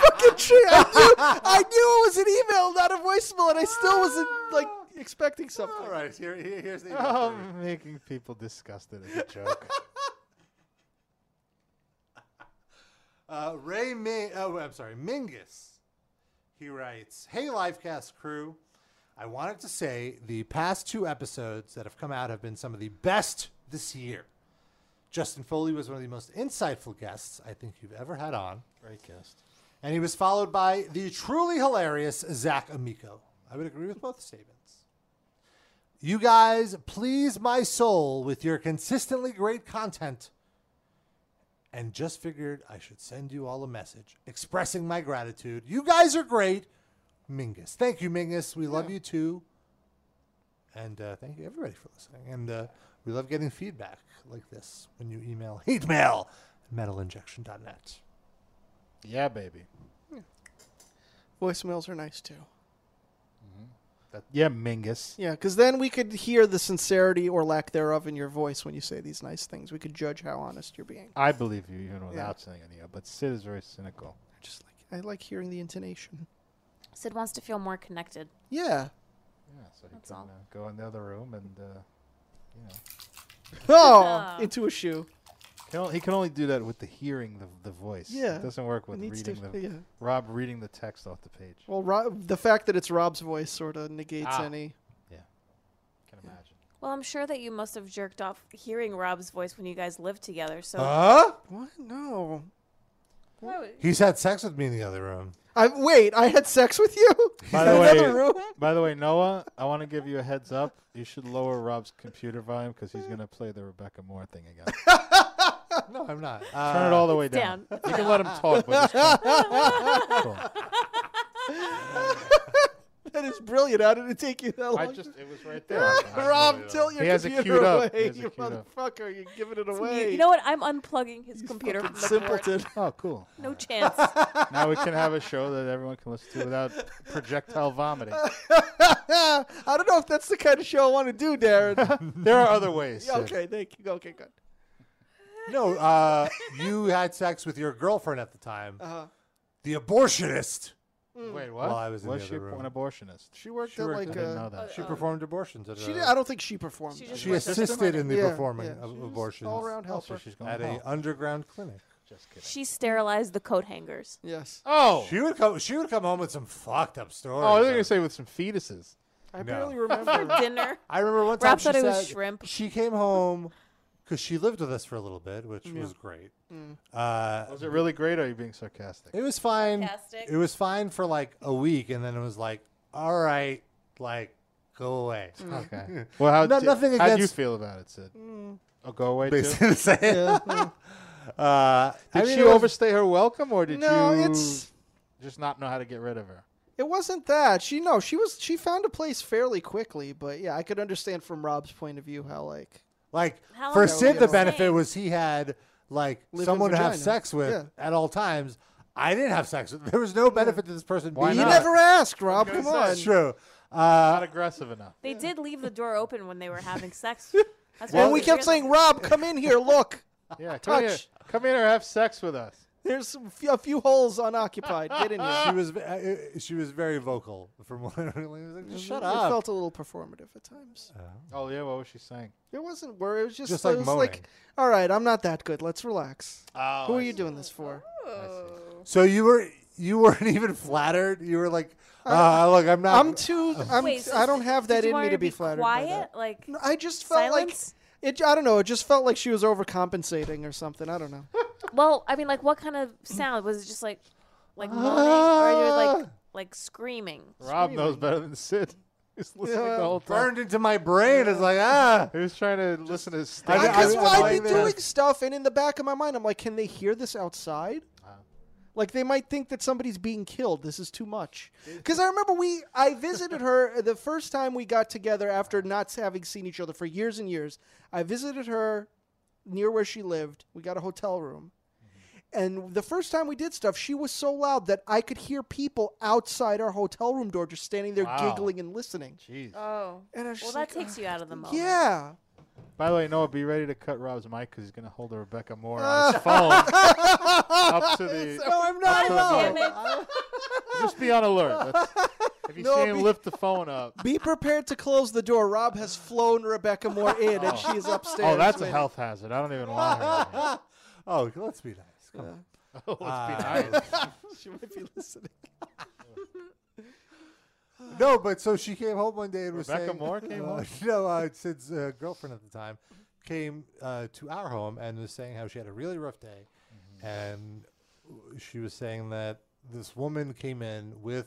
S4: Fucking tree. I knew, I knew it was an email, not a voicemail, and I still wasn't like expecting something.
S2: Ah. All right, here, here here's the. email
S5: Oh,
S2: for you.
S5: making people disgusted is a joke.
S2: Uh, Ray Ming. Oh, I'm sorry, Mingus. He writes, "Hey, Livecast crew, I wanted to say the past two episodes that have come out have been some of the best this year. Justin Foley was one of the most insightful guests I think you've ever had on,
S5: Great guest.
S2: and he was followed by the truly hilarious Zach Amico. I would agree with both statements." You guys please my soul with your consistently great content and just figured I should send you all a message expressing my gratitude. You guys are great. Mingus. Thank you, Mingus. We love you too. And uh, thank you, everybody, for listening. And uh, we love getting feedback like this when you email hate mail at metalinjection.net.
S5: Yeah, baby.
S4: Voicemails are nice too.
S5: That, yeah, Mingus.
S4: Yeah, because then we could hear the sincerity or lack thereof in your voice when you say these nice things. We could judge how honest you're being.
S5: I believe you even without saying any of it, but Sid is very cynical.
S4: Just like I like hearing the intonation.
S3: Sid wants to feel more connected.
S4: Yeah.
S5: Yeah, so he
S3: That's
S5: can
S3: all.
S5: uh, go in the other room and, uh, you know,
S4: Oh, into a shoe.
S5: Can o- He can only do that with the hearing the the voice.
S4: Yeah.
S5: it doesn't work with
S4: It needs
S5: reading
S4: to-
S5: the
S4: yeah.
S5: Rob reading the text off the page.
S4: Well, Rob, the fact that it's Rob's voice sort of negates
S5: Ah.
S4: any.
S5: Can imagine.
S3: Well, I'm sure that you must have jerked off hearing Rob's voice when you guys lived together. So.
S2: Huh?
S4: What? No.
S2: He's had sex with me in the other room.
S4: I wait. I had sex with you.
S5: By the
S4: In
S5: way,
S4: another room?
S5: by the way, Noah, I want to give you a heads up. You should lower Rob's computer volume because he's going to play the Rebecca Moore thing again.
S2: No, I'm not. Uh,
S5: Turn it all the way down. You can let him talk, but just
S4: That is brilliant. How did it take you that long?
S5: I just- it was right there. I
S4: Rob,
S5: really
S4: tilt
S5: don't.
S4: your
S5: He has it
S4: computer
S5: queued up.
S4: away,
S5: He has it
S4: you
S5: queued up.
S4: motherfucker. You're giving it
S3: It's
S4: away.
S3: mute. You know what? I'm unplugging his computer from the cord.
S4: simpleton.
S5: Oh, cool.
S3: No chance.
S5: now we can have a show that everyone can listen to without projectile vomiting.
S4: I don't know if that's the kind of show I want to do, Darren.
S5: There are other ways.
S4: Yeah, okay, thank you. Okay, good.
S2: No, uh, you had sex with your girlfriend at the time.
S4: Uh-huh. Mm.
S2: The abortionist.
S5: Wait, what?
S2: While I was in
S5: was
S2: the
S5: she
S2: other room.
S5: an abortionist?
S4: She worked at like
S5: I
S4: a-
S5: didn't know that.
S2: She performed abortions. At
S4: She
S2: a-
S4: did, I don't think she performed.
S2: Uh, She,
S4: that.
S2: assisted in the
S4: Yeah,
S2: performing
S4: yeah.
S2: of
S4: She's
S2: abortions.
S4: All around
S5: Oh, so
S4: helper.
S5: she's going
S2: at a
S5: home.
S2: underground clinic.
S5: Just kidding.
S3: She sterilized the coat hangers.
S4: Yes.
S5: Oh,
S2: She would come. She would come home with some fucked up stories.
S5: oh, I was gonna say with some fetuses.
S4: I
S2: No.
S4: barely
S3: For
S4: remember.
S3: dinner.
S2: I remember one time
S3: Rob
S2: she
S3: thought it was
S2: said-
S3: shrimp.
S2: She came home because she lived with us for a little bit, which
S5: Yeah.
S2: was great.
S4: Mm.
S2: Uh,
S5: Was it really great? Or are you being sarcastic?
S2: It was fine.
S3: Sarcastic.
S2: It was fine for like a week, and then it was like, all right, like go away.
S3: Mm.
S5: Okay. Well, how
S2: No-
S5: did,
S2: nothing
S5: how
S2: against Mm.
S5: do you feel about it, Sid? Oh, go away. Too?
S2: Basically the same.
S4: Yeah.
S2: Mm. Uh,
S5: Did
S2: I mean,
S5: she
S2: it was-
S5: overstay her welcome, or did
S4: No,
S5: you
S4: it's-
S5: just not know how to get rid of her?
S4: It wasn't that. She no, she was she found a place fairly quickly, but yeah, I could understand from Rob's point of view how like
S2: Like
S3: How long
S2: for
S3: did she
S2: Sid, the
S3: stay?
S2: benefit was he had like
S4: Live-in
S2: someone to have
S4: vagina.
S2: sex with
S4: Yeah.
S2: at all times. I didn't have sex with. There was no benefit to this person.
S5: Why
S2: being
S4: you
S5: not?
S4: never asked, Rob.
S5: gonna
S4: Come
S5: say,
S4: on.
S2: That's true. Uh,
S5: Not aggressive enough.
S3: They did leave the door open when they were having sex. That's why
S4: and we kept saying, Rob, come in here. Look,
S5: Yeah, come here,
S4: Touch.
S5: come in or have sex with us.
S4: there's some few, a few holes unoccupied. Get in here.
S2: she was ve- uh, uh, she was very vocal from what I really was like, just shut
S4: it
S2: up.
S4: felt a little performative at times.
S2: Uh,
S5: Oh yeah, what was she saying?
S4: It wasn't where it was just,
S2: Just
S4: it
S2: like
S4: was
S2: moaning.
S4: like, all right, I'm not that good. Let's relax.
S5: Oh,
S4: Who
S5: I
S4: are you
S5: see.
S4: doing this for?
S2: so you were you weren't even flattered. You were like, uh, look, I'm not.
S4: I'm too. I'm.
S3: Wait, so
S4: I don't have that
S3: Did you
S4: in
S3: want
S4: me
S3: her
S4: to be, flattered. by
S3: Quiet,
S4: that.
S3: like
S4: No, I just felt
S3: Silence?
S4: like it. I don't know. It just felt like she was overcompensating or something. I don't know.
S3: well, I mean, like what kind of sound was it? Just like, like
S4: Ah.
S3: moaning, or you were like, like screaming.
S5: Rob knows better than Sid. He's listening
S4: Yeah.
S5: the whole time.
S2: burned into my brain. It's like ah.
S5: He was trying to listen to his
S2: I- I-
S4: Because
S2: I
S4: I'd
S2: like
S4: be
S2: that.
S4: doing stuff, and in the back of my mind, I'm like, can they hear this outside? Like they might think that somebody's being killed. This is too much. Because I remember we, I visited her the first time we got together after not having seen each other for years and years. I visited her near where she lived. We got a hotel room, and the first time we did stuff, she was so loud that I could hear people outside our hotel room door just standing there
S5: Wow.
S4: giggling and listening.
S5: Jeez.
S3: Oh,
S4: And I was
S3: well,
S4: just
S3: that
S4: like,
S3: takes you out of the moment.
S4: Yeah.
S5: By the way, Noah, be ready to cut Rob's mic because he's going to hold a Rebecca Moore on his phone up to the.
S2: No, I'm not.
S3: Damn
S2: No.
S3: it.
S5: Just be on alert. That's- If you
S4: No,
S5: see him
S4: be-
S5: lift the phone up,
S4: Be prepared to close the door. Rob has flown Rebecca Moore in, and she's upstairs.
S5: oh, that's a
S4: waiting.
S5: health hazard. I don't even want her.
S2: Oh, let's be nice. Come on.
S5: Let's be
S2: Uh,
S5: nice.
S4: She might be listening.
S2: No, but so she came home one day and was
S5: Rebecca
S2: saying,
S5: Moore came
S2: uh,
S5: home?
S2: No, uh, Sid's uh, girlfriend at the time came uh, to our home and was saying how she had a really rough day,
S5: Mm-hmm.
S2: and she was saying that this woman came in with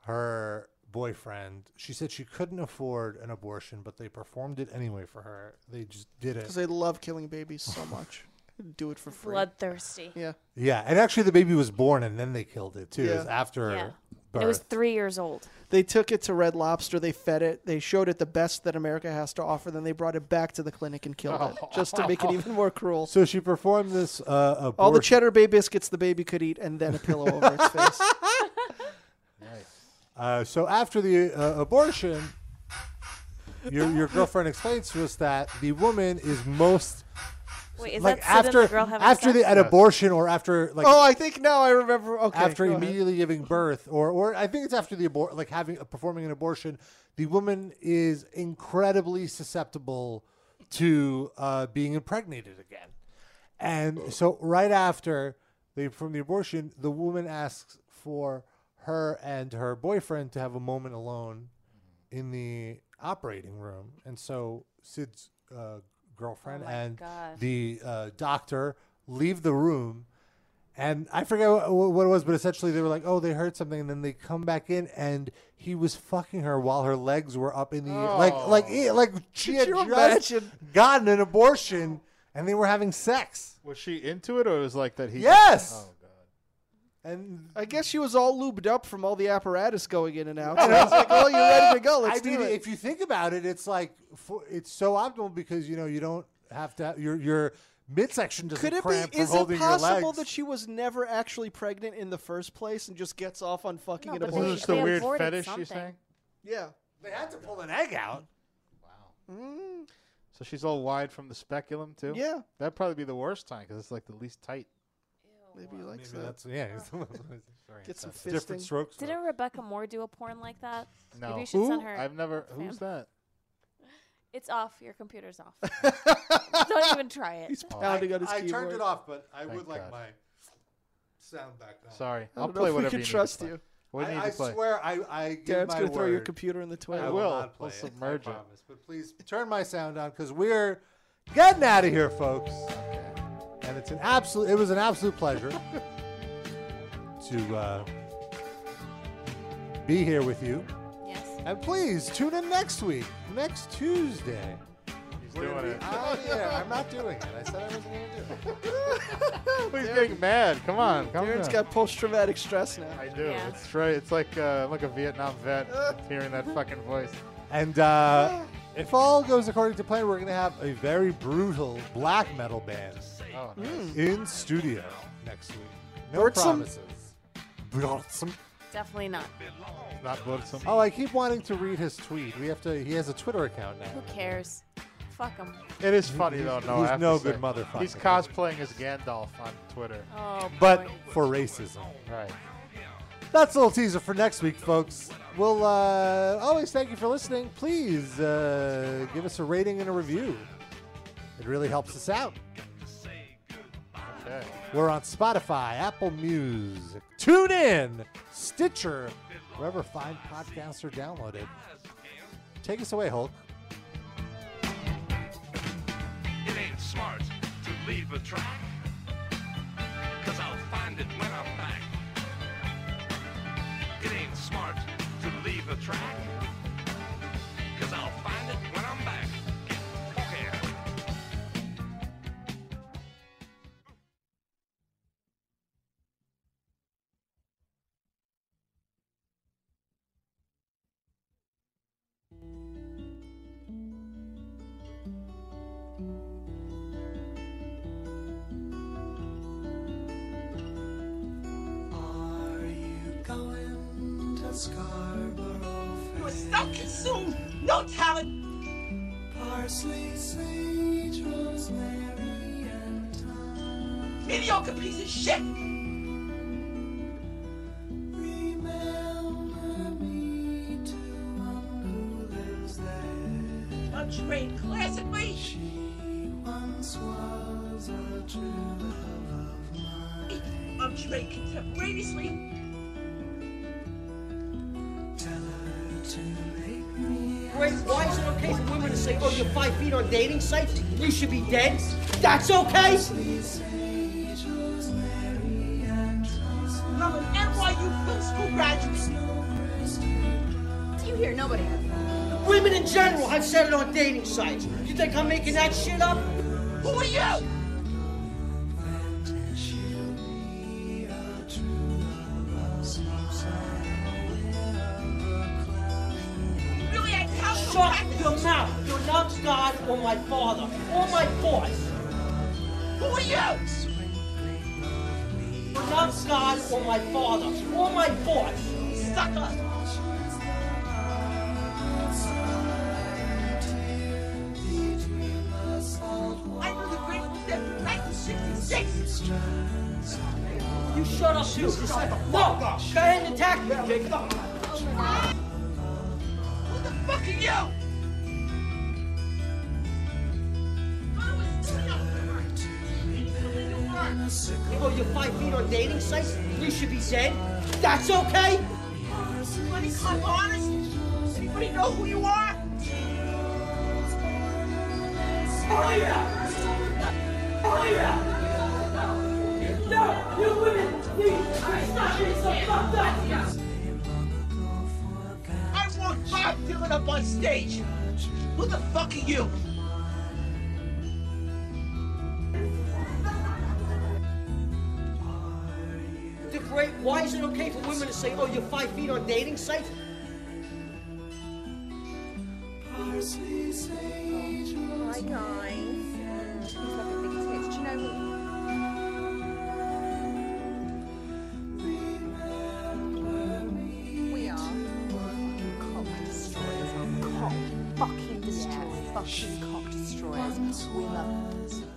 S2: her boyfriend. She said she couldn't afford an abortion, but they performed it anyway for her. They just did it.
S4: Because they love killing babies so much. Do it for free.
S3: Bloodthirsty.
S4: Yeah.
S2: Yeah, and actually the baby was born and then they killed it too. It was
S4: Yeah.
S2: after
S3: Yeah.
S2: birth.
S3: It was three years old.
S4: They took it to Red Lobster. They fed it. They showed it the best that America has to offer. Then they brought it back to the clinic and killed
S5: Oh.
S4: it just to make it even more cruel.
S2: so she performed this uh, abortion.
S4: All the cheddar bay biscuits the baby could eat, and then a pillow over its face.
S2: Uh, so after the uh, abortion, your your girlfriend explains to us that the woman is most
S3: Wait, is
S2: like
S3: that Sid and
S2: after
S3: the girl having
S2: after
S3: sex?
S2: the an abortion or after like
S4: oh, I think now I remember. Okay.
S2: after
S4: go ahead.
S2: immediately giving birth or or I think it's after the abort like having uh, performing an abortion, the woman is incredibly susceptible to uh, being impregnated again. And so right after the from the abortion, the woman asks for her and her boyfriend to have a moment alone in the operating room. And so Sid's uh, girlfriend
S13: Oh my
S2: and
S13: gosh.
S2: the uh, doctor leave the room. And I forget wha- wha- what it was, but essentially they were like, "Oh, they heard something," and then they come back in, and he was fucking her while her legs were up in the air. like, like, eh, like she
S5: Could
S2: had
S5: you
S2: just
S5: imagine?
S2: gotten an abortion, and they were having sex.
S5: Was she into it, or was like that he?
S2: Yes!
S5: Oh god.
S2: And
S4: I guess she was all lubed up from all the apparatus going in and out. So it's like, oh, you're ready to go. Let's
S2: I
S4: do
S2: mean,
S4: it.
S2: If you think about it, it's like for, it's so optimal because you know you don't have to your your midsection doesn't
S4: Could it
S2: cramp
S4: be?
S2: from
S4: Is
S2: holding
S4: it
S2: your
S4: possible
S2: legs.
S4: that she was never actually pregnant in the first place and just gets off on fucking
S2: No,
S4: an
S2: but they-
S4: abortion?
S2: Wasn't this the they weird aborted fetish you something.
S5: sang?
S4: Yeah.
S2: They had to pull an egg out. Mm.
S5: So she's all wide from the speculum too.
S4: Yeah.
S5: That'd probably be the worst time because it's like the least tight.
S4: Maybe he likes
S2: Maybe
S4: that.
S2: that's yeah.
S5: Sorry,
S4: Get some
S5: it's not- Different
S4: fisting.
S5: strokes.
S3: Didn't Rebecca Moore do a porn like that?
S5: No.
S3: Maybe you should send
S5: Who?
S3: her.
S5: I've never.
S3: Sam.
S5: Who's that?
S3: It's off. Your computer's off. Don't even try it.
S4: He's
S2: I, I turned it off, but I
S5: Thank
S2: would like
S5: God.
S2: my sound back on.
S5: Sorry,
S4: I
S5: I'll
S4: don't know
S5: play
S4: if we
S5: whatever
S4: can
S5: you need to
S4: trust
S5: play.
S4: you.
S5: What do you
S2: I,
S5: need
S2: I
S5: to play?
S2: swear, I I give
S4: Dad's
S2: my
S4: gonna throw your
S2: word.
S4: computer in the toilet.
S2: I
S4: Will.
S2: will not play
S4: We'll
S2: it,
S4: submerge it.
S2: I promise. But please turn my sound on because we're getting out of here, folks. And it's an absolute. It was an absolute pleasure to uh, be here with you.
S3: Yes.
S2: And please tune in next week, next Tuesday.
S5: He's
S2: We're
S5: doing
S2: gonna be
S5: it.
S2: out of here. I'm not doing it. I said I wasn't going to do it.
S5: He's getting mad. Come on, come
S4: Darren's
S5: on.
S4: got post-traumatic stress now.
S5: I do. It's right. It's like uh, like a Vietnam vet hearing that fucking voice.
S2: And uh, if all goes according to plan, we're going to have a very brutal black metal band
S5: Oh, nice.
S2: in studio next week. No
S5: Brought some-
S2: promises. Brought some-
S3: Definitely not.
S5: Not Burzum.
S2: Oh, I keep wanting to read his tweet. We have to. He has a Twitter account now.
S3: Who cares? Fuck him.
S5: It is funny
S2: He's-
S5: though. No,
S2: he's
S5: I have
S2: no
S5: to say.
S2: good motherfucker.
S5: He's cosplaying as Gandalf on Twitter.
S3: Oh,
S2: But for racism.
S5: Right.
S2: That's a little teaser for next week, folks. We'll uh, always thank you for listening. Please uh, give us a rating and a review. It really helps us out.
S5: Okay.
S2: We're on Spotify, Apple Music, TuneIn, Stitcher, wherever fine podcasts are downloaded. Take us away, Hulk.
S16: It ain't smart to leave a track. Cause I'll find it when I'm back. It ain't smart to leave a track. Cause I'll find it when I'm back. Okay.
S7: Are you going to Scarborough
S17: You are not consumed, no talent.
S7: Parsley, sage, rosemary, and thyme.
S17: Mediocre piece of shit.
S7: Remember me to one who lives there.
S17: A trained class at me.
S7: She once was a true love of mine.
S17: I'm trained contemporaneously.
S7: Tell her to make me.
S17: Wait, why is it okay for women to say, oh, you're five feet on dating sites? You should be dead. That's okay?
S7: Sage, rosemary, and thyme.
S17: And I'm an NYU film school graduate. You hear nobody.
S7: Women in general have said it on dating sites. You think I'm making that shit up? Who are you?
S17: Really, I count Shut your mouth. Your love's God or my father or my boss. Who are you? Your love's God or my father or my boss. Sucker. I was a grateful dead from 1966. You shut up, you shut the fuck up. Go ahead and attack me, Jake. Oh, Who the fuck are you? I was
S7: Oh, you're five feet on dating sites? You should be Zen. That's okay?
S17: Anybody come honest? Anybody know who you are? Oh yeah! Oh yeah! No, you women, you, you stop being so fucked up.
S18: I want Bob Dylan up on stage. Who the fuck are you?
S7: The great, why is it okay for women to say, oh, you're five feet on dating sites?
S17: Parsley, sage,
S15: Hi guys. Oh She's got the big tits. Do you know what? We are fucking cock destroyers. Cock fucking destroyers. Fucking cock destroyers. We love them.